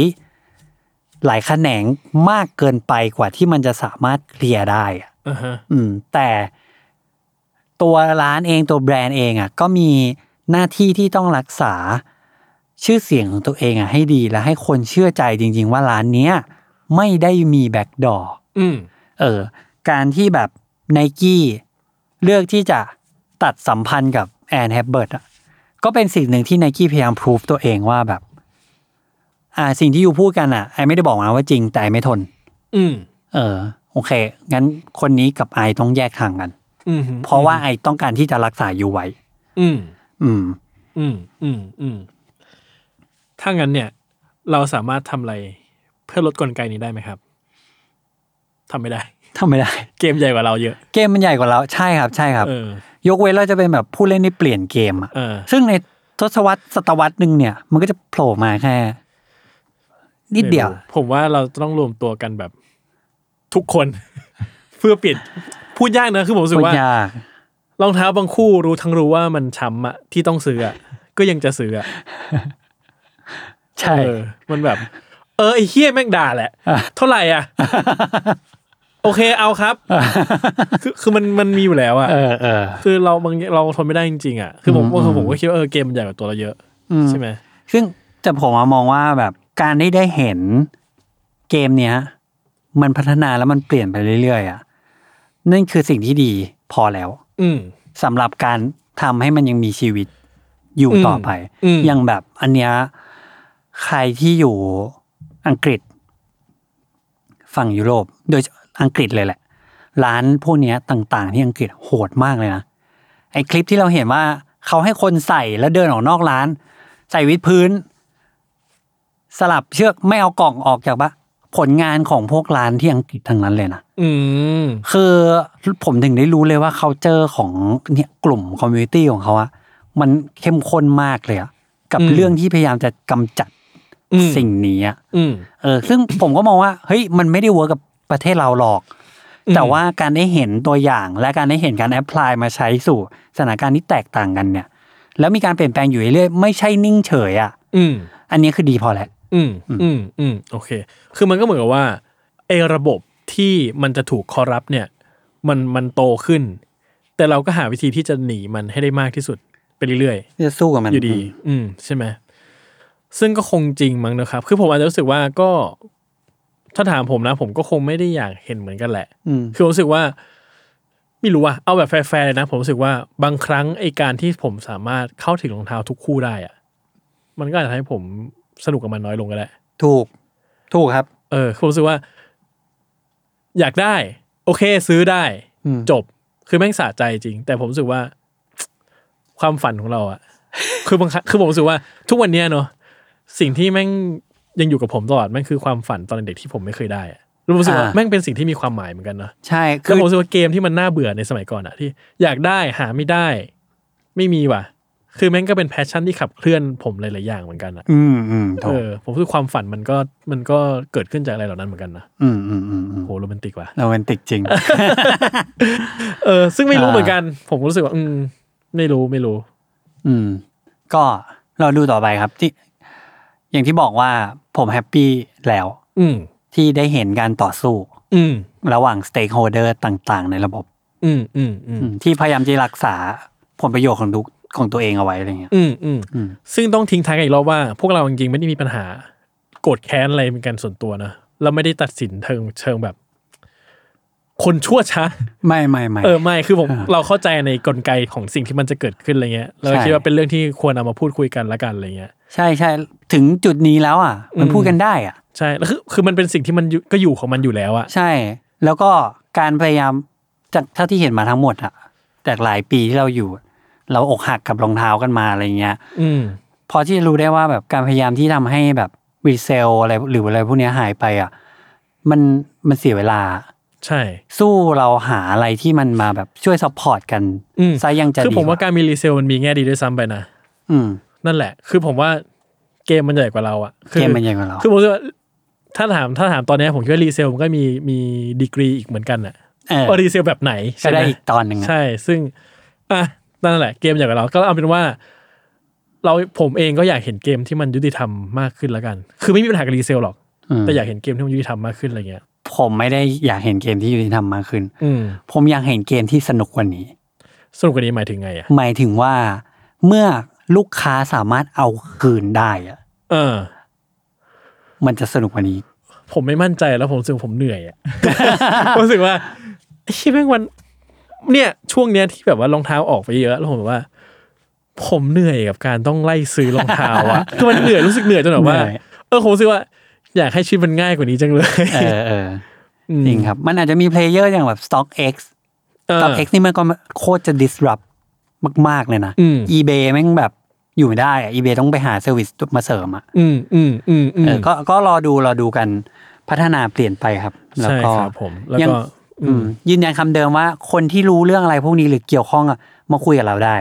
Speaker 2: หลายแขนงมากเกินไปกว่าที่มันจะสามารถเคลียร์ได้อะ
Speaker 4: อ่าฮะ
Speaker 2: อืม แต่ตัวร้านเองตัวแบรนด์เองอ่ะ ก็มีหน้าที่ที่ต้องรักษาชื่อเสียงของตัวเองอ่ะให้ดีและให้คนเชื่อใจจริง ๆ ว่าร้านเนี้ยไม่ได้มีแบ็กดอ
Speaker 4: อืม
Speaker 2: เออการที่แบบไนกี้เลือกที่จะตัดสัมพันธ์กับแอนแฮปเบิร์ตอะก็เป็นสิ่งหนึ่งที่ไนกี้พยายามพิสูจตัวเองว่าแบบ อ่าสิ่งที่อยู่พูดกันอะไอไม่ได้บอกมาว่าจริงแต่ไอไม่ทน
Speaker 4: อืม
Speaker 2: เออ โอเค งั้นคนนี้กับไอต้องแยกทางกัน
Speaker 4: อืม
Speaker 2: เพราะว่าไอต้องการที่จะรักษาอยู่ไว้
Speaker 4: อืม
Speaker 2: อืม
Speaker 4: อืมอืมอืมถ้างั้นเนี่ย เราสามารถทำอะไรเพื่อลดกลไกนี้ได้ไหมครับทำไม่ได้
Speaker 2: ทำไม่ได้
Speaker 4: เกมใหญ่กว่าเราเยอะ
Speaker 2: เกมมันใหญ่กว่าเรา ใช่ครับ ใช่ครับ
Speaker 4: เออ
Speaker 2: ยกเว้นเราจะเป็นแบบผู้เล่นที่เปลี่ยนเกมอะ
Speaker 4: เออ
Speaker 2: ซึ่งในทศวรรษศตวรรษหนึ่งเนี่ย มันก็จะโผล่มาแค่ นิดเดียว
Speaker 4: ไม่รู้ผมว่าเราต้องรวมตัวกันแบบ ทุกคน เพื่อเปลี่ยนพูดยากนะคือผมรู้สึกว่า
Speaker 2: ปัญญ
Speaker 4: รองเท้าบางคู่รู้ทั้งรู้ว่ามันช้ำอะที่ต้องซื้ออะก็ยังจะซื้ออะ
Speaker 2: ใช่
Speaker 4: เออ มันแบบ เออไอ้เฮี้ยแม่งด่าแหละ เท่าไหร่ อะโอเคเอาครับ คือคือมันมันมีอยู่แล้วอะ
Speaker 2: เออเออ
Speaker 4: คือเราบางเราทนไม่ได้จริงๆอ่ะ คือผม
Speaker 2: อืม
Speaker 4: คือผม
Speaker 2: อืม
Speaker 4: ก็คิดว่าเออเกมมันใหญ่กว่าตัวเราเยอะ ใช่ไหม
Speaker 2: ซึ่ง แต่ผมอะมองว่าแบบการได้ได้เห็นเกมเนี้ย มันพัฒนาแล้วมันเปลี่ยนไปเรื่อยๆอ่ะนั่นคือสิ่งที่ดีพอแล้ว
Speaker 4: อืม
Speaker 2: สำหรับการทำให้มันยังมีชีวิตอยู่
Speaker 4: อืม
Speaker 2: ต่อไป
Speaker 4: อืม
Speaker 2: อย่างแบบอันเนี้ยใครที่อยู่อังกฤษ ฝั่งยุโรป โดยอังกฤษเลยแหละ ร้านพวกเนี้ยต่าง ๆ ที่อังกฤษโหดมากเลยนะไอคลิปที่เราเห็นว่าเขาให้คนใส่แล้วเดินออกนอกร้าน ใส่วิดพื้น สลับเชือกไม่เอากล่องออกจากบ้านผลงานของพวกร้านที่อังกฤษทั้งนั้นเลยนะ
Speaker 4: อืม
Speaker 2: คือผมถึงได้รู้เลยว่า c u เจอร์ของเนี่ยกลุ่มคอมมูนิตี้ของเขาอะมันเข้มข้นมากเลยอะกับ
Speaker 4: อืม
Speaker 2: เรื่องที่พยายามจะกำจัด
Speaker 4: อืม
Speaker 2: สิ่งนี้อะ
Speaker 4: อืม
Speaker 2: เออ ซึ่งผมก็มองว่าเฮ้ยมันไม่ได้เวิร์กกับประเทศเราหรอก
Speaker 4: อืม
Speaker 2: แต่ว่าการได้เห็นตัวอย่างและการได้เห็นการแอพพลายมาใช้สู่สถานการณ์ที่แตกต่างกันเนี่ย แล้วมีการเปลี่ยนแปลงอยู่เรื่อยๆไม่ใช่นิ่งเฉยอะ
Speaker 4: อืม
Speaker 2: อันนี้คือดีพอแหละ
Speaker 4: อืมอืมอืมโอเค คือมันก็เหมือนกับว่าไอ้ระบบที่มันจะถูกคอร์รัปเนี่ย มันมันโตขึ้น แต่เราก็หาวิธีที่จะหนีมันให้ได้มากที่สุดไปเรื่อย
Speaker 2: จะสู้กับมัน
Speaker 4: ๆ อยู่ดี อืม ใช่ไหมซึ่งก็คงจริงมั้งนะครับ คือผมอาจจะรู้สึกว่าก็ ถ้าถามผมนะ ผมก็คงไม่ได้อยากเห็นเหมือนกันแหละ
Speaker 2: อืม
Speaker 4: คือผมรู้สึกว่าไม่รู้ว่าเอาแบบแฟร์ๆเลยนะ ผมรู้สึกว่าบางครั้งไอการที่ผมสามารถเข้าถึงรองเท้าทุกคู่ได้อะมันก็อาจจะทำให้ผมสนุกกับมันน้อยลงก็ได้
Speaker 2: ถูก ถูกครับ
Speaker 4: เออผมรู้สึกว่า อยากได้ โอเค ซื้อได้
Speaker 2: อืม
Speaker 4: จบคือแม่งสะใจจริง แต่ผมรู้สึกว่า ความฝันของเราอะ คือบางครั้งคือผมรู้สึกว่า ทุกวันเนี้ยเนาะสิ่งที่แม่งยังอยู่กับผมตลอดแม่งคือความฝันตอนเด็กที่ผมไม่เคยได้อะรู้สึกว่าแม่งเป็นสิ่งที่มีความหมายเหมือนกันเนาะ
Speaker 2: ใช่
Speaker 4: คือผมรู้สึกว่าเกมที่มันน่าเบื่อในสมัยก่อนอะที่ อยากได้หาไม่ได้ ไม่มีว่ะ คือแม่งก็เป็นแพชชั่นที่ขับเคลื่อนผมหลายๆอย่างเหมือนกันอะ
Speaker 2: อืมอืมถู
Speaker 4: เอก อผมรู้สึกความฝันมันก็มันก็เกิดขึ้นจากอะไรเหล่านั้นเหมือนกันนะ
Speaker 2: อืมอืมอืมอืม
Speaker 4: โหโรแมนติกว่ะ
Speaker 2: โรแมนติกจริ ง
Speaker 4: เออ ซึ่งไม่รู้
Speaker 2: อ่า
Speaker 4: เหมือนกัน ผมรู้สึกว่า อืม ไม่รู้ไม่รู้
Speaker 2: อืม ก็เราดูต่อไปครับที่ อย่างที่บอกว่าผมแฮปปี้แล้ว
Speaker 4: อืม
Speaker 2: ที่ได้เห็นการต่อสู้
Speaker 4: อืม
Speaker 2: ระหว่างสเต็กโฮเดอร์ต่างๆ ในระบบ
Speaker 4: อืมอืมอืม
Speaker 2: อืมที่พยายามจะรักษาผลประโยชน์ของทุกของตัวเองเอาไว้อะไรเงี้ย
Speaker 4: อืมอืม
Speaker 2: อืม
Speaker 4: ซึ่งต้องทิ้งท้ายกันอีกรอบว่า พวกเราจริงๆไม่ได้มีปัญหา โกรธแค้นอะไรเป็นการส่วนตัวนะเราไม่ได้ตัดสินเชิงเชิงแบบ คนชั่วช้า
Speaker 2: ไม่ไม่ไม่
Speaker 4: เออไม่คือผม
Speaker 2: อ่า
Speaker 4: เราเข้าใจในกลไกของสิ่งที่มันจะเกิดขึ้นอะไรเงี้ยเราก็
Speaker 2: ใช่
Speaker 4: คิดว่าเป็นเรื่องที่ควรเอามาพูดคุยกันละกันอะไรเงี้ย
Speaker 2: ใช่ใช่ถึงจุดนี้แล้วอ่ะ มัน
Speaker 4: อืม
Speaker 2: พูดกันได้อ่ะ
Speaker 4: ใช่แล้วคือคือมันเป็นสิ่งที่มันอยู่ก็อยู่ของมันอยู่แล้วอะ
Speaker 2: ใช่ แล้วก็การพยายามจากเท่าที่เห็นมาทั้งหมดอ่ะจากหลายปีที่เราอยู่ เราอกหักกับรองเท้ากันมาอะไรเงี้ย
Speaker 4: อืม
Speaker 2: พอที่จะรู้ได้ว่าแบบการพยายามที่ทำให้แบบรีเซลอะไรหรืออะไรพวกเนี้ยหายไปอ่ะมันมันเสียเวลา
Speaker 4: ใช่
Speaker 2: สู้เราหาอะไรที่มันมาแบบช่วยซัพพอร์ตกัน
Speaker 4: อืม
Speaker 2: ซะยังจะดี
Speaker 4: คือผมว่าการมีรีเซลมันมีแง่ดีด้วยซ้ำไปนะ
Speaker 2: อืม
Speaker 4: นั่นแหละ คือผมว่าเกมมันใหญ่กว่าเราอะคือ
Speaker 2: เกมมันใหญ่กว่าเรา
Speaker 4: คือผมรู้สึกว่าถ้าถามถ้าถามตอนเนี้ยผมคิดว่ารีเซลมันก็มีมีดีกรีอีกเหมือนกันอะ
Speaker 2: เออ
Speaker 4: ว่ารีเซลแบบไหน
Speaker 2: ก็
Speaker 4: ใช่ไหม
Speaker 2: ได้อีกตอนหนึ่งอะ
Speaker 4: ใช่ ซึ่งอ่ะนั่นแหละ เกมใหญ่กว่าเรา ก็เอาเป็นว่า เราผมเองก็อยากเห็นเกมที่มันยุติธรรมมากขึ้นแล้วกัน คือไม่มีปัญหากับรีเซลหรอก
Speaker 2: อืม
Speaker 4: แต่อยากเห็นเกมที่มันยุติธรรมมากขึ้นอะไรเงี้ย
Speaker 2: ผมไม่ได้อยากเห็นเกมที่ยุติธรรมมากขึ้น
Speaker 4: อืม
Speaker 2: ผมอยากเห็นเกมที่สนุกกว่านี้
Speaker 4: สรุปกันนี้หมายถึงไงอะ
Speaker 2: หมายถึงว่าเมื่อลูกค้าสามารถเอาคืนได้อะ
Speaker 4: เออ
Speaker 2: มันจะสนุกกว่านี้
Speaker 4: ผมไม่มั่นใจแล้วผมรู้สึกผมเหนื่อยอะ ผมรู้สึกว่าไอ้เชี่ยแม่งวัน เนี่ย ช่วงเนี้ยที่แบบว่ารองเท้าออกไปเยอะแล้วผมแบบว่า ผมเหนื่อยกับการต้องไล่ซื้อรองเท้า อะ คือมันเหนื่อยรู้สึกเหนื่อยจนแบบว่า
Speaker 2: เหนื่อย
Speaker 4: เออผมรู้สึกว่า อยากให้ชีวิตมันง่ายกว่านี้จังเลย
Speaker 2: เออเออ
Speaker 4: อืม
Speaker 2: จริงครับ มันอาจจะมีเพลเยอร์อย่างแบบ Stock X
Speaker 4: เออ
Speaker 2: ตอน X นี่มันก็โคตรจะ disrupt มาก ๆ เลยนะ
Speaker 4: อืม
Speaker 2: eBay แม่งแบบอยู่ไม่ได้อะ eBay ต้องไปหาเซอร์วิสมาเสริมอ่ะ
Speaker 4: อืมอืมอืมอืม
Speaker 2: เออก็ก็รอดูรอดูกันพัฒนาเปลี่ยนไปครับ แล้ว
Speaker 4: ใช่
Speaker 2: ก็
Speaker 4: ครับผม แล้ว
Speaker 2: ยัง
Speaker 4: ก็ อื
Speaker 2: อื
Speaker 4: ม
Speaker 2: มยืนยันคำเดิมว่าคนที่รู้เรื่องอะไรพวกนี้หรือเกี่ยวข้องอะมาคุยกับเราได้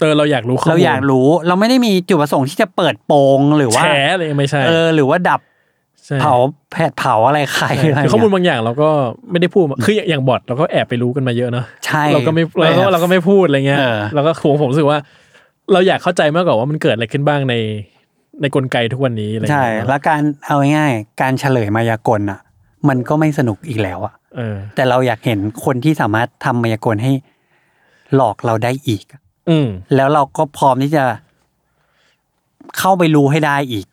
Speaker 4: เออเราอยากรู้ข้อมูล
Speaker 2: เราอยากรู้เราไม่ได้มีจุดประสงค์ที่จะเปิดโปงหรือ
Speaker 4: แฉ
Speaker 2: ว่า
Speaker 4: อะไรยังไม่ใช่
Speaker 2: เออหรือว่าดับ
Speaker 4: ใช่
Speaker 2: เผาแผดเผาอะไรใครอะไร
Speaker 4: คือข้อมูลบางอย่างเราก็ไม่ได้พูดมาคืออย่างอย่างบอทเราก็แอบไปรู้กันมาเยอะเนาะ
Speaker 2: ใช่
Speaker 4: เราก็ไม่เราก็
Speaker 2: แบบ
Speaker 4: เราก็ไม่พูดอะไรเงี้ย
Speaker 2: เออ
Speaker 4: เราก็ผมผมรู้สึกว่า เราอยากเข้าใจมากกว่าว่ามันเกิดอะไรขึ้นบ้างในในกลไกทุกวันนี้อะไร
Speaker 2: ใช่
Speaker 4: เงี้ย
Speaker 2: แล้วการเอาง่ายๆการเฉลยมายากลอ่ะ มันก็ไม่สนุกอีกแล้วอ่ะ
Speaker 4: เออ
Speaker 2: แต่เราอยากเห็นคนที่สามารถทำมายากลให้หลอกเราได้อีก
Speaker 4: อืม
Speaker 2: แล้วเราก็พร้อมที่จะเข้าไปรู้ให้ได้อีก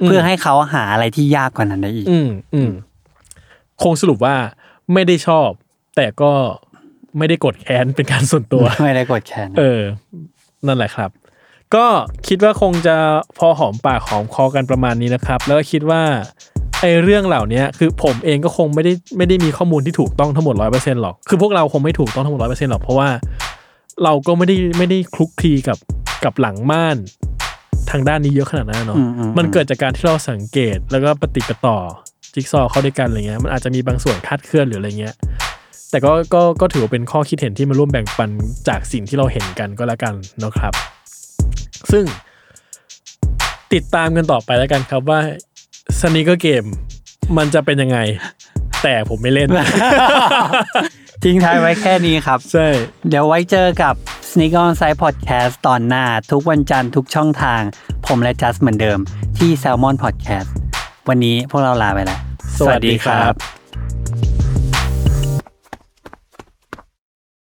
Speaker 3: อืม
Speaker 2: เพื่อให้เขาหาอะไรที่ยากกว่านั้นได้อีก
Speaker 4: อืมอืมคงสรุปว่าไม่ได้ชอบ แต่ก็ไม่ได้โกดแค้นเป็นการส่วนตัว
Speaker 2: ไม่ได้กดแค้น
Speaker 4: เออ นั่นแหละครับ ก็คิดว่าคงจะพอหอมปากหอมคอกันประมาณนี้นะครับ แล้วก็คิดว่าไอ้เรื่องเหล่านี้คือผมเองก็คงไม่ได้ไม่ได้มีข้อมูลที่ถูกต้องทั้งหมดร้อยเปอร์เซ็นหรอก คือพวกเราคงไม่ถูกต้องทั้งหมดร้อยเปอร์เซ็นหรอก เพราะว่าเราก็ไม่ได้ไม่ได้คลุกคลีกับกับหลังม่านทางด้านนี้เยอะขนาดนั้นนะเนาะ มันเกิดจากการที่เราสังเกตแล้วก็ปฏิดปะต่อจิ๊กซอว์เข้าด้วยกันอะไรเงี้ย มันอาจจะมีบางส่วนคลาดเคลื่อนหรืออะไรเงี้ย แต่ก็ก็ก็ถือว่าเป็นข้อคิดเห็นที่มาร่วมแบ่งปันจากสิ่งที่เราเห็นกันก็แล้วกันเนาะครับ ซึ่งติดตามกันต่อไปแล้วกันครับว่าสน a ก e r g เกมมันจะเป็นยังไง แต่ผมไม่เล่น
Speaker 2: ทิ้งท้ายไว้แค่นี้ครับ
Speaker 4: ใช่
Speaker 2: เดี๋ยวไว้เจอกับ Sneak On Side Podcast ตอนหน้า ทุกวันจันทร์ทุกช่องทาง ผมและจัสเหมือนเดิมที่ Salmon Podcast วันนี้พวกเราลาไปแล้ว
Speaker 4: สวัสดีครับ